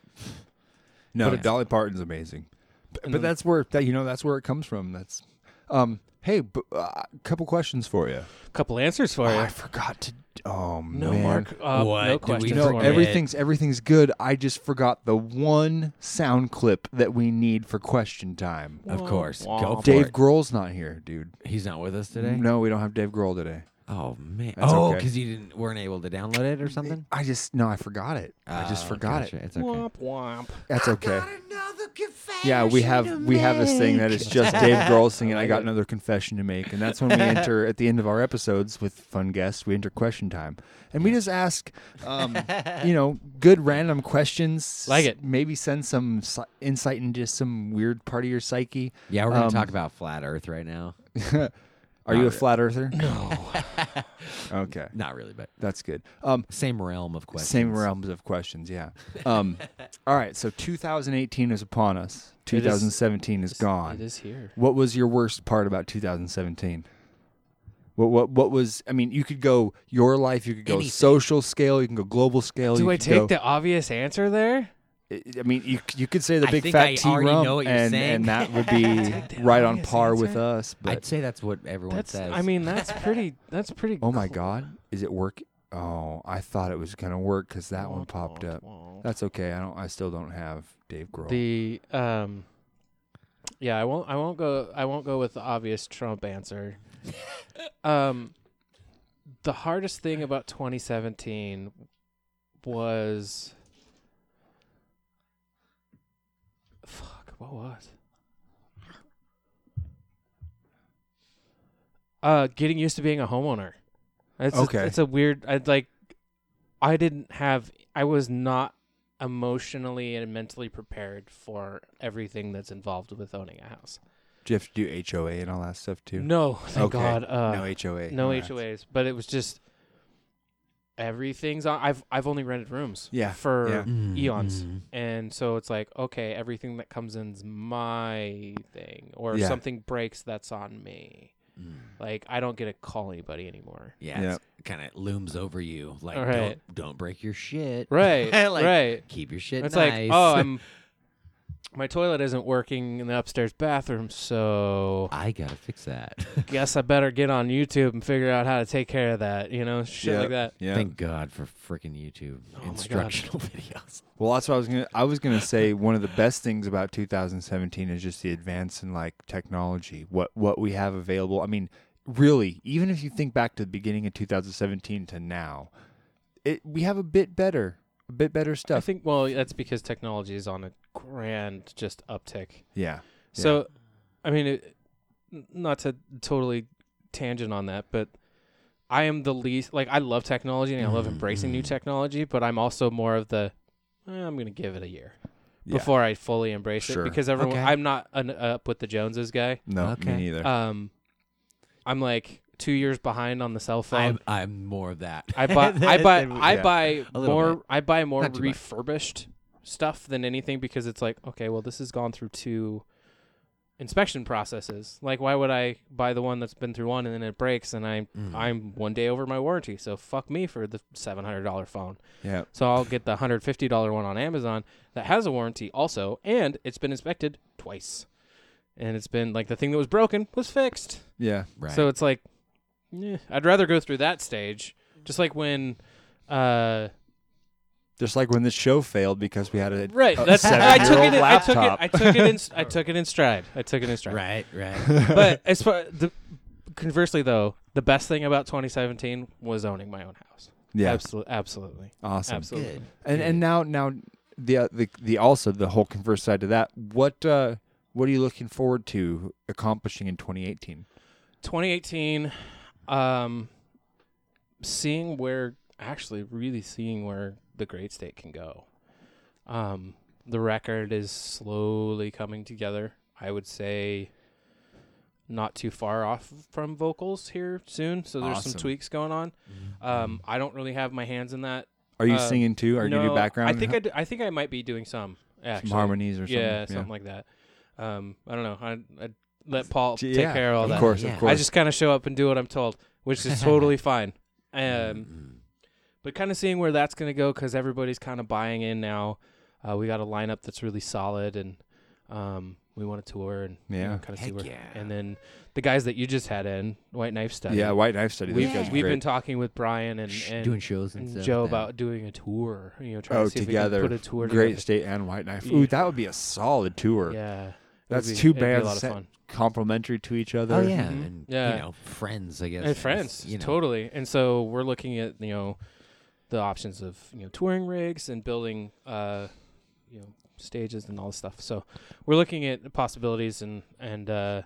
No, Dolly Parton's amazing, but, but that's where that you know that's where it comes from. That's, um, hey, b- uh, couple questions for you. Couple answers for Oh, you. I forgot to. Oh No, man. Mark. Uh, What No did we questions. know? for me. Every- Everything's everything's good. I just forgot the one sound clip that we need for question time. of course. Go for Dave it. Grohl's not here, dude. He's not with us today. No, we don't have Dave Grohl today. Oh man. That's oh, okay. because you didn't weren't able to download it or something. I just no, I forgot it. I just Ah, Oh, forgot gotcha. it. It's okay. Womp womp. That's okay. Yeah, we have we have this thing that is just Dave Grohl singing. I got another confession to make, and that's when we enter at the end of our episodes with fun guests. We enter question time, and we just ask, um, you know, good random questions. Like it. Maybe send some si- insight into some weird part of your psyche. Yeah, we're gonna Um, talk about flat Earth right now. Are you a flat earther? No. okay, Not really, but that's good. Um, same realm of questions. same realms of questions. Yeah. Um, all right. So 2018 is upon us. 2017 is gone. It is here. What was your worst part about 2017? What what what was? I mean, you could go your life. You could go social scale. You can go global scale. Do you I could take go, the obvious answer there? I- I mean, you c- you could say the I big think fat I T already rump, know what you're and saying. and [LAUGHS] that would be right on obvious par with answer. us. But I'd say that's what everyone That's. says. I mean, that's [LAUGHS] pretty. That's pretty. oh my cl- God, is it work? Oh, I thought it was gonna work because that one popped up. That's okay. I don't. I still don't have Dave Grohl. The um. Yeah, I won't. I won't go. I won't go with the obvious Trump [LAUGHS] answer. um, the hardest thing about 2017 was fuck. What was? Uh, getting used to being a homeowner. It's Okay. A, it's a weird. I'd like. I didn't have I was not emotionally and mentally prepared for everything that's involved with owning a house. Do you have to do HOA and all that stuff too? No, thank Okay. God. Uh, no HOA. No Alright. HOAs. But it was just everything's on. I've I've only rented rooms. Yeah, For yeah. Mm-hmm. Mm, eons, mm. and so it's like okay, everything that comes in's my thing, or Yeah. if something breaks, that's on me. Like I don't get to call anybody [LAUGHS] anymore. Yeah, it kind of looms over you. Like, All right. don't, don't break your shit. [LAUGHS] Right. [LAUGHS] Like, right. Keep your shit It's nice. like, oh, I'm, my toilet isn't working in the upstairs bathroom, so [LAUGHS] I gotta fix [LAUGHS] that. guess I better get on YouTube and figure out how to take care of that. You know, shit like that. [LAUGHS] Thank God for freaking YouTube Oh instructional [LAUGHS] videos. Well, that's what I was gonna. I was gonna say one of the best things about 2017 is just the advance in like technology. What what we have available. I mean, really, even if you think back to the beginning of 2017 to now, it we have a bit better, a bit better I stuff. think well, that's because technology is on a grand just uptick. Yeah, So, I mean, it, n- not to totally tangent on that, but I am the least like I love technology and I Mm-hmm, love embracing new technology, but I'm also more of the "Eh, I'm going to give it a year Yeah. before I fully embrace Sure. it because everyone Okay. I'm not an, up with the Joneses guy. No, me Okay. neither. Um, I'm like two years behind on the cell phone. I'm, I'm more of that. [LAUGHS] I buy I buy I Yeah. buy A little more bit. I buy more Not too much. refurbished stuff than anything because it's like okay well this has gone through two inspection processes like why would I buy the one that's been through one and then it breaks and I Mm, Hmm. am I'm one day over my warranty so fuck me for the seven hundred dollar phone Yeah. so I'll get the hundred fifty dollar one on Amazon that has a warranty also and it's been inspected twice and it's been like the thing that was broken was fixed Yeah. so it's like, eh, I'd rather go through that stage. Just like when, uh, just like when this show failed because we had a right? a that's I took seven-year-old it. I took it. laptop. I took it in. [LAUGHS] I took it in stride. I took it in stride. Right, right. [LAUGHS] but as far the conversely though, the best thing about 2017 was owning my own house. Yeah. absolutely, absolutely, Awesome. absolutely. And and now now the uh, the the also the whole converse side to that. What uh what are you looking forward to accomplishing in 2018? 2018 um seeing where actually really seeing where the great state can go um the record is slowly coming together i would say not too far off from vocals here soon so there's Awesome. some tweaks going on um i don't really have my hands in that Are you Uh, singing too? Are you gonna do no, background i and think ho- I, d- I think i might be doing some actually. harmonies or something, yeah yeah. something like that um i don't know i, I let paul J- take yeah, care of all of that course, of i course. just kind of show up and do what i'm told which is [LAUGHS] totally fine Mm. Mm-hmm. um but kind of seeing where that's going to go because everybody's kind of buying in now uh, we got a lineup that's really solid and um we want to tour and you Yeah. know, kind of see Heck where yeah. and then the guys that you just had in white knife study Yeah, White Knife Study, those we've, guys are we've great. been talking with brian and, Sh- and doing shows and stuff joe with them. about doing a tour you know trying oh, to see together. if we can put a tour Great together. State and White Knife. Yeah. Ooh, that would be a solid tour. Yeah. That's It'd be- two it'd be a bands lot of set- fun. complimentary to each other. Oh yeah, and Mm-hmm. Yeah. you know, friends. I guess And is, friends, You know, totally. And so we're looking at you know the options of you know touring rigs and building uh you know stages and all this stuff. So we're looking at the possibilities and and uh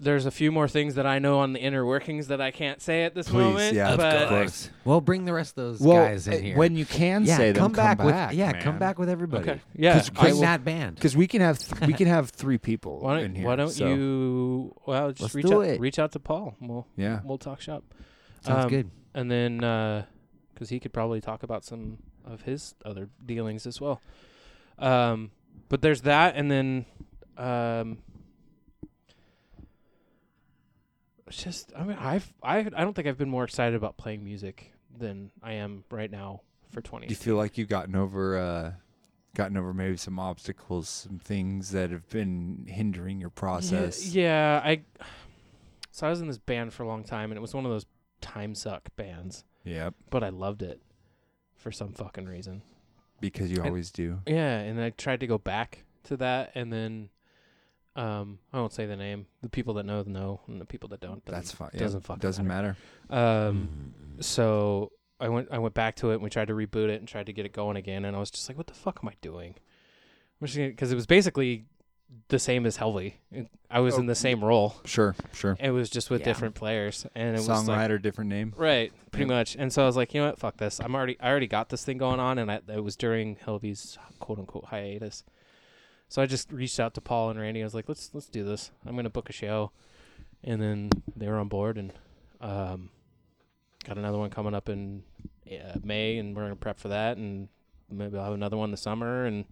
there's a few more things that I know on the inner workings that I can't say at this Please, moment. yeah, of but course. Well, bring the rest of those Well, guys in uh, here when you can yeah, say them, Come come back, with, back, yeah, come man. back with everybody. Okay. Yeah, I bring will- that band. Because we can have th- [LAUGHS] we can have three people Why in don't here. Why don't so- you? Well, just Let's reach do out. it. Reach out to Paul. and We'll Yeah. We'll talk shop. Um, Sounds good. And then because he could probably talk about some of his other dealings as well. Um, but there's that, and then um, it's just I mean I've I I don't think I've been more excited about playing music than I am right now for Do twenty. you feel like you've gotten over uh, gotten over maybe some obstacles, some things that have been hindering your process? Yeah, yeah, I. So I was in this band for a long time, and it was one of those time suck bands. Yep. But I loved it for some fucking reason. Because you And- always do. Yeah, and I tried to go back to that, and then, um, I won't say the name. The people that know know, and the people that don't. doesn't- That's fine. Yeah, Doesn't fucking doesn't Um, Mm-hmm. so I went I went back to it, and we tried to reboot it and tried to get it going again, and I was just like, what the fuck am I doing? Because it was basically the same as Helvey. I was Oh, in the same role. Sure, sure. It was just with different players, and it was like, Songwriter, different name. right, pretty much. And so I was like, you know what, fuck this. I'm already, I already got this thing going on, and I, it was during Helvey's quote unquote hiatus. So I just reached out to Paul and Randy. I was like, let's let's do this. I'm gonna book a show, and then they were on board, and um, got another one coming up in uh, May, and we're gonna prep for that, and maybe I'll have another one in the summer, and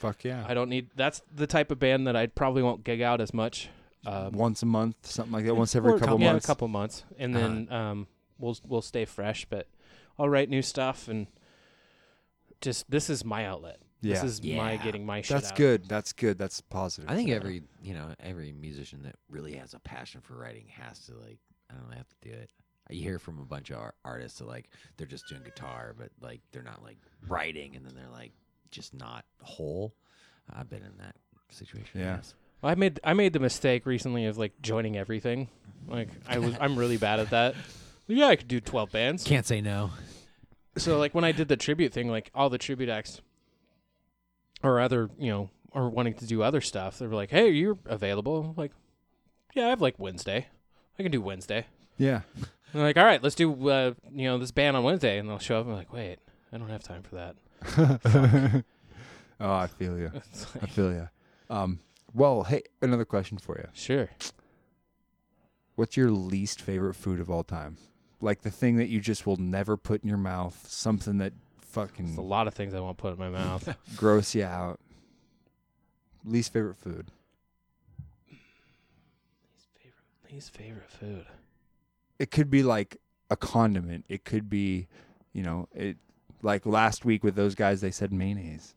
Fuck yeah. I don't need. That's the type of band that I probably won't gig out as much. Um, once a month, something like that. Once every or a couple yeah, months. Uh-huh. a couple months, and then um, we'll we'll stay fresh. But I'll write new stuff, and just this is my outlet. This Yeah. is my getting my shit. That's out. good. That's good. That's positive. I think every you know every musician that really has a passion for writing has to like I don't know, have to do it. You hear from a bunch of ar- artists that like they're just doing guitar, but like they're not like writing, and then they're like just not whole. I've been in that situation. I Yeah. guess. Well, I made I made the mistake recently of like joining everything. Like I was I'm really bad at that. Yeah, I could do twelve bands. can't say no. so like when I did the tribute thing, like all the tribute acts, or other you know, or wanting to do other stuff, they were like, "Hey, you're available?" I'm like, yeah, I have like Wednesday. I can do Wednesday. Yeah. [LAUGHS] And they're like, all right, let's do uh, you know this band on Wednesday, and they'll show up. and I'm like, wait, I don't have time for that. [LAUGHS] Oh, I feel you. I feel you. Um, well, hey, another question for you. Sure. What's your least favorite food of all time? Like the thing that you just will never put in your mouth, something that There's a fucking lot of things I won't put in my mouth. [LAUGHS] gross you out. Least favorite food. Least favorite food. It could be like a condiment. It could be, you know, it like last week with those guys they said mayonnaise.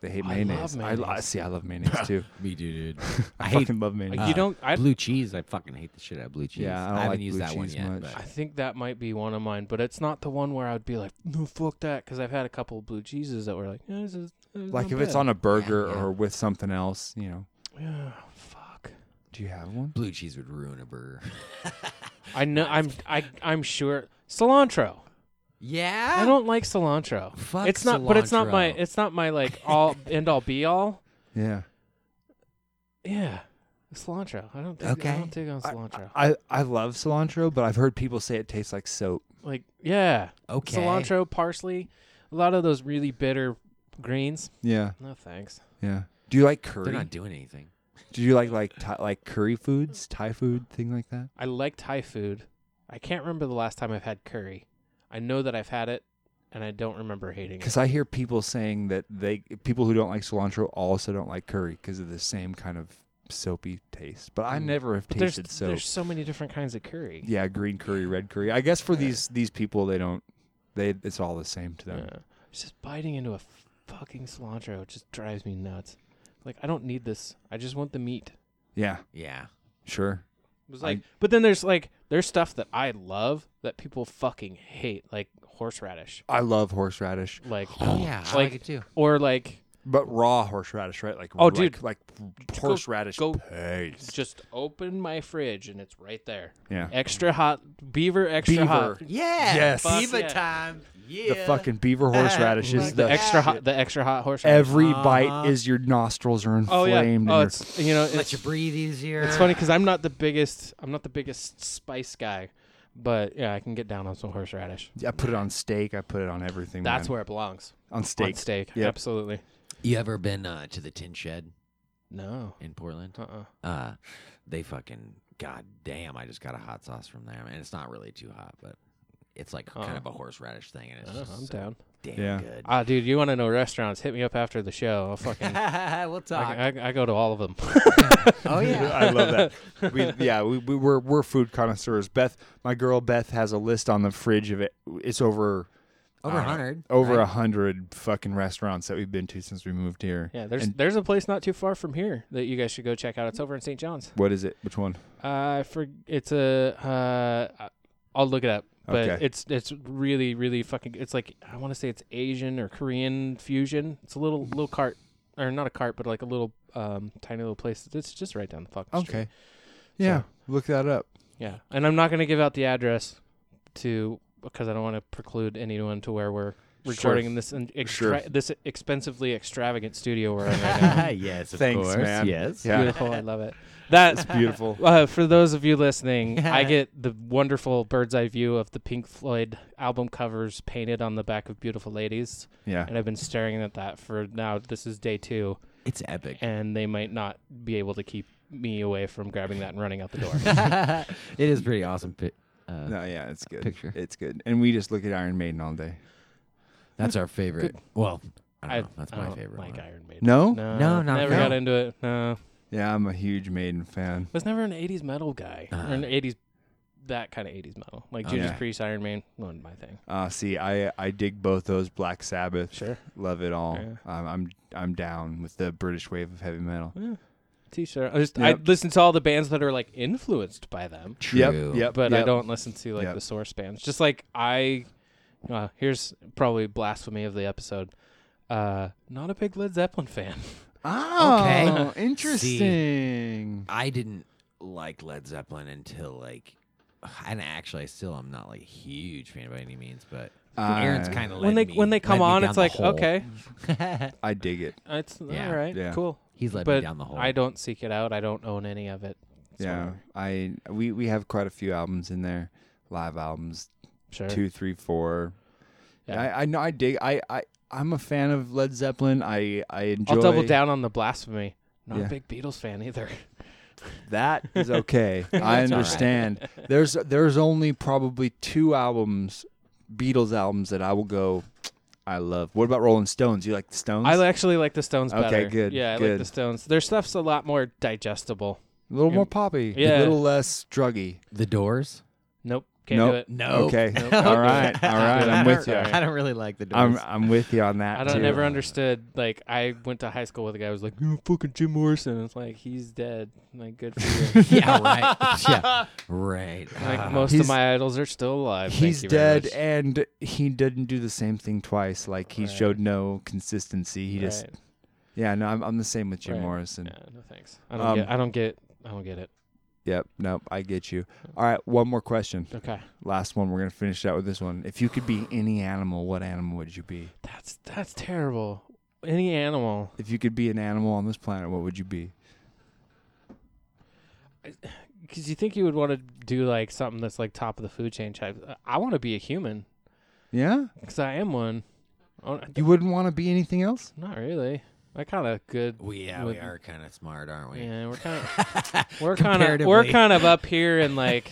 They hate I love mayonnaise. I, lo- mayonnaise. see I love [LAUGHS] mayonnaise too. Me, dude. I, uh, I hate- fucking love mayonnaise. you don't. I blue cheese. I fucking hate the shit out of blue cheese. Yeah, I don't haven't like used blue that one cheese yet. much. but- I think that might be one of mine, but it's not the one where I'd be like, no, fuck that, because I've had a couple of blue cheeses that were like, eh, this is, this is like if not it's bad. on a burger yeah. or with something else, you know. yeah, fuck. Do you have one? Blue cheese would ruin [LAUGHS] a burger. I know. I'm. I. I'm sure cilantro. yeah. I don't like cilantro. Fuck it's not. But it's not my. Ah. cilantro. It's not my like all end all be all. Yeah. Yeah, cilantro. I don't. Think, I Okay. don't take on cilantro. I, I love cilantro, but I've heard people say it tastes like soap. like yeah. Okay. Cilantro, parsley, a lot of those really bitter greens. Yeah, No thanks. yeah. Do you like curry? They're not doing anything. Do you like like thai, like curry foods, Thai food, thing like that? I like Thai food. I can't remember the last time I've had curry. I know that I've had it, and I don't remember hating it. Because I hear people saying that they people who don't like cilantro also don't like curry because of the same kind of soapy taste. But I Mm. never have But there's tasted soap. there's so many different kinds of curry. Yeah, green curry, red curry. I guess for these these people, they don't. They it's all the same to them. Yeah. It's Just biting into a fucking cilantro just drives me nuts. Like I don't need this. I just want the meat. Yeah, Yeah. sure. It was like, but then there's like there's stuff that I love that people fucking hate, like horseradish, I love horseradish, like Oh, Oh, yeah. I like- like it too. or like but raw horseradish, right? Like Oh, like- dude. like, horseradish go- paste. just open my fridge and it's right there. Yeah. Extra hot beaver, extra hot. Beaver. Yeah. Yes. Fuck Diva yeah. time. Yeah. the fucking beaver horseradish is The the extra hot, the extra hot horseradish. Uh-huh. every bite is your nostrils are oh yeah, inflamed. oh and it's you know Let it's, you breathe easier. it's funny because I'm not the biggest, I'm not the biggest spice guy, but yeah, I can get down on some horseradish. you're- I put it on steak. I put it on everything. That's man. where it belongs. on steak. On steak, Yep. absolutely. You ever been uh, to the Tin Shed No. in Portland? Uh-uh. Uh, they fucking god damn! I just got a hot sauce from there, and it's not really too hot, but it's like Uh-uh. kind of a horseradish thing, and it's Oh, just I'm so down. damn Yeah. good. Ah, dude, you want to know restaurants? Hit me up after the show. I'll [LAUGHS] fucking. I, [LAUGHS] we'll talk. I, I go to all of them. oh yeah. I love that. We, yeah, we, we we're we're food connoisseurs. Beth, my girl Beth, has a list on the fridge of it. It's over Over I don't know, 100, over a right? hundred fucking restaurants that we've been to since we moved here. yeah, there's And there's a place not too far from here that you guys should go check out. It's over in St. John's. what is it? Which one? Uh, for it's a uh, I'll look it up. But Okay. it's it's really really fucking. It's like I want to say it's Asian or Korean fusion. It's a little little cart or not a cart, but like a little um tiny little place. It's just right down the fucking street. Okay, yeah, So- look that up. Yeah, and I'm not going to give out the address to because I don't want to preclude anyone to where we're recording in this in extra- Sure. this expensively extravagant studio we're in [LAUGHS] right now. yes, of Thanks, course. man. [LAUGHS] Yes. Yeah. Beautiful, I love it. That's [LAUGHS] It's beautiful. Uh, for those of [LAUGHS] you listening, I get the wonderful bird's eye view of the Pink Floyd album covers painted on the back of beautiful ladies. Yeah. and I've been staring at that for now. This is day two, It's [LAUGHS] epic. and they might not be able to keep me away from grabbing that and running out the [LAUGHS] door. [LAUGHS] it is pretty awesome. pi- uh, No, yeah, it's good. Picture. It's good. And we just look at Iron Maiden all day. That's our favorite. Well, I I, don't know. That's my don't favorite. Oh, Like one. Iron Maiden. Oh, No? no, No, not- never no. got into it. No, Yeah, I'm a huge Maiden fan. was never an '80s metal guy or an '80s that kind of '80s metal, like Okay. Judas Ah. Oh, Yeah. Priest, Iron Maiden, wasn't my thing. Uh, see, I I dig both those Black Sabbath. Sure. love it all. Yeah. Um, I'm I'm down with the British wave of heavy metal. T-shirt. I just I Yep. listen to all the bands that are like influenced by them, Yep, yep. but I yep. don't listen to like Yep. the source bands. Just like I, uh, here's probably blasphemy of the episode. Uh, not a big Led Zeppelin fan. Oh, interesting. I didn't like Led Zeppelin until like, and actually, I still am not like a huge fan by any means, but Aaron's I- kind of when they when they come on, it's like okay, I dig it. it's Yeah. all right, Yeah. Oh. cool. [LAUGHS] He's led me But down the hole. I don't seek it out. I don't own any of it. It's yeah, whatever. I we we have quite a few albums in there, live albums, sure. two, three, four. Yeah. I I know I dig. I I I'm a fan of Led Zeppelin. I I enjoy. I'll double down on the blasphemy. Not Yeah. a big Beatles [LAUGHS] fan either. That [LAUGHS] is okay. I That's all right. understand. There's there's only probably two albums, Beatles albums that I will go. I love. What about Rolling Stones? You like the Stones? I actually like the Stones Okay, better. good, Yeah, I like good. the Stones. Their stuff's a lot more digestible. a little more poppy. A Yeah. little less druggy. The Doors. Nope, can't nope. do it. No. [LAUGHS] Okay. Oh, Nope. All right. All I right. don't- I'm with you. Sorry. I don't really like the Doors. I'm I'm with you on that. I don't too. never understood. Like I went to high school with a guy who was like, "You're fucking Jim Morrison." It's like he's dead. I'm like good [LAUGHS] for you. yeah. [LAUGHS] Right. yeah. Right. like most of He's- my idols are still alive. Thank He's you very dead, much. and he didn't do the same thing twice. Like he Right. showed no consistency. He just, Right. yeah. No, I'm I'm the same with Jim Right. Morrison. Yeah, no thanks. I don't Um, get. I don't get. I don't get it. Yep. Nope. I get you. All right. One more question. Okay, Last one. We're gonna finish out with this one. If you could [SIGHS] be any animal, what animal would you be? that's that's terrible. Any animal, If you could be an animal on this planet, what would you be? because you think you would want to do like something that's like top of the food chain type. Uh, I want to be a human Yeah. because I am one. Oh, You wouldn't want to be anything [LAUGHS] else. not really. I kind of good. we yeah Would- we are kind of smart, aren't we? Yeah, we're kind of we're kind of we're Comparatively. kind of up here and like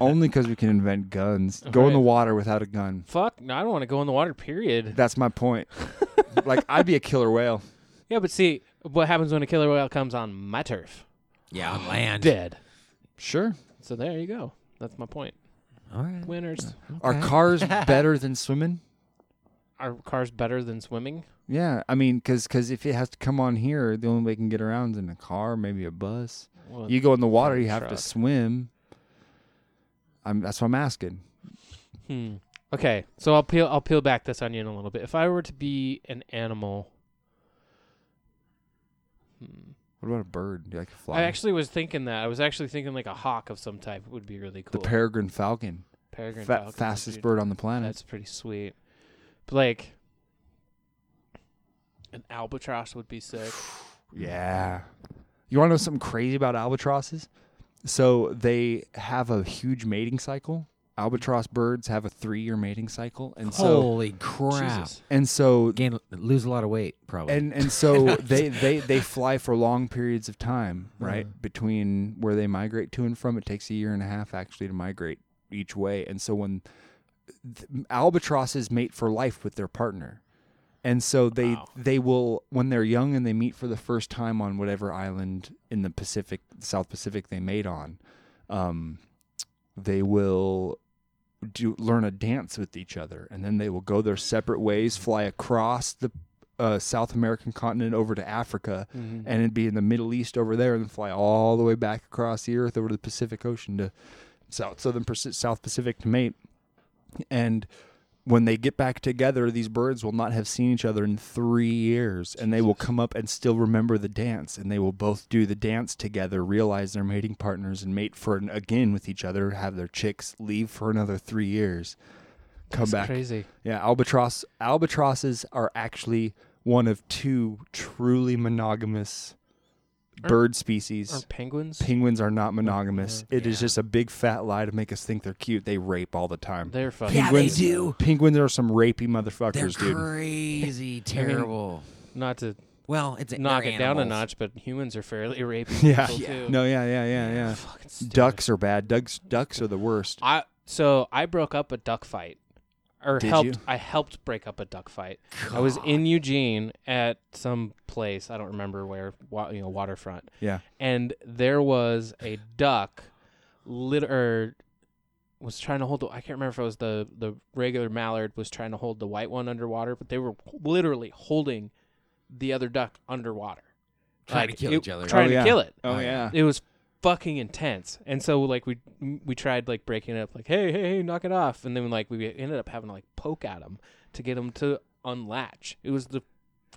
Only because we can invent guns. Go in the Right. water without a gun. fuck. No, I don't want to go in the water. Period. That's my point. [LAUGHS] like I'd be a killer whale. Yeah, but see, what happens when a killer whale comes on my turf? Yeah, on land. Dead. Sure. So there you go. That's my point. All right. Winners. Are [LAUGHS] cars better than swimming? Are cars better than swimming? Yeah, I mean, because if it has to come on here, the only way it can get around is in a car, maybe a bus. Well, You go in the water, you have to truck. swim. I'm, that's what I'm asking. Hmm. Okay, so I'll peel I'll peel back this onion a little bit. If I were to be an animal, hmm. What about a bird? Do you like a fly? I actually was thinking that. I was actually thinking like a hawk of some type would be really the cool. peregrine falcon, Peregrine Fa- falcon would fastest be- bird on the planet. That's pretty sweet. But like an albatross would be sick. Yeah. You want to know something crazy about albatrosses? So they have a huge mating cycle. Albatross birds have a three-year mating cycle, and so Holy crap! Jesus. and so Gain lose a lot of weight probably. and and so they, they they fly for long periods of time right between where they migrate to and from it takes a year and a half actually to migrate each way and so when th- albatrosses mate for life with their partner and so they they will when they're young and they meet for the first time on whatever island in the pacific south pacific they mate on um they will do learn a dance with each other and then they will go their separate ways fly across the uh, South American continent over to Africa and it'd be in the Middle East over there and then fly all the way back across the earth over to the Pacific Ocean to South Southern Paci- South Pacific to mate and when they get back together these birds will not have seen each other in 3 years and they will come up and still remember the dance and they will both do the dance together realize their mating partners and mate for an, again with each other have their chicks leave for another 3 years Come That's back. crazy. Yeah, albatross albatrosses are actually one of two truly monogamous Aren't- bird species. aren't penguins? Penguins are not monogamous. It is just a big fat lie to make us think they're cute. They rape all the time. They're fucking- Yeah, they penguins, do. Penguins are some rapey motherfuckers, dude. Crazy, [LAUGHS] I mean, terrible. not to well, it's they're knock it down a animals. notch, but humans [LAUGHS] are fairly [LAUGHS] rapey. Yeah. people, Too. No, yeah, yeah, yeah, yeah. Ducks are bad. Ducks ducks are the worst. I so I broke up a duck fight, or Did helped. you? I helped break up a duck fight. I was in Eugene at some place I don't remember where, wa- you know, waterfront. Yeah. and there was a duck, lit or was trying to hold. The, I can't remember if it was the the regular mallard was trying to hold the white one underwater, but they were literally holding the other duck underwater, Trying to kill each other. trying Oh, to yeah. kill it. Oh, Oh, yeah. it was fucking intense. And so like we we tried like breaking it up, like hey hey hey, knock it off, and then like we ended up having to like poke at him to get him to unlatch. It was the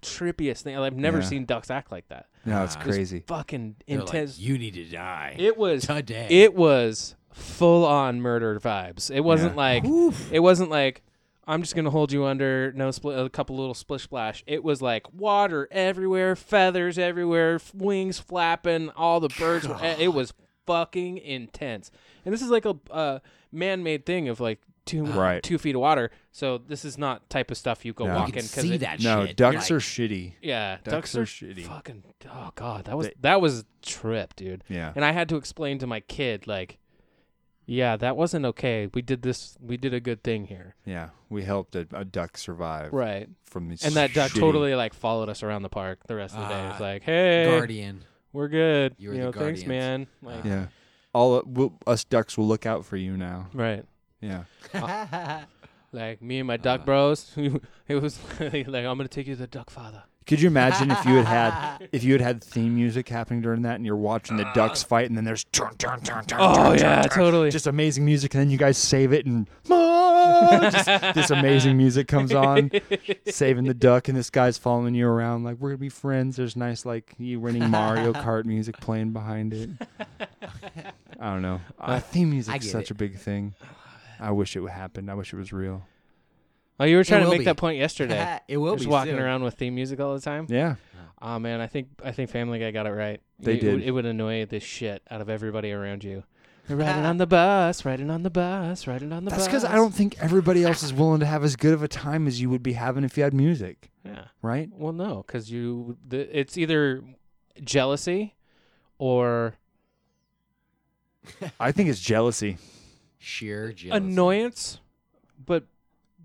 trippiest thing. I've never Yeah. seen ducks act like that. No, it's It was crazy. fucking They're like, intense. you need to die. It was today. It was full on murder vibes. It wasn't Yeah. like it wasn't like I'm just gonna hold you under no split a couple little splish splash. It was like water everywhere, feathers everywhere, f- wings flapping. All the birds. Were, eh, it [SIGHS] was fucking intense. And this is like a uh, man-made thing of like two Right. two feet of water. So this is not type of stuff you go No. You walking can because see it, that No, shit. ducks You're are like- shitty. Yeah, Ducks are shitty. Fucking oh god, that was They- that was a trip, dude. Yeah. And I had to explain to my kid like, yeah, that wasn't okay. We did this. We did a good thing here. Yeah, we helped a, a duck survive. Right. From these and that duck shitty- totally like followed us around the park the rest of the day. It Ah, was like, hey, [LAUGHS] Guardian. we're good. You You, were the know, thanks, guardians. man. Like, Yeah. All we'll, us ducks will look out for you now. Right. Yeah. uh, like me and my Ah. duck bros. [LAUGHS] it was like, I'm gonna take you to the duck father. Could you imagine if you had had if you had had theme music happening during that, and you're watching the ducks fight, and then there's turn, turn, turn, turn. Uh. Oh, turn, yeah, turn, turn, totally. Just amazing music, and then you guys save it, and [LAUGHS] "Mom," just, this amazing music comes on, saving the duck, and this guy's following you around like we're gonna be friends. There's nice like you winning Mario Kart music playing behind it. I don't know. Uh, theme I music's get such it. a big thing. I wish it happened. I wish it was real. Oh, you were It trying to will make be. that point yesterday. [LAUGHS] It will Just be walking soon. around with theme music all the time. Yeah. Oh man, I think I think Family Guy got it right. They it, did. Would, it would annoy the shit out of everybody [LAUGHS] around you. They're riding on the bus, riding on the bus, riding on the That's bus. because I don't think everybody else is willing to have as good of a time as you would be having if you had music. Yeah. [LAUGHS] Right? Well, no, because you the, it's either jealousy or I think it's jealousy. Sheer jealousy. annoyance, but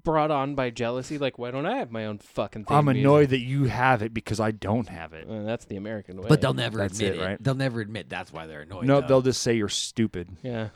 brought on by jealousy. Like, why don't I have my own fucking? Theme I'm music? annoyed that you have it because I don't have it. Uh, that's the American way. But they'll never That's admit it, it, right? They'll never admit that's why they're annoyed. no, uh, though. [LAUGHS] they'll just say you're stupid. Yeah.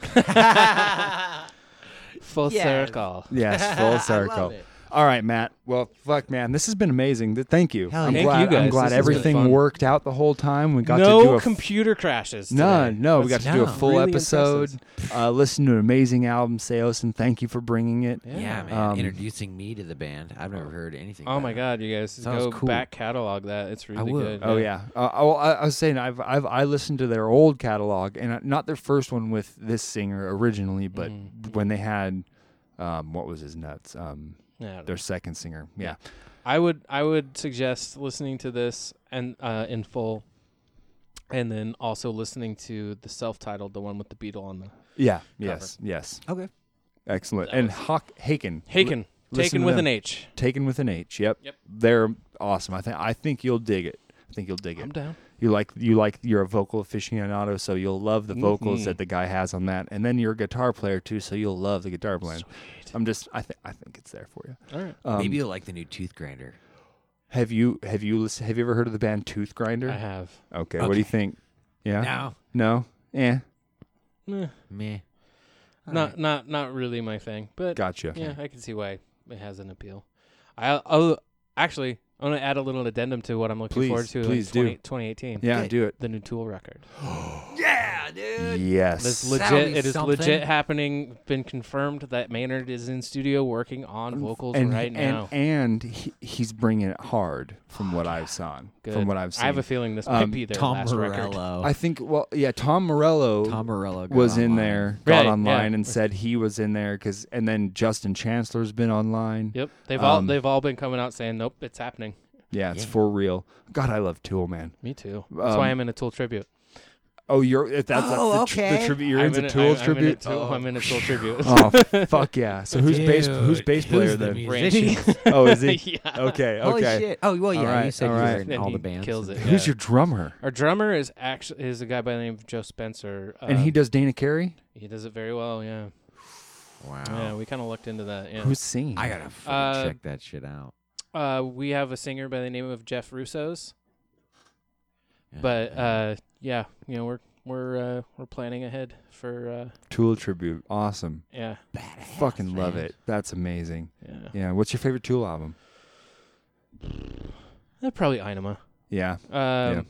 Full Yes. circle. [LAUGHS] Yes, I full love circle. it. All right, Matt. Well, fuck, man, this has been amazing. Th- Thank you. Hell I'm yeah. Thank glad. you I'm guys. glad This has been everything fun. worked out the whole time. We got no to do a computer crashes. No, today. no, we got to That's do a full really episode. impressive. Uh, listen to an amazing album, Seos, and thank you for bringing it. Yeah, man. Introducing me to the band. I've never heard anything. Um, Oh my better. god, you guys Sounds go cool. back catalog that. It's really will. good. Oh yeah. Uh, oh, I, I was saying I've I've I listened to their old catalog and uh, not their first one with this singer originally, but Mm. when they had um, what was his nuts? Um, Yeah, I don't their second singer. Yeah. I would I would suggest listening to this and uh, in full, and then also listening to the self-titled, the one with the beetle on the. Yeah. cover. Yes. Yes. Okay. Excellent. and Hawk Haken. Haken. listen Taken to with an them. H. Taken with an H. Yep. Yep. They're awesome. I think I think you'll dig it. I think you'll dig it. I'm down. You like you like you're a vocal aficionado, so you'll love the vocals Mhm. that the guy has on that, and then you're a guitar player too, so you'll love the guitar playing. I'm just I think I think it's there for you. Um, All right. Maybe you'll like the new Tooth Grinder. Have you have you listen, have you ever heard of the band Tooth Grinder? I have. Okay, what do you Okay. think? Yeah. No. No. Eh. Yeah. Meh. Meh. Not not not really my thing, but Gotcha. Yeah, I can see why it has an appeal. I I'll, actually I'm gonna add a little addendum to what I'm looking Please, forward to please in do. 20, 2018. Yeah, Good. do it. The new Tool record. Yeah, on, dude. Yes. That's That'll legit. be It is something. legit happening. Been confirmed that Maynard is in studio working on vocals Mm, and, right and, now. And he, he's bringing it hard from what I've seen. From Good. what I've I seen. Um, have a feeling this might be their Tom last record. Morello. I think, well, yeah, Tom Morello, Tom Morello got was in online. there, got Right, online yeah. and said he was in there. Cause, and then Justin Chancellor's been online. Yep. They've all Um, they've all been coming out saying, "Nope, it's happening." Yeah, it's for real. God, I love Tool, man. Me too. That's why Um, I'm in a Tool tribute. Oh, you're if that's, Oh, that's the, tr- the okay. tribute. You're I'm into in a- Tool I'm- I'm in a [LAUGHS] tribute. Tool- I'm in a Tool tribute. [LAUGHS] oh [LAUGHS] fuck yeah! So who's bass? Who's bass Dude, player who's the then? musician? oh, is [LAUGHS] he? Yeah. Okay. Okay. Holy shit. Oh, well, yeah, All you right, said all you were right. in And all he the bands. Kills it. Who's yeah. your drummer? Our drummer is actually is a guy by the name of Joe Spencer, And he um, does Dana Carey. He does it very well. Yeah. Wow. Yeah, we kind of looked into that. Yeah. Who's singing? I gotta fucking Uh, check that shit out. Uh, we have a singer by the name of Jeff Russo's. But uh, yeah, you know we're we're uh, we're planning ahead for uh, Tool tribute. Awesome. yeah. Fucking love it. That's amazing. Yeah. What's your favorite Tool album? Uh, probably Inema. Yeah. Um,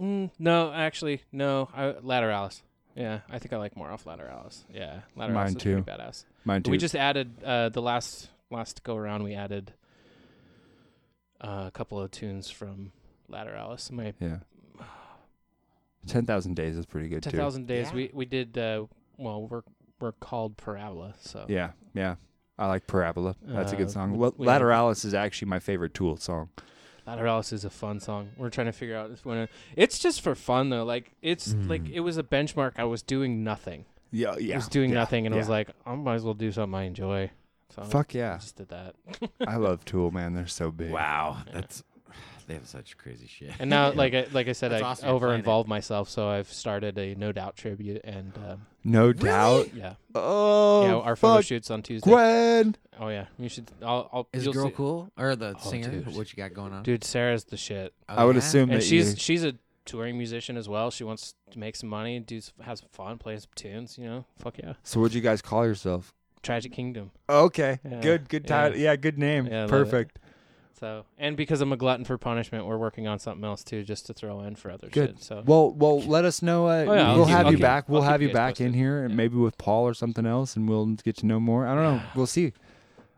mm, no, actually, no. I, Lateralis. Yeah, I think I like more off Lateralis. Yeah, Lateralis Mine is too. pretty badass. Mine We too. just added uh, the last last go around. We added uh, a couple of tunes from Lateralis. My Yeah. Ten thousand days is pretty good ten too. thousand days. We we did. Uh, well, we're we're called Parabola. So Yeah. Yeah. I like Parabola. That's a good Uh, song. we- Well, we had- Lateralis is actually my favorite Tool song. Lateralis is a fun song. We're trying to figure out if when it's just for fun though. Like it's like it was a benchmark. I was doing nothing. Yeah, Mm. yeah, I was doing yeah, nothing, and I was yeah. like, I might as well do something I enjoy. So Fuck yeah. I just [LAUGHS] did that. [LAUGHS] I love Tool, man. They're so big. Wow, that's they have such crazy shit. And now, Yeah. like I, like I said, That's I awesome you're over playing it. involved myself, so I've started a No Doubt tribute and um, No doubt. yeah, Oh, yeah, our photo fuck shoots on Tuesday. Gwen. Oh yeah, you should. I'll. I'll Is you'll girl see- cool or the Oh, singer? dude. What you got going on? Dude, Sarah's the shit. Oh, I would yeah? assume and that she's you- she's a touring musician as well. She wants to make some money, do s- have some fun, play some tunes. You know, fuck yeah. So, what'd you guys call yourself? Tragic Kingdom. Okay, Yeah, good, good yeah. title. Yeah. good name. Yeah, I love it. Perfect. So, and because I'm a glutton for punishment, we're working on something else too, just to throw in for other Good. shit. So, Well, well, let us know. Uh, Oh, yeah, I'll we'll keep- have I'll you keep- back. We'll I'll keep have you you guys back in posted. here, and maybe with Paul or something else, and we'll get to know more. I don't know. We'll see.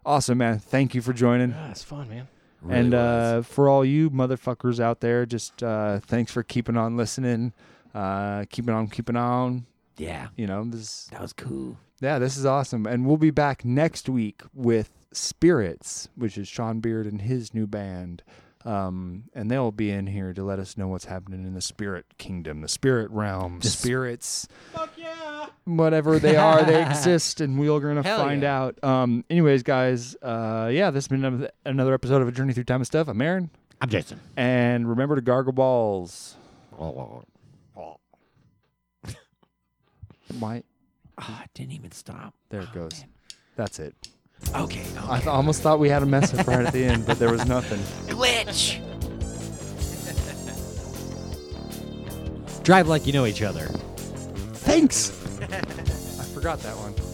Awesome, man. Thank you for joining. yeah, Ah, it's fun, man. Really and was. uh, for all you motherfuckers out there, just uh, thanks for keeping on listening, uh, keeping on, keeping on. yeah, You know, this that was cool. Yeah, this is awesome. And we'll be back next week with Spirits, which is Sean Beard and his new band. Um, and they'll be in here to let us know what's happening in the spirit kingdom, the spirit realm, spirits. Fuck yeah. Whatever they are, they exist, and we're going to Hell find out. Um, anyways, guys, uh, yeah, this has been another- another episode of A Journey Through Time and Stuff. I'm Aaron. I'm Jason. And remember to gargle balls. Ah, Why? Ah, it didn't even stop. There it goes. That's it. Okay, I th- almost thought we had a mess up right at the end, but there was nothing. glitch. Drive like you know each other. Thanks. [LAUGHS] I forgot that one.